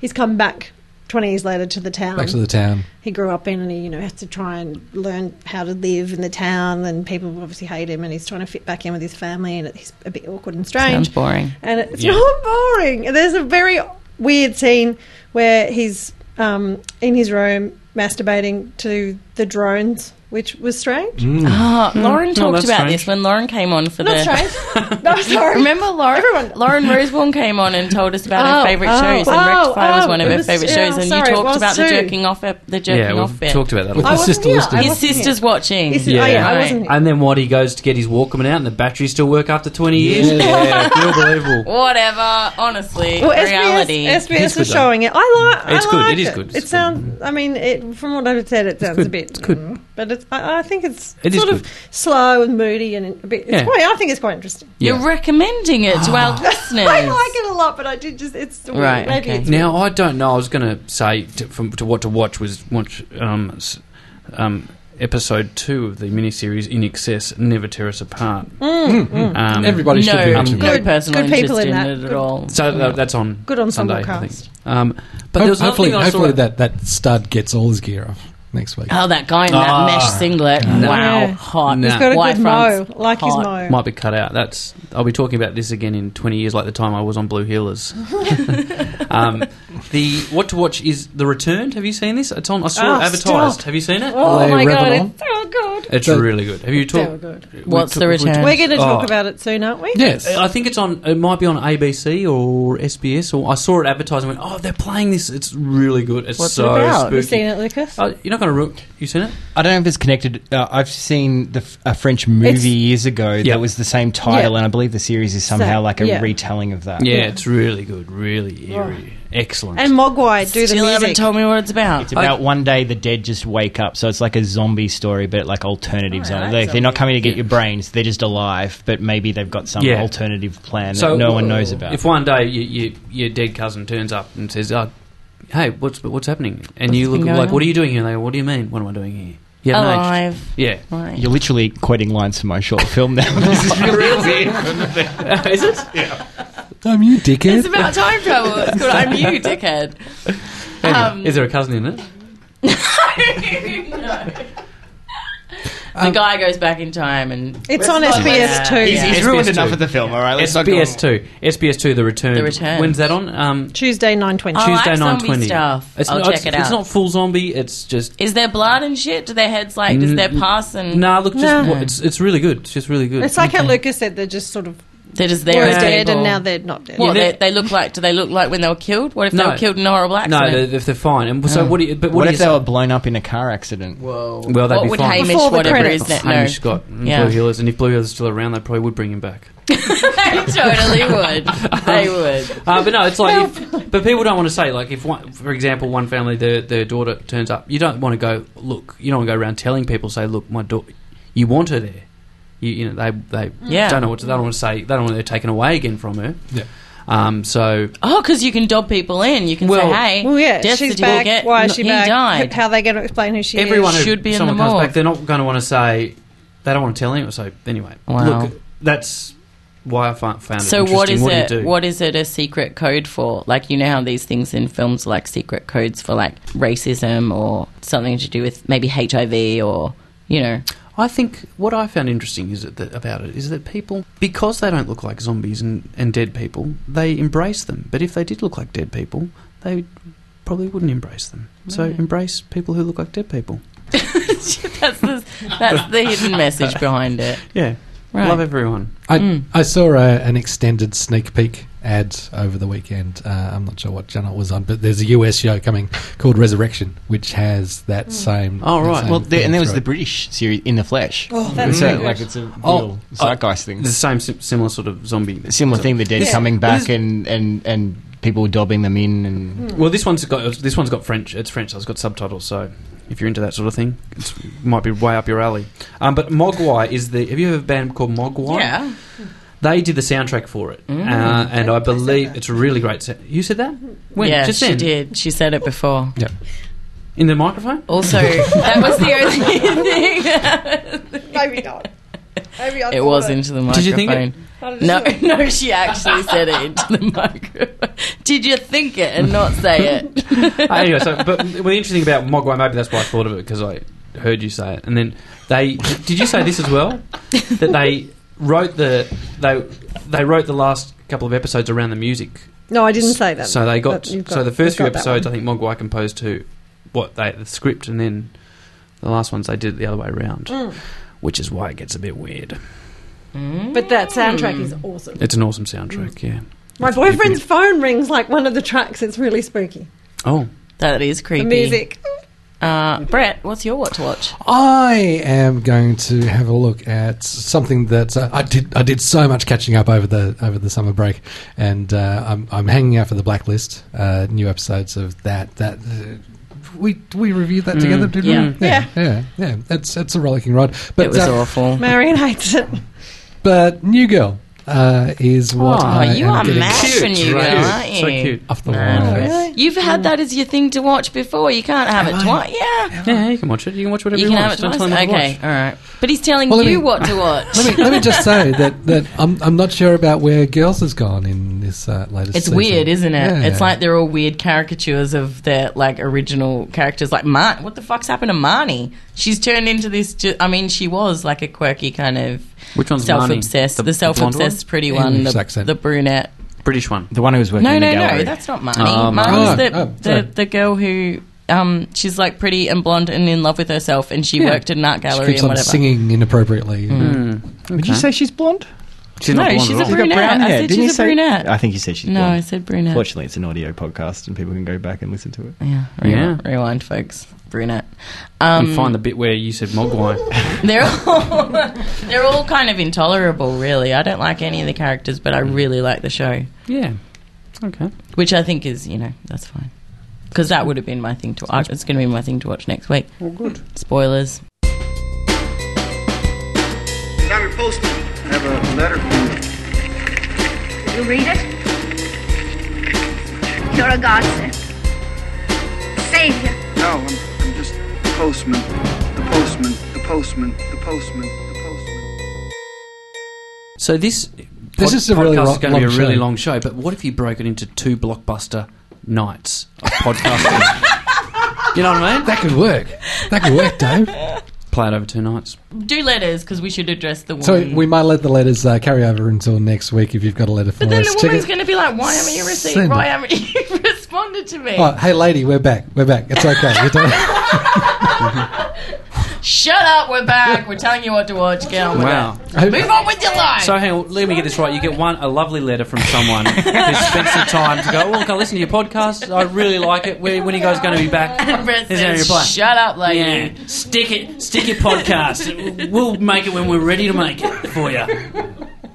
Speaker 6: He's come back 20 years later to the town.
Speaker 4: Back to the town.
Speaker 6: He grew up in and he, you know, has to try and learn how to live in the town and people obviously hate him and he's trying to fit back in with his family and he's a bit awkward and strange.
Speaker 5: Sounds boring.
Speaker 6: And it's
Speaker 5: Yeah.
Speaker 6: not boring. There's a very weird scene where he's um, in his room masturbating to the drones, which was strange.
Speaker 2: Mm.
Speaker 5: Ah, Lauren
Speaker 6: Mm.
Speaker 5: talked about this when Lauren came on for
Speaker 6: Not
Speaker 5: the.
Speaker 2: (laughs)
Speaker 6: strange. No, sorry.
Speaker 5: Remember Lauren? Lauren Roseborn came on and told us about
Speaker 6: Oh,
Speaker 5: her favourite
Speaker 6: oh,
Speaker 5: shows, and
Speaker 6: oh,
Speaker 5: Rectify was
Speaker 6: oh,
Speaker 5: one of
Speaker 6: it
Speaker 5: her
Speaker 6: was-
Speaker 5: favourite
Speaker 6: yeah,
Speaker 5: shows, and
Speaker 6: sorry,
Speaker 5: you
Speaker 6: it
Speaker 5: talked
Speaker 6: was
Speaker 5: about the
Speaker 6: too.
Speaker 5: jerking off, ep- the jerking
Speaker 2: Yeah,
Speaker 5: off
Speaker 2: we've
Speaker 5: bit.
Speaker 2: talked about that a
Speaker 6: With
Speaker 2: lot.
Speaker 6: the I wasn't sister here. listening. I
Speaker 5: His
Speaker 6: wasn't
Speaker 5: sister's
Speaker 6: here.
Speaker 5: watching.
Speaker 6: His- oh, yeah, I wasn't
Speaker 2: and then what he goes to get his Walkman out, and the batteries still work after twenty years.
Speaker 6: Yeah.
Speaker 2: (laughs) unbelievable.
Speaker 5: Whatever, honestly,
Speaker 6: Well, SBS,
Speaker 5: reality.
Speaker 6: SBS
Speaker 2: It's
Speaker 6: was
Speaker 2: good, though.
Speaker 6: showing it. I like.
Speaker 2: It's
Speaker 6: I
Speaker 2: good.
Speaker 6: liked
Speaker 2: It is good.
Speaker 6: It,
Speaker 2: It's
Speaker 6: sounds. I mean, it, from what I've said, it sounds
Speaker 2: good.
Speaker 6: a bit.
Speaker 2: It's good.
Speaker 6: mm, but it's, I, I think it's
Speaker 2: It is
Speaker 6: sort of
Speaker 2: good.
Speaker 6: slow and moody and a bit. It's
Speaker 2: Yeah.
Speaker 6: quite, I think it's quite interesting.
Speaker 5: You're recommending it to our listeners.
Speaker 6: (gasps) I like it a lot, but I did just. It's
Speaker 5: Right,
Speaker 6: Maybe
Speaker 5: okay.
Speaker 6: it's
Speaker 2: Now I don't know. I was going to say to, from to what to watch was watch um, s- um, episode two of the miniseries In Excess, Never Tear Us Apart. Um,
Speaker 6: Mm, mm.
Speaker 2: Everybody should be
Speaker 5: no,
Speaker 2: watching
Speaker 5: no
Speaker 2: that.
Speaker 5: personal
Speaker 6: Good people
Speaker 5: interest
Speaker 6: in
Speaker 5: in,
Speaker 6: that.
Speaker 5: it at
Speaker 6: Good-
Speaker 5: all.
Speaker 2: So uh, tha- that's on
Speaker 6: Good ensemble
Speaker 2: Sunday, I think.
Speaker 6: cast.
Speaker 2: Um, but there was another
Speaker 4: hopefully,
Speaker 2: thing I saw-
Speaker 4: hopefully that, that stud gets all his gear off next week.
Speaker 5: Oh, that guy in that
Speaker 2: Ah.
Speaker 5: mesh singlet.
Speaker 2: No.
Speaker 5: Wow,
Speaker 6: Yeah.
Speaker 5: hot.
Speaker 2: He's
Speaker 6: He's got a
Speaker 5: Wide
Speaker 6: good mo.
Speaker 5: fronts,
Speaker 6: Like his
Speaker 5: hot.
Speaker 6: mo.
Speaker 2: might be cut out. That's I'll be talking about this again in twenty years, like the time I was on Blue
Speaker 6: (laughs)
Speaker 2: Heelers. um, the what to watch is The Returned. Have you seen this? It's on. I saw
Speaker 6: Oh,
Speaker 2: it advertised.
Speaker 6: stop.
Speaker 2: Have you seen it?
Speaker 6: Oh
Speaker 4: Lay
Speaker 6: my god,
Speaker 4: Revenant.
Speaker 6: it's so good.
Speaker 2: It's
Speaker 4: So-
Speaker 2: really good. Have you
Speaker 6: So
Speaker 2: talked?
Speaker 6: good.
Speaker 2: we
Speaker 5: What's
Speaker 2: took-
Speaker 5: The
Speaker 2: we
Speaker 5: Returned?
Speaker 2: took-
Speaker 6: We're going to talk
Speaker 2: Oh.
Speaker 6: about it soon, aren't we?
Speaker 4: Yes.
Speaker 2: I think it's on. It might be on ABC or SBS. Or I saw it advertised and went, "Oh, they're playing this. It's really good. It's
Speaker 5: What's it
Speaker 2: so
Speaker 5: about?
Speaker 2: spooky."
Speaker 6: You've seen it, Lucas?
Speaker 2: Oh, you're not going to ruin. You seen it?
Speaker 3: I don't know if it's connected. Uh, I've seen the, f- a French movie
Speaker 6: It's-
Speaker 3: years ago
Speaker 2: Yeah.
Speaker 3: that was the same title, and I believe the series is somehow
Speaker 6: So,
Speaker 3: like a
Speaker 6: yeah.
Speaker 3: retelling of that.
Speaker 2: Yeah, it's really good. Really eerie. Excellent.
Speaker 6: and Mogwai do the
Speaker 5: Still haven't
Speaker 6: music.
Speaker 5: told me what it's about.
Speaker 3: It's about one day the dead just wake up, so it's like a zombie story, but like
Speaker 2: Oh,
Speaker 3: alternatives on it. Like, they're not coming to get your brains; they're just alive, but maybe they've got some
Speaker 2: Yeah.
Speaker 3: alternative plan that no one knows about.
Speaker 2: If one day you, you, your dead cousin turns up and says, oh, "Hey, what's what's happening?" and you
Speaker 5: What's
Speaker 2: look
Speaker 5: been going
Speaker 2: like, "What
Speaker 5: on? Oh,
Speaker 2: are you doing here?" And they go, "What do you mean? What am I doing here?" You haven't aged.
Speaker 5: Alive.
Speaker 2: Yeah. (laughs)
Speaker 5: Right.
Speaker 3: You're literally quoting lines from my short film now. This is really
Speaker 2: Is it?
Speaker 4: Damn you,
Speaker 5: It's
Speaker 4: dickhead.
Speaker 5: about time travel. It's called I'm You, Dickhead. Um,
Speaker 2: Is there a cousin in it? Um,
Speaker 5: the guy goes back in time and
Speaker 6: It's on SBS two.
Speaker 3: He's, he's
Speaker 2: SBS
Speaker 3: ruined
Speaker 2: two.
Speaker 3: enough of the film. All right, let's not go-
Speaker 2: SBS two. SBS two. The return.
Speaker 5: The Return.
Speaker 2: When's that on? Um,
Speaker 6: Tuesday nine twenty.
Speaker 5: Oh, I
Speaker 2: Tuesday nine
Speaker 5: like zombie
Speaker 2: twenty.
Speaker 5: stuff. I'll
Speaker 2: not,
Speaker 5: check
Speaker 2: it's,
Speaker 5: it
Speaker 2: It's
Speaker 5: out.
Speaker 2: not full zombie. It's just.
Speaker 5: Is there blood and shit? Do their heads like? Does their pass and
Speaker 2: Nah, look, just
Speaker 6: No.
Speaker 2: wa- it's it's really good. It's just really good.
Speaker 6: Oh, It's like how Lucas said they're just sort of
Speaker 5: they're just
Speaker 6: they
Speaker 5: there?
Speaker 6: were
Speaker 5: as
Speaker 6: dead
Speaker 5: people?
Speaker 6: and now they're not dead.
Speaker 5: What
Speaker 2: Yeah,
Speaker 5: they, they look like? Do they look like when they were killed? What if
Speaker 2: No.
Speaker 5: they were killed in a horrible
Speaker 2: no,
Speaker 5: accident?
Speaker 2: they're, if they're fine. And so what? Do you, but
Speaker 3: What,
Speaker 2: what, do
Speaker 3: if
Speaker 2: you
Speaker 3: they were blown up in a car accident?
Speaker 5: Whoa.
Speaker 2: Well, they'd
Speaker 5: what
Speaker 2: be
Speaker 5: would
Speaker 2: fine.
Speaker 5: Hamish,
Speaker 6: Before the
Speaker 5: whatever
Speaker 6: credits.
Speaker 5: is that? No, (laughs)
Speaker 2: Hamish Oh, Scott and
Speaker 5: Yeah.
Speaker 2: Blue Heelers, and if Blue Heelers is still around, they probably would bring him back.
Speaker 5: they
Speaker 2: (laughs)
Speaker 5: totally would. They would.
Speaker 2: Uh, but no, it's like, if, but people don't want to say like if one, for example, one family their their daughter turns up, you don't want to go look, you don't want to go around telling people say look, my daughter, you want her there, you, you know they they
Speaker 5: Yeah.
Speaker 2: don't know what to, they don't want to say they don't want her taken away again from her.
Speaker 4: Yeah.
Speaker 2: Um. So
Speaker 5: Oh, because you can dob people in. You can
Speaker 2: Well-
Speaker 5: say, "Hey,
Speaker 6: Well, yeah,
Speaker 5: death
Speaker 6: she's
Speaker 5: certificate,
Speaker 6: back. Why is she
Speaker 5: he
Speaker 6: back?
Speaker 5: died."
Speaker 6: How are they going to explain who she
Speaker 2: everyone
Speaker 6: is?
Speaker 2: who,
Speaker 5: should be in
Speaker 2: someone
Speaker 5: the
Speaker 2: comes
Speaker 5: morgue.
Speaker 2: back, they're not going to want to say they don't want to tell anyone. So anyway,
Speaker 5: Wow.
Speaker 2: look, that's why I fi- found it
Speaker 5: so what
Speaker 2: interesting.
Speaker 5: is
Speaker 2: what
Speaker 5: it?
Speaker 2: Do you do?
Speaker 5: What is it a secret code for? Like you know how these things in films are like secret codes for like racism or something to do with maybe HIV or you know. (laughs)
Speaker 2: I think what I found interesting is that, that about it is that people, because they don't look like zombies and, and dead people, they embrace them. But if they did look like dead people, they probably wouldn't embrace them. So embrace people who look like dead people.
Speaker 5: that's the that's the hidden message behind it.
Speaker 2: Yeah,
Speaker 5: Right.
Speaker 2: love everyone.
Speaker 4: I,
Speaker 5: Mm.
Speaker 4: I saw a, an extended sneak peek ad over the weekend. Uh, I'm not sure what channel it was on, but there's a US show coming called Resurrection, which has that same.
Speaker 2: Oh,
Speaker 4: that
Speaker 2: right.
Speaker 4: same
Speaker 3: Well, there,
Speaker 4: thing
Speaker 3: and there was
Speaker 4: through
Speaker 3: the
Speaker 4: it.
Speaker 3: British series in the flesh.
Speaker 6: Oh, that's
Speaker 3: It's
Speaker 6: so
Speaker 3: a-
Speaker 6: good.
Speaker 3: like it's a real
Speaker 2: Oh,
Speaker 3: zeitgeist thing.
Speaker 2: The same sim- similar sort of zombie.
Speaker 3: Similar thing, the dead
Speaker 6: Yeah.
Speaker 3: coming
Speaker 2: It is-
Speaker 3: back and, and, and people dobbing them in and
Speaker 2: Well, this one's got this one's got French. It's French. So it's got subtitles. So if you're into that sort of thing, it might be way up your alley. Um, but Mogwai is the. Have you heard of a band called Mogwai?
Speaker 5: Yeah, Mm.
Speaker 2: They did the soundtrack for it, uh, and I, believe it's a really great. Sa- you said that? When?
Speaker 5: yeah,
Speaker 2: Just
Speaker 5: she
Speaker 2: then?
Speaker 5: did. She said it before. (laughs)
Speaker 2: In the microphone? (laughs)
Speaker 5: Also, that was the only thing.
Speaker 6: Maybe not. Maybe
Speaker 5: (laughs)
Speaker 6: I
Speaker 5: it
Speaker 6: thought
Speaker 5: was
Speaker 6: it.
Speaker 5: into the microphone.
Speaker 6: Did you think it? I just
Speaker 5: No, (laughs)
Speaker 6: thought-
Speaker 5: no, she actually said it into the (laughs) microphone. Did you think it and not say it?
Speaker 2: (laughs) Uh, anyway, so but well, the interesting about Mogwai, maybe that's why I thought of it because I heard you say it, and then they did you say this as
Speaker 5: (laughs)
Speaker 2: well that they wrote the they they wrote the last couple of episodes around the music.
Speaker 6: No, I didn't say that.
Speaker 2: So they got,
Speaker 6: But you've
Speaker 2: so
Speaker 6: got-
Speaker 2: the first few
Speaker 6: you've got that
Speaker 2: episodes, I
Speaker 6: one.
Speaker 2: think Mogwai composed to what they the script, and then the last ones they did it the other way around,
Speaker 6: Mm.
Speaker 2: which is why it gets a bit weird.
Speaker 6: But that
Speaker 5: Hmm.
Speaker 6: soundtrack is awesome.
Speaker 2: It's an awesome
Speaker 6: Mm.
Speaker 2: soundtrack, yeah.
Speaker 6: My boyfriend's phone rings like one of the tracks. It's really spooky.
Speaker 2: Oh,
Speaker 5: that is creepy.
Speaker 6: The music.
Speaker 5: Uh, Brett, what's your what to watch?
Speaker 4: I am going to have a look at something that uh, I did. I did so much catching up over the over the summer break, and uh, I'm I'm hanging out for the blacklist. Uh, new episodes of that that. Uh, we we reviewed that
Speaker 5: Mm,
Speaker 4: together, didn't
Speaker 5: yeah.
Speaker 4: we? Yeah, yeah, yeah. It's it's a rollicking ride, but
Speaker 5: it was
Speaker 4: uh,
Speaker 5: awful.
Speaker 6: Marion hates it.
Speaker 5: (laughs)
Speaker 4: But New Girl uh, is what
Speaker 5: Oh,
Speaker 4: I
Speaker 5: you
Speaker 4: am
Speaker 5: are
Speaker 4: getting
Speaker 5: mad for New
Speaker 2: right?
Speaker 5: Girl,
Speaker 2: Cute.
Speaker 5: aren't you?
Speaker 2: So cute. Oh,
Speaker 4: off the
Speaker 5: No.
Speaker 4: wire.
Speaker 5: Uh, You've had that as your thing to watch before. You can't have it twice. Yeah,
Speaker 2: Yeah, you can watch it. You can watch whatever
Speaker 5: you
Speaker 2: you,
Speaker 5: can
Speaker 2: want.
Speaker 5: have it
Speaker 2: Don't
Speaker 5: twice.
Speaker 2: tell him what to
Speaker 5: Okay,
Speaker 2: watch.
Speaker 5: all right. But he's telling
Speaker 4: Well, let
Speaker 5: you
Speaker 4: me-
Speaker 5: what to watch.
Speaker 4: Let me let me just say that, that I'm I'm not sure about where girls has gone in this uh, latest.
Speaker 5: It's
Speaker 4: season.
Speaker 5: weird, isn't it?
Speaker 4: Yeah.
Speaker 5: It's like they're all weird caricatures of their like original characters. Like, Mar- what the fuck's happened to Marnie? She's turned into this. Ju- I mean, she was like a quirky kind of
Speaker 2: Which one's
Speaker 5: self-obsessed, the, self-obsessed pretty
Speaker 4: Yeah,
Speaker 5: one,
Speaker 4: English
Speaker 5: the,
Speaker 4: accent.
Speaker 5: the brunette.
Speaker 2: British one.
Speaker 3: The one who was working
Speaker 5: No,
Speaker 3: in the
Speaker 5: no,
Speaker 3: gallery.
Speaker 5: no, that's not Marnie.
Speaker 2: Oh, Marnie.
Speaker 5: Marnie's
Speaker 4: Oh,
Speaker 5: the,
Speaker 4: oh,
Speaker 5: the
Speaker 4: sorry.
Speaker 5: the girl who um she's like pretty and blonde and in love with herself, and she
Speaker 2: Yeah.
Speaker 5: worked in an art
Speaker 4: She
Speaker 5: gallery
Speaker 4: keeps
Speaker 5: and
Speaker 4: on
Speaker 5: whatever. Hmm.
Speaker 4: singing inappropriately. Mm.
Speaker 3: Did you say she's blonde?
Speaker 2: She's
Speaker 5: No,
Speaker 2: not blonde
Speaker 5: she's
Speaker 2: at
Speaker 5: a
Speaker 2: all.
Speaker 3: She's got
Speaker 5: brunette.
Speaker 3: brown
Speaker 5: I
Speaker 3: hair.
Speaker 5: said
Speaker 3: Didn't
Speaker 5: she's
Speaker 3: you
Speaker 5: a
Speaker 3: say?
Speaker 5: brunette.
Speaker 3: I think you said she's
Speaker 5: No, I
Speaker 3: blonde.
Speaker 5: said brunette.
Speaker 3: Fortunately, it's an audio podcast and people can go back and listen to it.
Speaker 5: Yeah,
Speaker 2: Yeah.
Speaker 5: rewind, rewind folks. Brunette.
Speaker 2: You
Speaker 5: Um,
Speaker 2: find the bit where you said Mogwai. (laughs)
Speaker 5: They're all (laughs) they're all kind of intolerable, really. I don't like any of the characters, but I really like the show,
Speaker 2: yeah. Okay.
Speaker 5: which I think is you know that's fine because that would have been my thing to watch. It's going to be my thing to watch next week.
Speaker 2: Well, good.
Speaker 5: Spoilers.
Speaker 12: Larry Postman,
Speaker 9: Have a letter.
Speaker 12: did you read it? You're a godsend. Savior.
Speaker 9: No, I'm, I'm just the postman. The postman. The postman. The postman. The postman.
Speaker 2: So this
Speaker 4: This
Speaker 2: pod-
Speaker 4: is a really
Speaker 2: podcast
Speaker 4: lo-
Speaker 2: is going to be a
Speaker 4: long
Speaker 2: really
Speaker 4: show.
Speaker 2: long show. But what if you broke it into two blockbuster nights of podcasting?
Speaker 5: (laughs)
Speaker 2: you know what I mean?
Speaker 4: That could work. That could work, Dave.
Speaker 2: Play it over two nights.
Speaker 5: Do letters because we should address the woman.
Speaker 4: So we might let the letters uh, carry over until next week if you've got a letter for
Speaker 5: but then
Speaker 4: us.
Speaker 5: the
Speaker 4: Check
Speaker 5: woman's
Speaker 4: it-
Speaker 5: going to be like, "Why haven't you received?
Speaker 4: Send
Speaker 5: Why
Speaker 4: it.
Speaker 5: haven't you (laughs) responded to me?
Speaker 4: Oh, hey, lady, we're back. We're back. It's okay. You don't-
Speaker 5: Shut up! We're back. We're telling you what to watch. Get on with
Speaker 2: Wow.
Speaker 5: it. (laughs) Move on with your life." (laughs)
Speaker 2: So hang on, let me get this right. You get one a lovely letter from someone who spent some time to go. Well, look, I listen to your podcast. I really like it. Where, when are you guys going to be
Speaker 5: and (laughs)
Speaker 2: back?
Speaker 5: Brett
Speaker 2: Is there a
Speaker 5: says,
Speaker 2: reply?
Speaker 5: "Shut up, lady."
Speaker 2: Yeah, stick it, stick your podcast. We'll make it when we're ready to make it for you.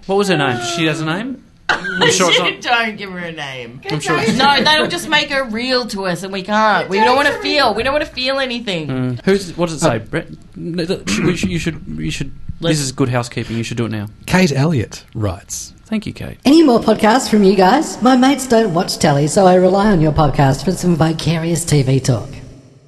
Speaker 2: What was her name? She has a name.
Speaker 5: (laughs)
Speaker 2: I'm sure it's
Speaker 5: you
Speaker 2: not.
Speaker 5: don't give her
Speaker 2: (laughs)
Speaker 5: a name.
Speaker 2: I'm sure. It's,
Speaker 5: No, that'll just make her real to us, and we can't. We don't want to feel. We don't want to feel anything.
Speaker 2: who's? What does it say, Brett? No, that- sh- we should- You should. You should. This is good housekeeping. You should do it now.
Speaker 4: Kate Elliott writes.
Speaker 2: Thank you, Kate.
Speaker 13: Any more podcasts from you guys? My mates don't watch telly, so I rely on your podcast for some vicarious TV talk.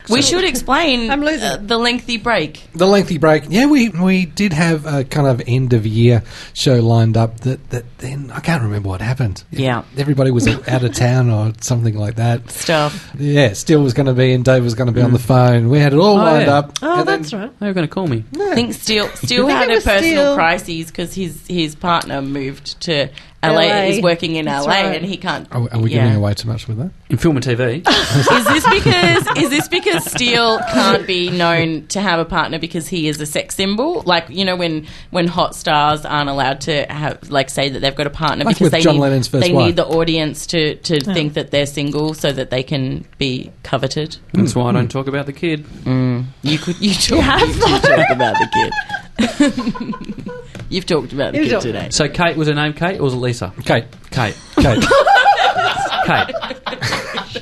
Speaker 5: We should explain
Speaker 6: I'm losing
Speaker 5: uh, the lengthy break.
Speaker 4: The lengthy break. Yeah, we, we did have a kind of end of year show lined up that, that then I can't remember what happened.
Speaker 5: Yeah.
Speaker 4: Everybody was out of town or something like that. (laughs)
Speaker 5: Stuff.
Speaker 4: Yeah, Steele was going to be in, Dave was going to be
Speaker 5: Mm.
Speaker 4: on the phone. We had it all
Speaker 2: Oh,
Speaker 4: lined
Speaker 2: yeah.
Speaker 4: up.
Speaker 6: Oh,
Speaker 4: and then-
Speaker 6: that's right.
Speaker 2: They were going to call me.
Speaker 5: I think Steele Steele
Speaker 6: I think
Speaker 5: had
Speaker 6: it
Speaker 5: a
Speaker 6: was
Speaker 5: personal
Speaker 6: Steele.
Speaker 5: crisis because his his partner moved to LA.
Speaker 6: LA.
Speaker 5: He's working in
Speaker 6: That's
Speaker 5: LA
Speaker 6: right.
Speaker 5: and he can't.
Speaker 4: Are, we- are we
Speaker 5: yeah.
Speaker 4: giving away too much with that?
Speaker 2: In film and TV.
Speaker 5: Is this because is this because Steele can't be known to have a partner because he is a sex symbol? Like you know when when hot stars aren't allowed to have like say that they've got a partner
Speaker 4: Like
Speaker 5: because
Speaker 4: with
Speaker 5: they
Speaker 4: John
Speaker 5: need,
Speaker 4: Lennon's first
Speaker 5: they
Speaker 4: wife.
Speaker 5: need the audience to to think that they're single so that they can be coveted.
Speaker 2: That's why I don't talk about the kid.
Speaker 5: You could you talk, you talk about the kid. You've talked about the
Speaker 6: You
Speaker 5: kid
Speaker 6: talk-
Speaker 5: today.
Speaker 2: So Kate was her name. Kate or was it Lisa?
Speaker 4: Kate.
Speaker 2: Kate.
Speaker 4: (laughs) Kate.
Speaker 2: Kate.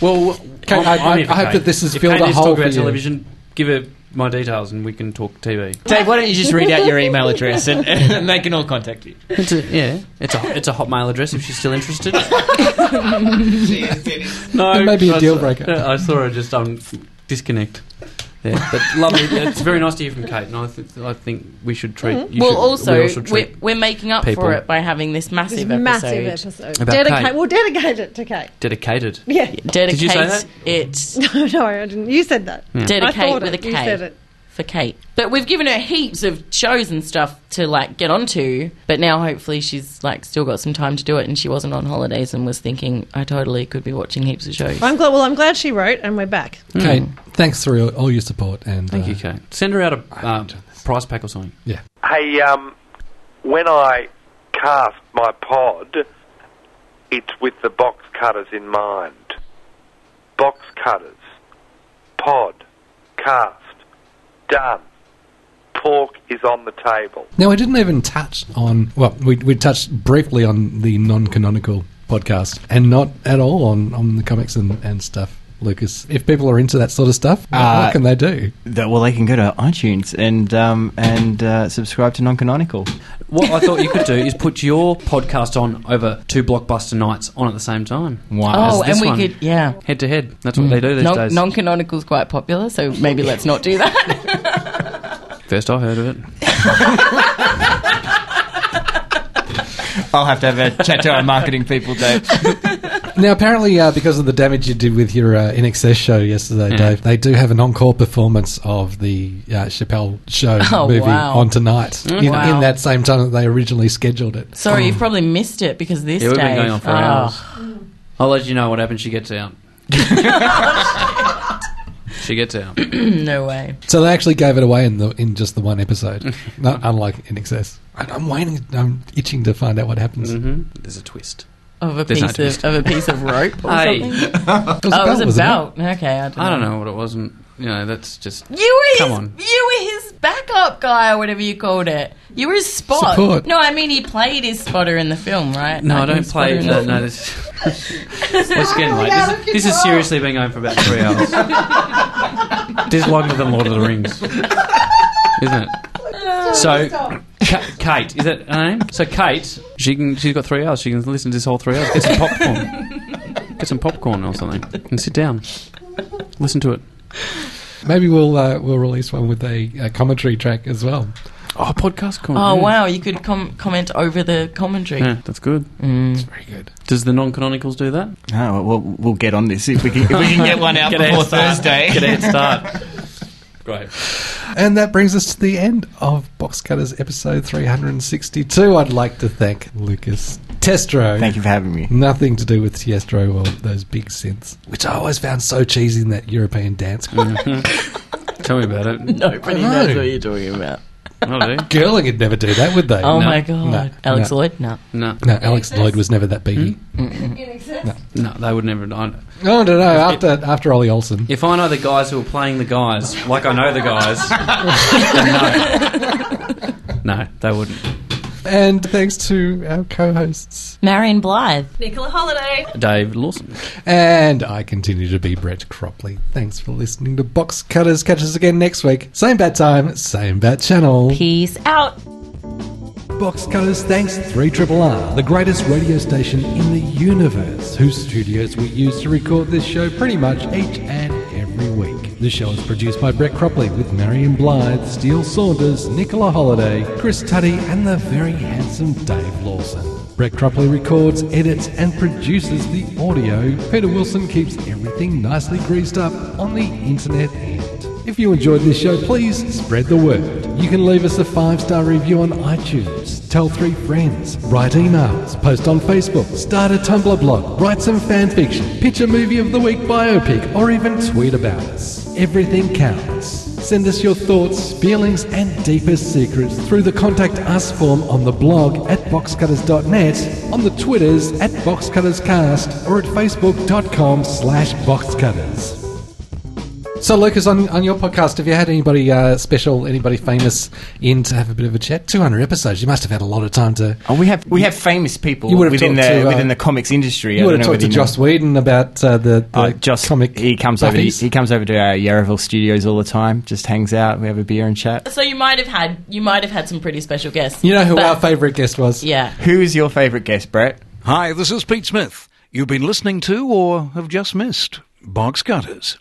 Speaker 2: well,
Speaker 4: Kate,
Speaker 2: I'm-
Speaker 4: I-
Speaker 2: I'm
Speaker 4: I-
Speaker 2: here for
Speaker 4: I hope
Speaker 2: Kate.
Speaker 4: that this has
Speaker 2: If
Speaker 4: filled
Speaker 2: Kate
Speaker 4: a
Speaker 2: needs to
Speaker 4: hole
Speaker 2: talk
Speaker 4: for
Speaker 2: about
Speaker 4: you.
Speaker 2: television. Give her my details and we can talk TV.
Speaker 3: Dave, why don't you just read out your email
Speaker 2: (laughs)
Speaker 3: address and, and they can all contact you?
Speaker 2: It's a, yeah, it's a it's a hotmail address if she's still
Speaker 3: (laughs)
Speaker 2: interested. no,
Speaker 4: It may be a
Speaker 2: I
Speaker 4: deal
Speaker 2: saw-
Speaker 4: breaker.
Speaker 2: I saw her just um disconnect. there. But
Speaker 3: (laughs)
Speaker 2: lovely. it's very nice to hear from Kate, and I, th- I think we should treat.
Speaker 3: Mm-hmm.
Speaker 5: Mhm.
Speaker 2: You
Speaker 5: well,
Speaker 2: should, we
Speaker 5: also,
Speaker 2: all should
Speaker 5: we're,
Speaker 2: treat
Speaker 5: we're making up
Speaker 2: people.
Speaker 5: for it by having this massive
Speaker 6: This
Speaker 5: episode.
Speaker 6: massive episode.
Speaker 2: About
Speaker 6: Dedicate.
Speaker 2: Kate.
Speaker 6: We'll dedicate it to Kate. (laughs)
Speaker 2: dedicated.
Speaker 6: Yeah.
Speaker 5: Dedicate
Speaker 2: Did you say that?
Speaker 5: it.
Speaker 6: No, (laughs) no, I didn't. You said that.
Speaker 2: Yeah.
Speaker 5: Dedicate
Speaker 6: I thought
Speaker 5: with
Speaker 6: it.
Speaker 5: a
Speaker 6: You
Speaker 5: K.
Speaker 6: said it.
Speaker 5: for Kate. But we've given her heaps of shows and stuff to like get onto. But now hopefully she's like still got some time to do it, and she wasn't on holidays and was thinking I totally could be watching heaps of shows.
Speaker 6: I'm glad. Well, I'm glad she wrote, and we're back.
Speaker 4: Kate, thanks for your- all your support. And
Speaker 2: Hmm. Thank
Speaker 4: uh,
Speaker 2: you, Kate. Send her out a um, prize pack or something.
Speaker 4: Yeah.
Speaker 14: Hey, um, when I cast my pod, (laughs) it's with the box cutters in mind. Box cutters, pod, cast, done. Pork is on the table.
Speaker 4: Now, we didn't even touch on, well, we, we touched briefly on the non canonical podcast and not at all on, on the comics and, and stuff, Lucas. If people are into that sort of stuff,
Speaker 3: Uh,
Speaker 4: what can they do?
Speaker 3: That, well, they can go to iTunes and um, and uh, subscribe to Non Canonical.
Speaker 2: What I thought you could do is put your podcast on over two blockbuster nights on at the same time.
Speaker 3: Wow.
Speaker 5: Oh,
Speaker 2: As this
Speaker 5: and we
Speaker 2: one.
Speaker 5: could- yeah.
Speaker 2: head to head. That's what they do these
Speaker 5: Non-
Speaker 2: days.
Speaker 5: non-canonical's quite popular, so
Speaker 2: (laughs)
Speaker 5: maybe let's not do that. (laughs)
Speaker 2: First I heard of it.
Speaker 3: I'll have to have a chat to our marketing people, Dave.
Speaker 4: Now, apparently, uh, because of the damage you did with your uh, NXS show yesterday,
Speaker 5: Mm.
Speaker 3: Yeah.
Speaker 4: Dave, they do have an encore performance of the uh, Chappelle show
Speaker 5: (laughs) Oh,
Speaker 4: movie
Speaker 5: wow.
Speaker 4: on tonight
Speaker 5: Mm.
Speaker 4: in,
Speaker 5: Wow.
Speaker 4: in that same time that they originally scheduled it. Um,
Speaker 5: Sorry, you've probably missed it because this
Speaker 2: yeah, we've
Speaker 5: day.
Speaker 2: been going on for hours. I'll let you know what happens. She gets out. she gets out.
Speaker 5: oh, (clears throat) no way.
Speaker 4: So they actually gave it away in the in just the one episode,
Speaker 5: Mm.
Speaker 4: not unlike NXS. And I'm waiting. I'm itching to find out what happens.
Speaker 5: Mm.
Speaker 2: Mm-hmm. There's a twist.
Speaker 5: Of a
Speaker 2: There's no
Speaker 5: piece of,
Speaker 2: twist.
Speaker 5: of a piece of rope or
Speaker 2: Hey.
Speaker 5: something.
Speaker 2: It
Speaker 5: oh,
Speaker 2: was a
Speaker 5: it was
Speaker 2: belt, wasn't it?
Speaker 5: a belt. Okay, I don't,
Speaker 2: I don't know what it wasn't. You know, that's just.
Speaker 5: You were
Speaker 2: Come
Speaker 5: his,
Speaker 2: on.
Speaker 5: you were his backup guy or whatever you called it. You were his spot.
Speaker 2: Support.
Speaker 5: No, I mean he played his spotter in the film, right?
Speaker 2: No, I
Speaker 5: Like, he
Speaker 2: don't
Speaker 5: was spotter
Speaker 2: play.
Speaker 5: in
Speaker 2: No,
Speaker 5: the
Speaker 2: no,
Speaker 5: film.
Speaker 2: this. (laughs) Once again, mate, this, this has seriously been going for about three hours. this is longer than Lord of the Rings, isn't it? So, Ka- Kate, is that her name? So, Kate, she can. She's got three hours. She can listen to this whole three hours. Get some popcorn. Get some popcorn or something, and sit down. Listen to it.
Speaker 4: Maybe we'll uh, we'll release one with a, a commentary track as well.
Speaker 2: Oh, podcast
Speaker 5: Oh wow, you could com- comment over the commentary.
Speaker 2: Yeah, that's good.
Speaker 5: It's
Speaker 4: very good.
Speaker 2: Does the non-canonicals do that?
Speaker 3: Oh, we'll, we'll get on this if we can, if we can get one out
Speaker 2: Get a
Speaker 3: before
Speaker 2: head start.
Speaker 3: Thursday.
Speaker 2: Get a head start. Great.
Speaker 4: And that brings us to the end of Box Cutters episode 362. I'd like to thank Lucas Testro.
Speaker 3: Thank you for having me.
Speaker 4: Nothing to do with Testro or those big synths, which I always found so cheesy in that European dance.
Speaker 2: Tell me about it.
Speaker 5: Nobody
Speaker 4: I know.
Speaker 5: knows what you're talking about.
Speaker 2: I do.
Speaker 4: Girling would never do that, would they?
Speaker 5: Oh
Speaker 4: No.
Speaker 5: my god,
Speaker 4: No.
Speaker 5: Alex
Speaker 4: No.
Speaker 5: Lloyd? No.
Speaker 2: No.
Speaker 4: No, Alex Lloyd was never that beaky.
Speaker 2: No, they would never. I,
Speaker 4: No, Oh, no, no. After after Ollie Olsen,
Speaker 2: if I know the guys who are playing the guys, like I know the guys, (laughs) then no, no, they wouldn't.
Speaker 4: and thanks to our co-hosts,
Speaker 5: Marion Blythe.
Speaker 6: Nicola Holiday.
Speaker 2: Dave Lawson.
Speaker 4: and I continue to be Brett Cropley. Thanks for listening to Box Cutters. Catch us again next week, same bat time, same bat channel.
Speaker 5: Peace out.
Speaker 4: Box Cutters thanks 3 R, the greatest radio station in the universe, whose studios we use to record this show pretty much each and every week. The show is produced by Brett Cropley with Marion Blythe, Steele Saunders, Nicola Holiday, Chris Tuddy, and the very handsome Dave Lawson. Brett Cropley records, edits, and produces the audio. Peter Wilson keeps everything nicely greased up on the internet end. If you enjoyed this show, please spread the word. You can leave us a five star review on iTunes, tell three friends, write emails, post on Facebook, start a Tumblr blog, write some fan fiction, pitch a movie of the week biopic, or even tweet about us. Everything counts. Send us your thoughts, feelings, and deepest secrets through the Contact Us form on the blog at boxcutters.net, on the Twitters at boxcutterscast, or at facebook.com slash boxcutters. So, Lucas, on, on your podcast, have you had anybody uh, special, anybody famous in to have a bit of a chat? 200 episodes. You must have had a lot of time to.
Speaker 3: Oh, we have we have famous people
Speaker 4: You would have
Speaker 3: within the
Speaker 4: talked to, uh,
Speaker 3: within the comics industry. I
Speaker 4: you would
Speaker 3: don't
Speaker 4: have
Speaker 3: know
Speaker 4: talked to
Speaker 3: whether you know-
Speaker 4: Joss Whedon about uh, the, the
Speaker 3: Uh, Joss,
Speaker 4: comic.
Speaker 3: he comes over. To,
Speaker 4: Buffy's.
Speaker 3: he comes over to our Yarraville studios all the time. Just hangs out. We have a beer and chat.
Speaker 5: So you might have had you might have had some pretty special guests.
Speaker 4: You know who
Speaker 5: But-
Speaker 4: our favourite guest was?
Speaker 5: Yeah.
Speaker 3: Who is your favourite guest, Brett?
Speaker 15: Hi, this is Pete Smith. You've been listening to or have just missed Box Cutters.